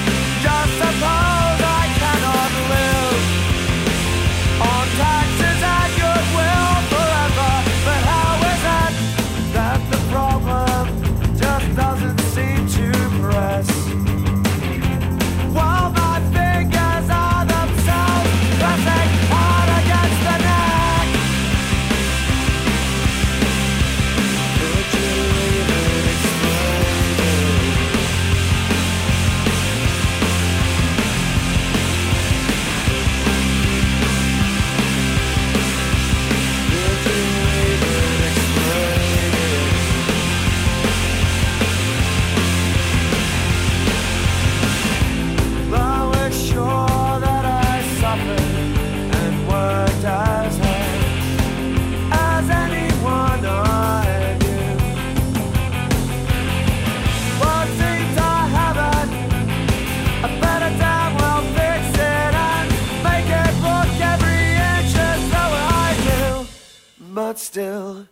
Speaker 8: just suppose I cannot live on taxes and goodwill forever. But how is it that the problem just doesn't seem to press? While my fingers are themselves pressing hard against the neck. Could you even explain it? Could you even explain it? I was sure that I suffered and worked as hard as anyone I knew. Well, it seems I haven't. I better damn well fix it and make it look every inch as though I do. But still.